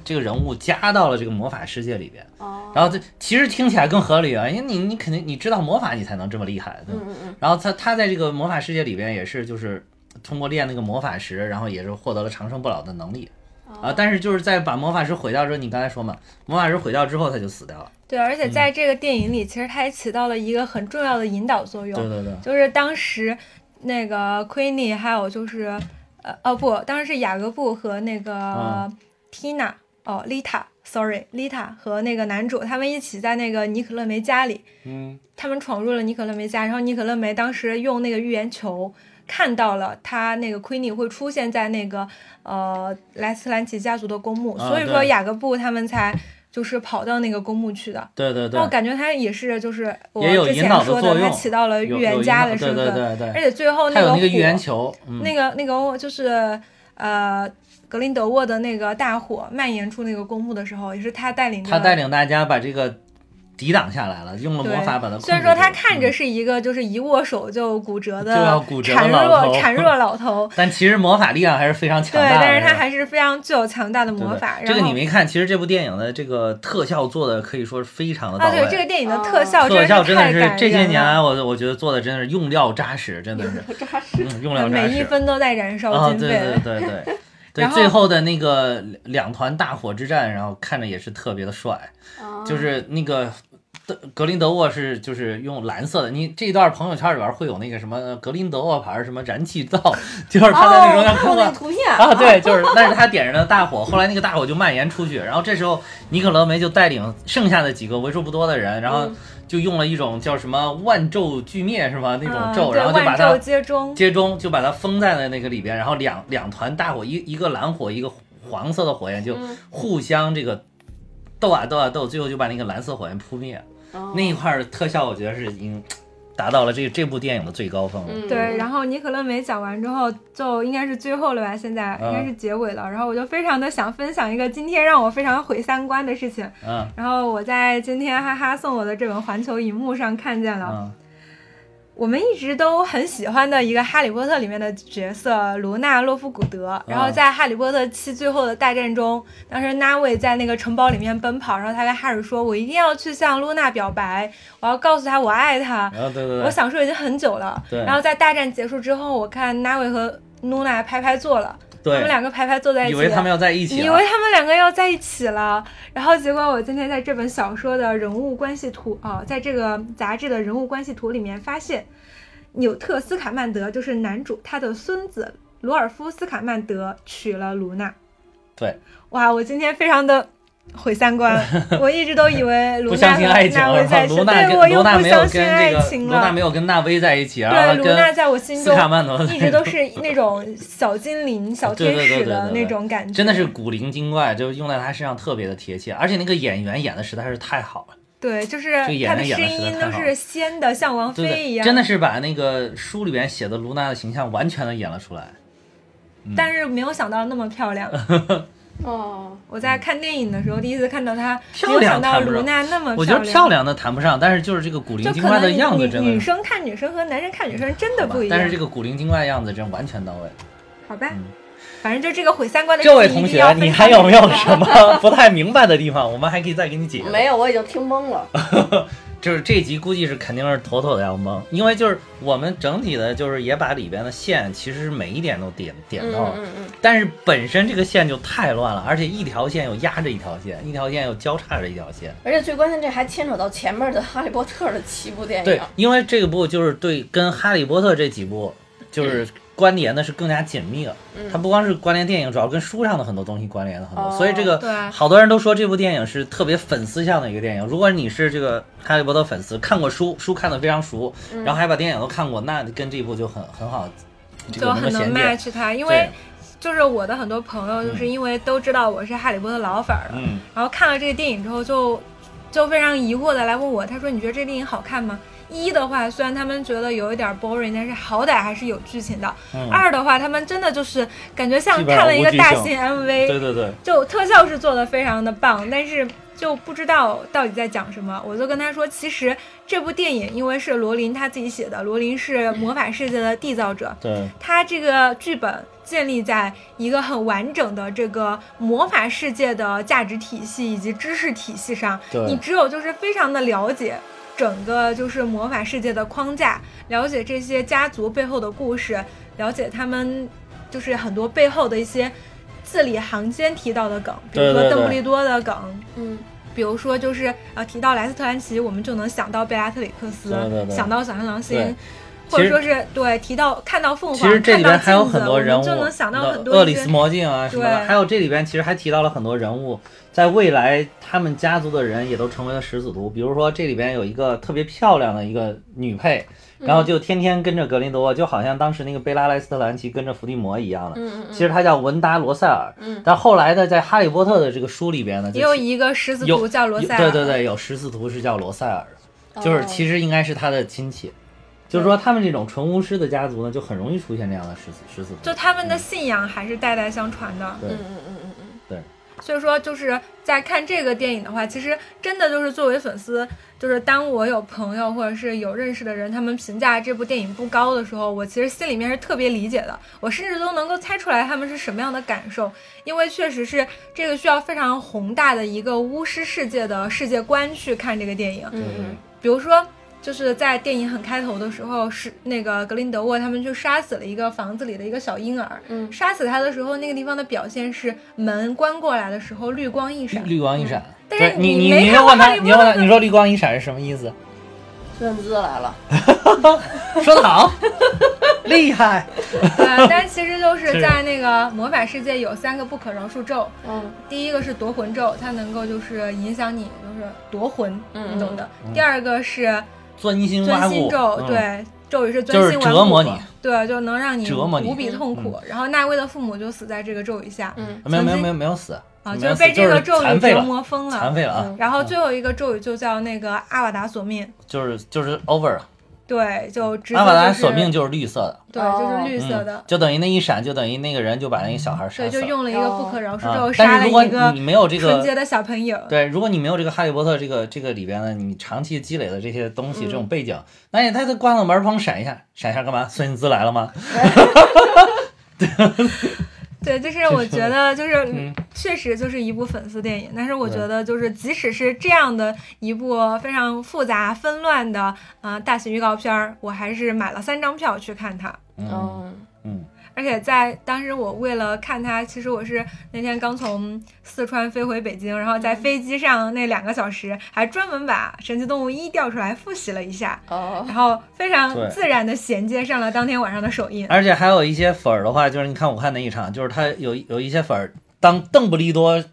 B: 这个人物加到了这个魔法世界里边。
A: 哦，
B: 然后这其实听起来更合理啊，因为你你肯定你知道魔法，你才能这么厉害，对吧
A: 嗯？嗯嗯，
B: 然后他他在这个魔法世界里边也是就是通过练那个魔法石，然后也是获得了长生不老的能力
C: 哦
B: 啊。但是就是在把魔法石毁掉之后，你刚才说嘛，魔法石毁掉之后他就死掉了。
C: 对，而且在这个电影里，其实它还起到了一个很重要的引导作用
B: 对，对对，
C: 就是当时那个 Queenie，还有就是呃哦不，当时是雅各布和那
B: 啊
C: 个 Tina、哦 Lita，sorry，Lita 和那个男主他们一起在那个尼可勒梅家里，
B: 嗯，
C: 他们闯入了尼可勒梅家，然后尼可勒梅当时用那个预言球看到了他那个 Queenie 会出现在那个呃莱斯兰奇家族的公墓，
B: 啊
C: 所以说
B: 对
C: 雅各布他们才就是跑到那个公墓去的。
B: 对对
C: 那我
B: 对，
C: 感觉他也是，就是我
B: 也有
C: 之前
B: 引导的
C: 说
B: 作
C: 他
B: 用
C: 起到了
B: 有有
C: 预言
B: 引
C: 家
B: 导
C: 的身
B: 对
C: 份，
B: 对对
C: 而
B: 对，
C: 且最后
B: 他有
C: 个
B: 那个预
C: 火
B: 言球，嗯，
C: 那个那个就是呃格林德沃的那个大火蔓延出那个公墓的时候，也是他带领的。
B: 他带领大家把这个抵挡下来了，用了
C: 对
B: 魔法把它控制住。
C: 虽然说他看着
B: 嗯，
C: 是一个就是一握手就骨折的
B: 就要骨折的
C: 孱
B: 老头
C: 弱孱弱老头，
B: 但其实魔法力量还是非常
C: 对，
B: 强大的。
C: 但是他
B: 吧
C: 还是非常具有强大的
B: 对
C: 魔
B: 对
C: 法。
B: 这个
C: 然
B: 你
C: 后
B: 没看，其实这部电影的这个特效做的可以说是非常的到
C: 啊，
B: 位。
C: 对这个电影的特效
B: 特效真
C: 的
B: 的是
C: 太感
B: 这些
C: 人
B: 年啊
C: 了
B: 来，我我觉得做的真的是用料扎实，真的是
A: 扎实，
B: 嗯用料扎
C: 每一
B: 实
C: 分都在燃烧
B: 啊！
C: 经
B: 对
C: 费。
B: 对对对 对，
C: 然后
B: 最后的那个两团大火之战，然后看着也是特别的帅，
C: 嗯
B: 就是那个。德格林德沃是就是用蓝色的，你这一段朋友圈里边会有那个什么格林德沃牌什么燃气灶，就是他在那种
A: 哦
B: 要
A: 看过那
B: 看
A: 个图片
B: 啊，对，就是那是他点燃的大火，后来那个大火就蔓延出去，然后这时候尼可罗梅就带领剩下的几个为数不多的人，然后
A: 嗯
B: 就用了一种叫什么万咒俱灭是吧？那种
C: 嗯
B: 咒，
C: 对
B: 然后就把
C: 万咒
B: 它
C: 皆中，
B: 接中，就把它封在了那个里边，然后两两团大火，一一个蓝火，一个黄色的火焰就
A: 嗯
B: 互相这个斗啊斗啊斗，最后就把那个蓝色火焰扑灭。
A: 哦
B: 那一块儿的特效，我觉得是已经达到了这这部电影的最高峰了。
A: 嗯
C: 对，然后尼可乐梅讲完之后，就应该是最后了吧？现在应该是结尾了。然后我就非常的想分享一个今天让我非常毁三观的事情。
B: 嗯
C: 然后我在今天哈哈送我的这本《环球影幕》上看见了、
B: 嗯
C: 我们一直都很喜欢的一个《哈利波特》里面的角色卢纳·洛夫古德。然后在《哈利波特七》最后的大战中，当时纳卫在那个城堡里面奔跑，然后他跟哈尔说：“我一定要去向露娜表白，我要告诉她我爱她。”
B: 然后对对
C: 我
B: 对，
C: 想说已经很久了。
B: 对
C: 然后在大战结束之后，我看纳维和露娜拍拍坐了，他们
B: 对，
C: 两个拍拍坐在
B: 以
C: 一起，
B: 为他们要在一起啊
C: 以
B: 了。
C: 为他们两个要在一起了。然后结果我今天在这本小说的人物关系图啊、在这个杂志的人物关系图里面发现，纽特·斯卡曼德就是男主，他的孙子罗尔夫·斯卡曼德娶了卢娜。
B: 对，
C: 哇，我今天非常的毁三 观。我一直都以为卢
B: 不
C: 娜
B: 相信爱
C: 和
B: 情，啊
C: 纳威在一起，
B: 卢娜
C: 对
B: 跟
C: 我
B: 卢
C: 又
B: 娜
C: 不
B: 没有
C: 相信
B: 跟
C: 爱
B: 这个
C: 情
B: 卢娜
C: 了
B: 没。有跟纳威在一起，然
C: 对，
B: 后
C: 卢娜
B: 跟
C: 在我心
B: 斯
C: 中
B: 卡曼德在
C: 一直都是那种小精灵、小
B: 对
C: 天
B: 对对
C: 使
B: 对
C: 的
B: 对对
C: 那种感 觉，
B: 真的是古灵精怪，就用在他身上特别的贴切，而且那个演员演的实在是太好了，
C: 对，就是
B: 这演
C: 他
B: 员演
C: 的声
B: 得实在
C: 音
B: 太
C: 都
B: 好
C: 是
B: 了
C: 仙的，像王
B: 对
C: 菲一
B: 对，
C: 样。
B: 真的是把那个书里边写的卢娜的形象完全的演了出来。
C: 但是没有想到那么漂亮。
B: 嗯
A: 哦，
C: 我在看电影的时候，第一次看到她，没
B: 漂
C: 有
B: 亮
C: 想到
B: 看不
C: 卢
B: 上
C: 娜那么
B: 我觉得漂
C: 亮。
B: 亮的谈不上，但是就是这个古灵
C: 就
B: 精
C: 可
B: 怪
C: 能
B: 的
C: 女
B: 样子真
C: 女女
B: 的是，
C: 生看女生和男生看女生真的不一样。
B: 但是这个古灵精怪的样子真完全到位。
C: 好吧
B: 嗯，
C: 反正就这个毁三观的事
B: 这位
C: 情一定
B: 同学
C: 要，分
B: 你
C: 享
B: 还
C: 给
B: 有没
C: 大
B: 有
C: 家
B: 什么 不太明白的地方？我们还可以再给你解释。
A: 没有，我已经听懵了。
B: 就是这集估计是肯定是妥妥的要蒙，因为就是我们整体的，就是也把里边的线其实是每一点都点点
A: 嗯
B: 到了，
A: 嗯嗯，
B: 但是本身这个线就太乱了，而且一条线又压着一条线，一条线又交叉着一条线。
A: 而且最关键，这还牵扯到前面的《哈利波特》的七部电
B: 对
A: 影。，
B: 因为这个部就是对跟《哈利波特》这几部就是关联的是更加紧密了。它不光是关联电影，主要跟书上的很多东西关联的很多，
A: 哦
B: 所以这个
C: 对
B: 好多人都说这部电影是特别粉丝向的一个电影。如果你是这个《哈利波特》粉丝，看过书，书看的非常熟，然后还把电影都看过，那跟这部就很很好，这
C: 就
B: 个
C: 很
B: 够
C: 能
B: 衔接。
C: match 她，因
B: 对
C: 为就是我的很多朋友，就是因为都知道我是哈利波特老粉儿了，
B: 嗯，
C: 然后看了这个电影之后就，就非常疑惑的来问我，他说：“你觉得这电影好看吗？”一的话，虽然他们觉得有一点 boring，但是好歹还是有剧情的。
B: 嗯
C: 二的话，他们真的就是感觉像
B: 基本上
C: 看了一个
B: 无剧
C: 大
B: 情
C: 型 MV，
B: 对对对，
C: 就特效是做的非常的棒，但是就不知道到底在讲什么。我就跟他说，其实这部电影因为是罗琳他自己写的，罗琳是魔法世界的缔造者，
B: 对，
C: 他这个剧本建立在一个很完整的这个魔法世界的价值体系以及知识体系上
B: 对，
C: 你只有就是非常的了解。整个就是魔法世界的框架，了解这些家族背后的故事，了解他们就是很多背后的一些字里行间提到的梗，比如
B: 对
C: 说
B: 对对
C: 邓布利多的梗，
A: 嗯，
C: 比如说就是呃提到莱斯特兰奇，我们就能想到贝拉特里克斯，
B: 对对对
C: 想到小太郎
B: 对
C: 星，或
B: 其
C: 者
B: 实
C: 说是对提到看到凤凰，
B: 其实这里边还有很多人
C: 看到
B: 物，
C: 镜子我们就能想到很多
B: 厄
C: 一
B: 里
C: 些
B: 斯魔镜啊什么的，
C: 对
B: 还有这里边其实还提到了很多人物，在未来他们家族的人也都成为了始祖族。比如说这里边有一个特别漂亮的一个女配，然
C: 嗯
B: 后就天天跟着格林德沃，就好像当时那个贝拉莱斯特兰奇跟着伏地魔一样的。
A: 嗯嗯嗯
B: 其实她叫文达罗塞尔，
A: 嗯
B: 但后来呢，在《哈利波特》的这个书里边呢，就
C: 也有
B: 其
C: 一个十字
B: 有
C: 图叫罗塞尔，
B: 有对对对，有十四图是叫罗塞尔
A: 嗯
B: 的，
C: 哦
A: 哦
B: 就是其实应该是他的亲戚。就是说，他们这种纯巫师的家族呢，就很容易出现这样的十四十四图。
C: 就他们的信仰还是代代相传的。
B: 对
A: 嗯嗯嗯嗯嗯，
B: 对，
C: 所以说，就是在看这个电影的话，其实真的就是作为粉丝，就是当我有朋友或者是有认识的人，他们评价这部电影不高的时候，我其实心里面是特别理解的，我甚至都能够猜出来他们是什么样的感受，因为确实是这个需要非常宏大的一个巫师世界的世界观去看这个电影。
A: 嗯
B: 对
A: 嗯
C: 比如说，就是在电影很开头的时候，是那个格林德沃他们去杀死了一个房子里的一个小婴儿。
A: 嗯
C: 杀死他的时候，那个地方的表现是门关过来的时候绿光一闪。
B: 绿光一闪。
C: 但是
B: 对你
C: 你
B: 你
C: 没
B: 你
C: 看
B: 要
C: 过
B: 问
C: 哈
B: 他，
C: 利
B: 你
C: 波
B: 要
C: 特
B: 问他，
C: 的
B: 你说绿光一闪是什么意思？
A: 孙文姿来了，
B: 说得 好，厉害。
C: 呃，但其实就是
B: 是
C: 在那个魔法世界有三个不可饶恕咒，
A: 嗯
C: 第一个是夺魂咒，它能够就是影响你，就是夺魂，
A: 嗯
C: 你懂的。第二个是
B: 钻心挖
C: 钻心
B: 骨，
C: 咒，
B: 嗯，
C: 对，咒语是
B: 就
C: 钻
B: 是
C: 心玩
B: 折磨
C: 骨
B: 你
C: 对，就能让你
B: 折磨你嗯
C: 无比痛苦。然后纳威的父母就死在这个咒语下，
A: 嗯
B: 没有没有没有没有死
C: 啊，
B: 没
C: 就
B: 有
C: 是
B: 死
C: 被这个咒
B: 就是
C: 语
B: 残废
C: 折
B: 了，
C: 磨疯
B: 残
C: 了。
B: 废了啊，
C: 然后最后一个咒语就叫那个阿瓦达索命，
B: 就是就是 over 了。
C: 对，就直接
B: 阿瓦达
C: 就是
B: 索命就是绿色的，
C: 对，
A: 哦
C: 就是绿色的
B: 嗯，，就等于那一闪，就等于那个人就把那个小孩杀
C: 对，
B: 死
C: 就
B: 了。
C: 用了一个不可饶恕
B: 啊
C: 咒，杀
B: 但
C: 了
B: 是如果
C: 一个
B: 你没有这
C: 纯洁
B: 个。
C: 的小朋友。
B: 对，如果你没有这个《哈利波特》这个这个里边呢，你长期积累的这些东西，这种背
C: 嗯
B: 景，那你他他关了门，砰闪一下，闪一下干嘛？孙燕姿来了吗？
C: 对，就是我觉得就是
B: 嗯
C: 确实就是一部粉丝电影，但是我觉得就是即使是这样的一部非常复杂纷乱的呃大型预告片儿，我还是买了三张票去看它。
B: 嗯
A: 嗯
B: 嗯，
C: 而且在当时，我为了看它，其实我是那天刚从四川飞回北京，然后
B: 嗯
C: 在飞机上那两个小时，还专门把《神奇动物一》调出来复习了一下，
A: 哦
C: 然后非常
B: 对
C: 自然的衔接上了当天晚上的首映。
B: 而且还有一些粉儿的话，就是你看我看那一场，就是他有有一些粉儿，当邓布利多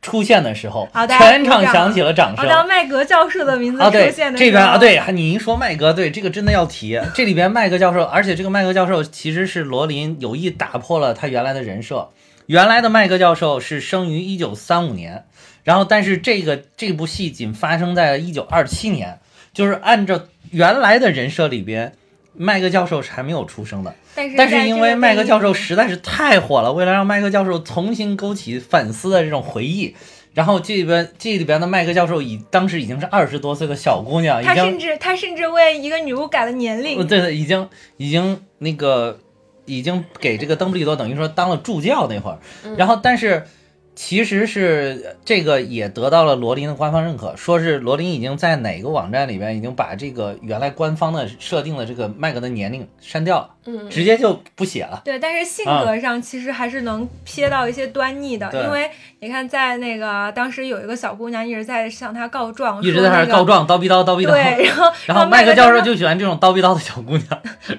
B: 出现的时候，
C: 好哦大家
B: 全场
C: 鼓掌
B: 响起了掌
C: 哦，
B: 声。
C: 当麦格教授的名字
B: 啊，
C: 出
B: 对，
C: 现的时候，
B: 这边啊，对，你一说麦格，对这个真的要提。这里边麦格教授，而且这个麦格教授其实是罗琳有意打破了他原来的人设。原来的麦格教授是生于一九三五年，然后但是这个这部戏仅发生在一九二七年，就是按照原来的人设里边，麦格教授是还没有出生的。
C: 但是
B: 但
C: 在
B: 是因
C: 这
B: 为
C: 个
B: 麦格
C: 电
B: 教
C: 影
B: 授实在是太火了，为了让麦格教授重新勾起粉丝的这种回忆，然后这里边这里边的麦格教授已当时已经是二十多岁的小姑娘，已
C: 他
B: 经
C: 甚至他甚至为一个女巫改了年
B: 呃
C: 龄，
B: 对，已经已经那个已经给这个邓布利多等于说当了助教那会儿，
C: 嗯
B: 然后但是。其实是呃这个也得到了罗琳的官方认可，说是罗琳已经在哪个网站里边已经把这个原来官方的设定的这个麦格的年龄删掉了，
A: 嗯，
B: 直接就不写了。
C: 对，但是性
B: 啊
C: 格上其实还是能瞥到一些端倪的，
B: 对
C: 因为你看，在那个当时有一个小姑娘一直在向他告状，
B: 一直
C: 说
B: 在那
C: 那
B: 儿
C: 个
B: 告状，叨逼叨，叨逼叨。
C: 对，然后
B: 然后麦
C: 麦
B: 克
C: 克
B: 教
C: 教
B: 授就喜欢这种叨逼叨的小姑娘。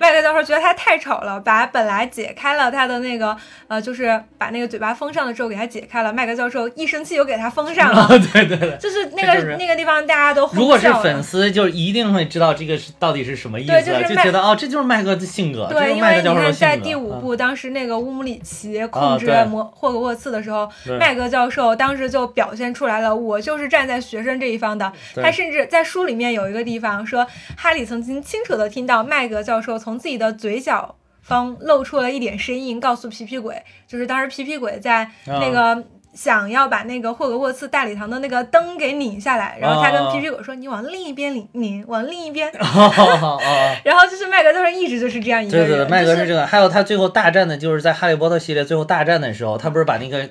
C: 麦克教授觉得他太丑了，把本来解开了他的那个呃，就是把那个嘴巴封上的时候给他解开了，麦克教授一生气又给他封上了，
B: 对对对。
C: 就是那
B: 这
C: 个、
B: 就是
C: 那个地方大家都哄
B: 如果是
C: 啊笑了
B: 粉丝，就一定会知道这个是到底是什么意思，
C: 对就是麦
B: 觉得哦，这就是麦克的性格，这
C: 对，
B: 就是
C: 因
B: 麦克
C: 为你
B: 教授的
C: 看，
B: 性格。
C: 在第五
B: 嗯
C: 部，当时那个乌姆里奇
B: 啊
C: 控制
B: 对
C: 摩霍格沃茨的时候
B: 对，啊
C: 麦格教授当时就表现出来了，我就是站在学生这一方的。
B: 对
C: 他甚至在书里面有一个地方说，哈利曾经清楚地听到麦格教授从自己的嘴角。方露出了一点声音，告诉皮皮鬼，就是当时皮皮鬼在
B: 嗯
C: 那
B: 哦
C: 个想要把那个霍格沃茨大礼堂的那个灯给拧下来，然后他
B: 啊
C: 跟皮皮鬼说：“你往另一边拧，拧往另一边。
B: 哦哦 哦”
C: 然后就是麦格教授一直就是这样一个
B: 对
C: 人，
B: 对对，麦格
C: 就是
B: 这个。还有他最后大战的，就是在《哈利波特》系列最后大战的时候，他不是把那个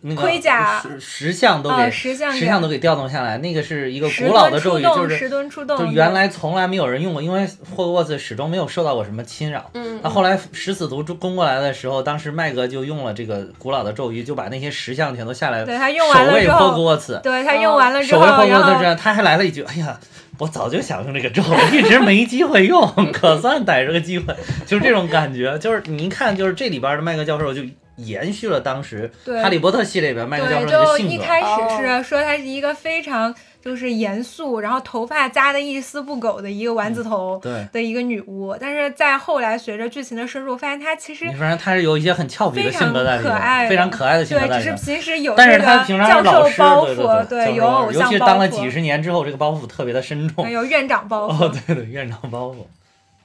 B: 那个
C: 盔甲
B: 石石像都
C: 啊，
B: 给
C: 石像
B: 石像都给调动下来，那个是一个
C: 石
B: 古老的咒
C: 墩出
B: 语，
C: 动
B: 就是
C: 石墩出动，
B: 就原来从来没有人用过，因为霍格沃茨始终没有受到过什么侵扰。
A: 嗯
B: 那后来食死徒攻过来的时候，当时麦格就用了这个古老的咒语，就把那些石像全都下来，
C: 对他用完
B: 守
C: 了
B: 卫
C: 之
B: 霍格
C: 后，
B: 沃茨，
C: 对他用完了之
B: 守
C: 后，
B: 卫霍格
C: 然
B: 沃茨这
C: 后
B: 样，他还来了一句：“哎呀，我早就想用这个咒，一直没机会用， 可算逮着个机会。”就是这种感觉，就是你一看，就是这里边的麦格教授就延续了当时《
C: 对
B: 哈利波特》系列里边麦格教
C: 对，
B: 授的
C: 就
B: 性
C: 一
B: 格。
C: 开始是说他是一个非常就是严肃，然后头发扎的一丝不苟的一个丸
B: 嗯
C: 子头
B: 对，
C: 的一个女巫，但是在后来随着剧情的深入，发现她其实
B: 你发现他是有一些很俏皮的性格在里
C: 非常可爱
B: 面，非常可爱的性格
C: 对，
B: 在
C: 只
B: 里
C: 是
B: 面。
C: 平时有
B: 但
C: 这
B: 是
C: 个
B: 他平常
C: 教
B: 是老
C: 授
B: 师，
C: 包
B: 对
C: 袱，
B: 对
C: 有偶
B: 尤
C: 像
B: 其是
C: 包
B: 当了几
C: 袱，哎
B: 十年之后，这个包袱特别的深重
C: 还。有院长包
B: 哦，
C: 袱，
B: 对对，院长包袱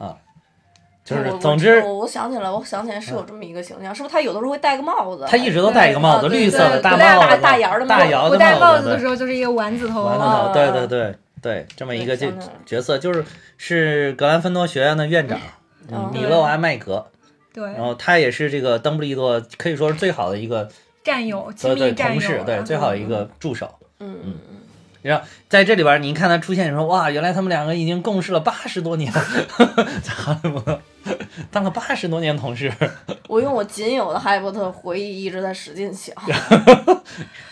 B: 啊，就是
A: 我
B: 总之嗯
A: 我我想起来，我想起来是有这么一个形象，是不是他有的时候会戴个帽子？
B: 他一直都戴一个帽子，
A: 对对
B: 绿色的
A: 对
B: 大
A: 不戴
B: 帽
A: 大
B: 子，
A: 大檐儿的帽
B: 大
A: 子
B: 檐
C: 不戴帽子的
B: 的
C: 时候就是一嗯个丸子头，
B: 完
A: 啊
B: 了头，对对对对，这么一个
A: 对
B: 角
A: 想起来了
B: 角色就是是格兰芬多学院的院长。嗯
A: 嗯
B: 米勒瓦麦格，
C: 对
B: 然，后他也是这个邓布利多可以说是最好的一个
C: 战友，
B: 对
C: 亲
B: 嗯对
C: 密战
B: 同
C: 友啊
B: 事
C: 了，，
B: 对最好一个助手。
A: 嗯嗯嗯，
B: 在这里边，你一看他出现，你说哇，原来他们两个已经共事了八 十多年，在哈利波特当了八十多年同事，
A: 我用我仅有的哈利波特回忆一直在使劲想，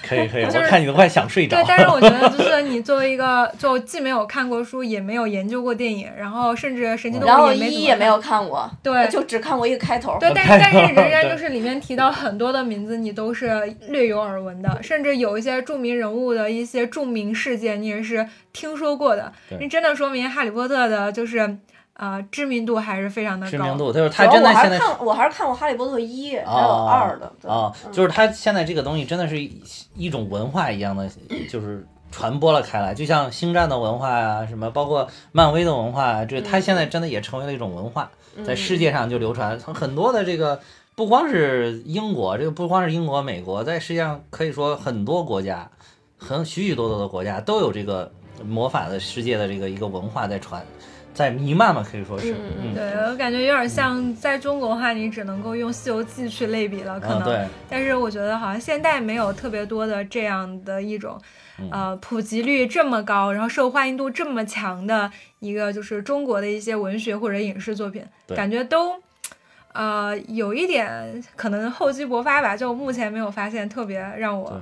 B: 可以可以，
C: 就是
B: 我看你都快想睡着
C: 对，。但是我觉得就是你作为一个就既没有看过书，也没有研究过电影，然后甚至神奇动
A: 然后
C: 物也没
A: 一
C: 怎
A: 也
C: 么
A: 没
C: 看
A: 有看过，
C: 对
A: 就只看过一个开头。
C: 对， 但
B: 看
C: 但
B: 过
C: 是仍然
B: 对
C: 就是里面提到很多的名字，你都是略有耳闻的，甚至有一些著名人物的一些著名事件，你也是听说过的
B: 对。
C: 那真的说明《哈利波特》的就是呃知名度还是非常的
B: 知名
C: 高。
B: 度，就是
A: 主
B: 他
A: 要
B: 真
A: 我
B: 的
A: 还
B: 现
A: 是
B: 在
A: 看，我还是看过《哈利波特》一还有
B: 哦
A: 二的。对
B: 啊，
A: 嗯
B: 就是他现在这个东西真的是一一种文化一样的，就是传播了开来，就像星战的文化啊，什么包括漫威的文化啊，这他现在真的也成为了一种文化，哦
C: 嗯
B: 在世界上就流传很多的这个。不光是英国，这个不光是英国、美国，在世界上可以说很多国家，很许许多多的国家都有这个魔法的世界的这个一个文化在传，在弥漫嘛，可以说
A: 嗯
B: 是，
A: 嗯
B: 嗯，
C: 对，我感觉有点像在中国的话，你只能够用《西游记》去类比了，
B: 嗯，
C: 可能。
B: 对，
C: 但是我觉得好像现代没有特别多的这样的一种，
B: 嗯
C: 呃，普及率这么高，然后受欢迎度这么强的一个，就是中国的一些文学或者影视作品，
B: 对
C: 感觉都，呃，有一点可能厚积薄发吧。就目前没有发现特别让
B: 对
C: 我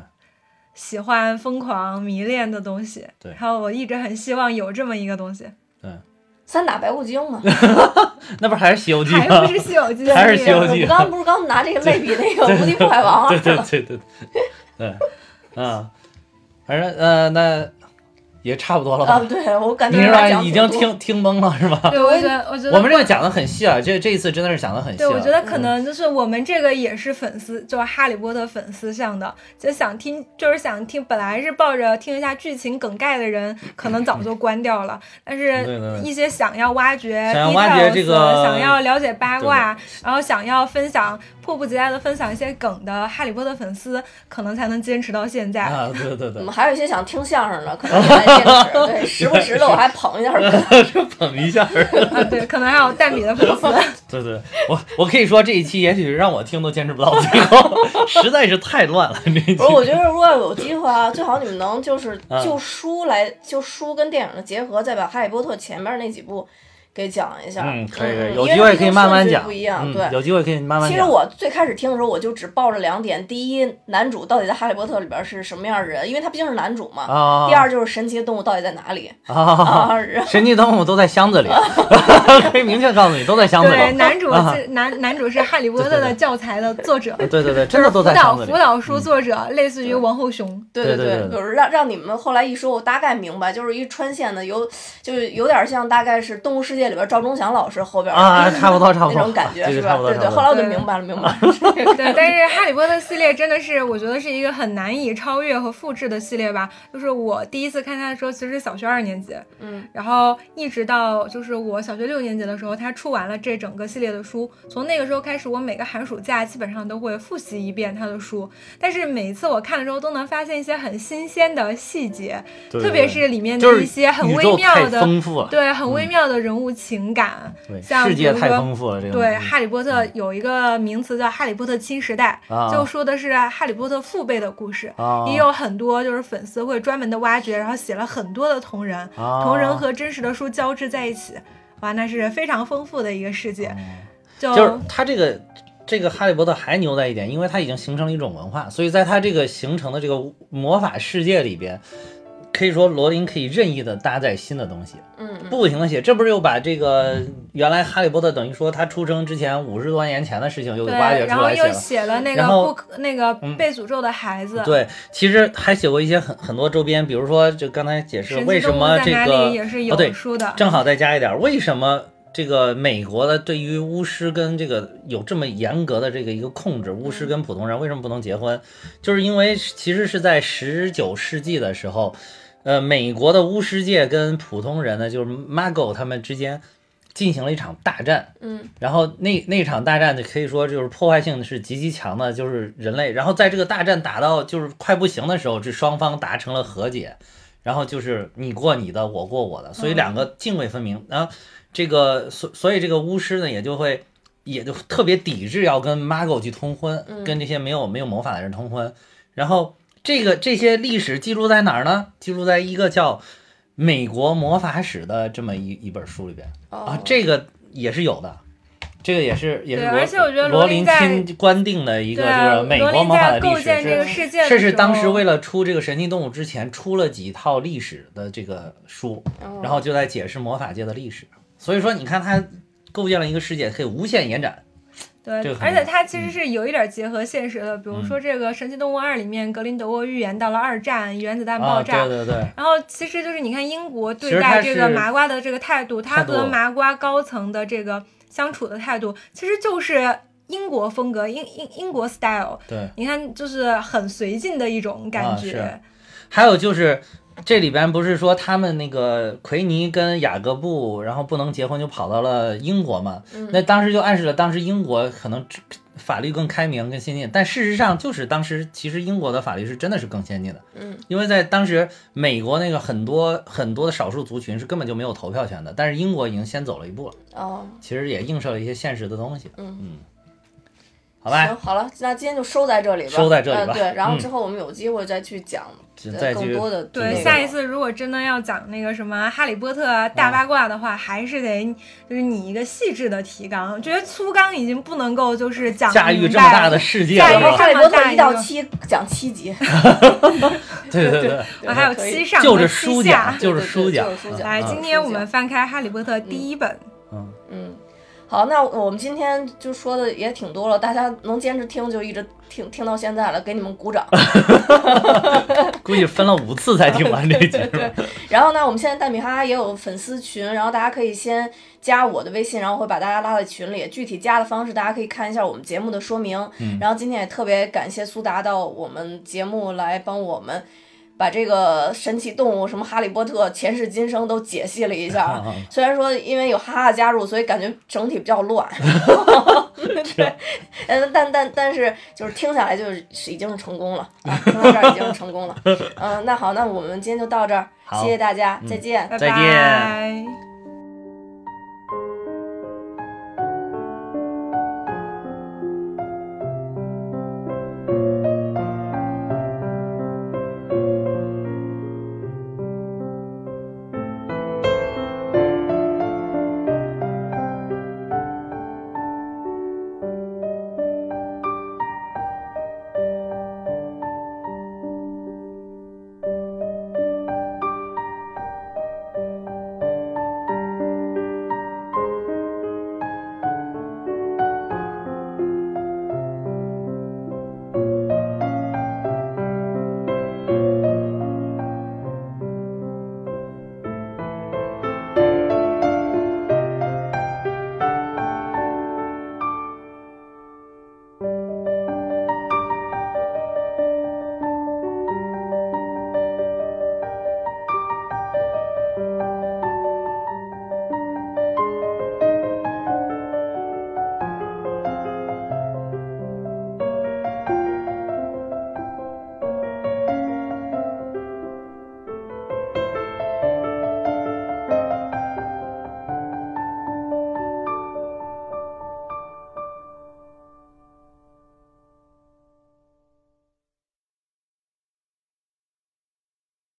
C: 喜欢、疯狂、迷恋的东西。
B: 对
C: 然后我一直很希望有这么一个东西，
A: 嗯三打白骨精嘛，
B: 那 不是还是《西游记》
C: 还
B: 吗？
C: 不是《西游记》，
B: 还 是西游
A: 我
B: 记
C: 啊
A: 们刚不是刚拿这个类比那个无敌破坏王
B: 对对
A: 了？
B: 对对对，嗯，反正呃，那也差不 多了
A: 啊，
B: 吧？
A: 对我感觉
B: 你是
A: 有
B: 吧
A: 点讲
B: 已
A: 挺
B: 经
A: 多
B: 听听懵了是吧？
C: 对，我觉得，我觉得
B: 我们这个讲的很细啊，这这一次真的是讲的很细
C: 对，
B: 啊。
C: 我觉得可能就是我们这个也是粉丝，就是《哈利波特》粉丝向的，就想听，就是想听，本来是抱着听一下剧情梗概的人，可能早就关掉了，但
B: 对对
C: 是
B: 对
C: 一些想要挖掘
B: 想要挖掘
C: details，
B: 这个
C: 想要了解八卦，然后想要分享，迫不及待的分享一些梗的《哈利波特》粉丝，可能才能坚持到现在。
B: 啊，对对
A: 我
B: 对
A: 们，还有一些想听相声的，可 能也在坚持，对，时不时的我还捧一下哏。
B: 就捧一下。
C: 啊，对，可能还有蛋米的粉丝。
B: 对对，我我可以说这一期也许让我听都坚持不到最后， 实在是太乱了这一期
A: 不是，。我觉得如果有机会啊，最好你们能就是
B: 嗯
A: 就书来，就书跟电影的结合，再把《哈利波特》前面那几部给讲一下。
B: 嗯，可以可
A: 嗯
B: 以，有
A: 因为
B: 机
A: 它
B: 会
A: 毕
B: 可以
A: 竟
B: 慢慢
A: 顺序
B: 讲，
A: 不一样，
B: 嗯
A: 对。
B: 有机会可以慢慢讲。
A: 其实我最开始听的时候，我就只抱着两点：第一，男主到底在《哈利波特》里边是什么样的人，因为他毕竟是男主嘛；
B: 啊，
A: 第二就是神奇的动物到底在哪里
B: 啊，
A: 啊。 然后
B: 神奇动物都在箱子里，可以明确告诉你都在箱子
C: 对，
B: 里。
C: 男主
B: 啊
C: 是男男主是《哈利波特》的教材的作者。
B: 对对对，真的都
C: 辅
B: 在
C: 导
B: 箱子
C: 辅
B: 里。嗯
C: 导书作者，类似于王后雄。
A: 对
B: 对对
A: 对，
B: 对
A: 就是让让你们后来一说，我大概明白，就是一穿线的，有就是有点像大概是《动物世界》里边赵忠祥老师后边
B: 啊，差不多差不
A: 那
B: 多，
A: 种感觉
B: 对
A: 是
B: 对
A: 吧
B: 差？不多
A: 对
B: 差
A: 对，
B: 不
A: 后
B: 多。
A: 来我就
C: 对
A: 明白了，明白了。
C: 对，但是《哈利波特》系列真的是，我觉得是一个很难以超越和复制的系列吧。就是我第一次看它的时候，其实是小学二年级，
A: 嗯，
C: 然后一直到就是我小学六年级的时候，它出完了这整个系列的书。从那个时候开始，我每个寒暑假基本上都会复习一遍它的书，但是每一次我看了之后，都能发现一些很新鲜的细节，
B: 对
C: 特别是里面
B: 就
C: 的
B: 是
C: 一些很
B: 宇
C: 微
B: 宙
C: 妙
B: 太
C: 的。
B: 丰富了，嗯
C: 对，很微妙的人物情感，
B: 对，
C: 像
B: 世
C: 比
B: 界
C: 如
B: 太
C: 说
B: 丰富了，这个
C: 对，《
B: 东西
C: 哈利波特》
B: 嗯
C: 有一个名词叫《哈利波特新时代》，
B: 啊
C: 就说的是哈利波特父辈的故事。
B: 啊
C: 也有很多就是粉丝会专门的挖掘，然后写了很多的同人，
B: 啊
C: 同人和真实的书交织在一起，哇，那是非常丰富的一个世界。就
B: 哦就是它这个这个哈利波特还牛在一点，因为它已经形成了一种文化，所以在它这个形成的这个魔法世界里边，可以说罗琳可以任意的搭载新的东西，
A: 嗯嗯
B: 不停的写。这不是又把这个原来哈利波特等于说他出生之前五十多年前的事情又给挖掘
C: 对，然
B: 出
C: 后
B: 来写
C: 又
B: 了。
C: 写了那个
B: 然后
C: 不可那个
B: 嗯
C: 被诅咒的孩子，
B: 对，其实还写过一些很很多周边，比如说就刚才解释
C: 神
B: 为
C: 奇
B: 什
C: 动物
B: 么
C: 在
B: 这
C: 哪
B: 个
C: 里也是
B: 哦对
C: 有书的，
B: 正好再加一点儿，为什么这个美国的对于巫师跟这个有这么严格的这个一个控制？巫师跟普通人为什么不能结婚？就是因为其实是在十九世纪的时候，呃，美国的巫师界跟普通人呢，就是 Mago 他们之间进行了一场大战。
A: 嗯
B: 然后那那场大战呢，可以说就是破坏性是极其强的，就是人类。然后在这个大战打到就是快不行的时候，这双方达成了和解，然后就是你过你的，我过我的，所以两个泾渭分明。然后这个所所以这个巫师呢，也就会也就特别抵制要跟 Mago 去通婚，
A: 嗯
B: 跟这些没有没有魔法的人通婚。然后这个这些历史记录在哪儿呢？记录在一个叫《美国魔法史》的这么一一本书里边。啊
A: 哦，，
B: 这个也是有的，这个也是也是
C: 对
B: 罗
C: 而且我觉得
B: 罗
C: 罗
B: 琳
C: 琳在
B: 亲官定的一个
C: 对啊
B: 就是，美
C: 罗
B: 国
C: 琳
B: 魔法的
C: 在构
B: 历史
C: 建这个
B: 是。
C: 世界的时
B: 这
C: 候，
B: 是当时为了出这个神奇动物之前出了几套历史的这个书，
A: 哦
B: 然后就在解释魔法界的历史。所以说，你看他构建了一个世界，可以无限延展。
C: 对，
B: 这个很嗯
C: 而
B: 有
C: 且它其实是有一点结合现实的，比如说这个《神奇动物二》里面，格林德沃预言到了二战、原子弹
B: 啊，
C: 爆炸。
B: 对对对，
C: 然后其实就是你看英国
B: 其
C: 对
B: 实它
C: 待
B: 是
C: 这个麻瓜的这个态度，它
B: 态度
C: 和麻瓜高层的这个相处的态度，其实就是英国风格、英英英国 style。
B: 对。
C: 你看，就是很随性的一种感觉。
B: 啊还有就是这里边不是说他们那个奎尼跟雅各布，然后不能结婚就跑到了英国嘛？
A: 嗯
B: 那当时就暗示了当时英国可能只法律更开明、更先进，但事实上就是当时其实英国的法律是真的是更先进的，
A: 嗯
B: 因为在当时美国那个很多很多的少数族群是根本就没有投票权的，但是英国已经先走了一步了，
A: 哦，
B: 其实也映射了一些现实的东西。
A: 嗯
B: 好吧
A: 行，，好了，那今天就收在这里吧，
B: 收在这里
A: 呃
B: 吧
A: 对，然后
B: 嗯
A: 之后我们有机会再去讲
B: 就
A: 呃
B: 再
A: 更
B: 去
A: 多的
B: 那啊
C: 对，
B: 个
C: 下一次如果真的要讲那个什么《哈利波特》啊大八卦的话，还是得就是你一个细致的提纲。我觉得粗纲已经不能够就是讲
B: 驾驭
C: 明
B: 这么大
C: 白
B: 的
C: 了
B: 世界
C: 驾
B: 是
C: 驭
A: 然后《
B: 吧？
A: 哈利波特
C: 这》么大
A: 一
C: 一
A: 到
C: 个
A: 七讲七集，
B: 对对对，
A: 对
C: 还有
A: 可以
C: 七上
B: 就
C: 和
B: 是
C: 七
B: 书
C: 下
B: 讲就
A: 对
B: 是
A: 对
B: 书
A: 对
B: 讲
A: 就是书
B: 嗯
A: 讲
C: 来，
B: 嗯
C: 今天我们翻开《哈利波特》第一本，
B: 嗯，
A: 嗯，好，那我们今天就说的也挺多了，大家能坚持听就一直听听到现在了，给你们鼓掌。
B: 估计分了五次才听 完这一集。是吧
A: 然后呢，我们现在蛋米哈哈也有粉丝群，然后大家可以先加我的微信，然后我会把大家拉在群里。具体加的方式，大家可以看一下我们节目的说明。
B: 嗯
A: 然后今天也特别感谢苏达到我们节目来帮我们。把这个神奇动物，什么哈利波特、前世今生都解析了一下 啊
B: 啊啊，
A: 虽然说因为有哈哈加入，所以感觉整体比较 乱， 对，嗯，但但但是就是听下来就是已经是成功了啊，听到这儿已经是成 功了，嗯，那好，那我们今天就到这儿，
B: 好
A: 谢谢大家，
B: 嗯
A: 再见。
C: 拜
B: 再见
C: 拜。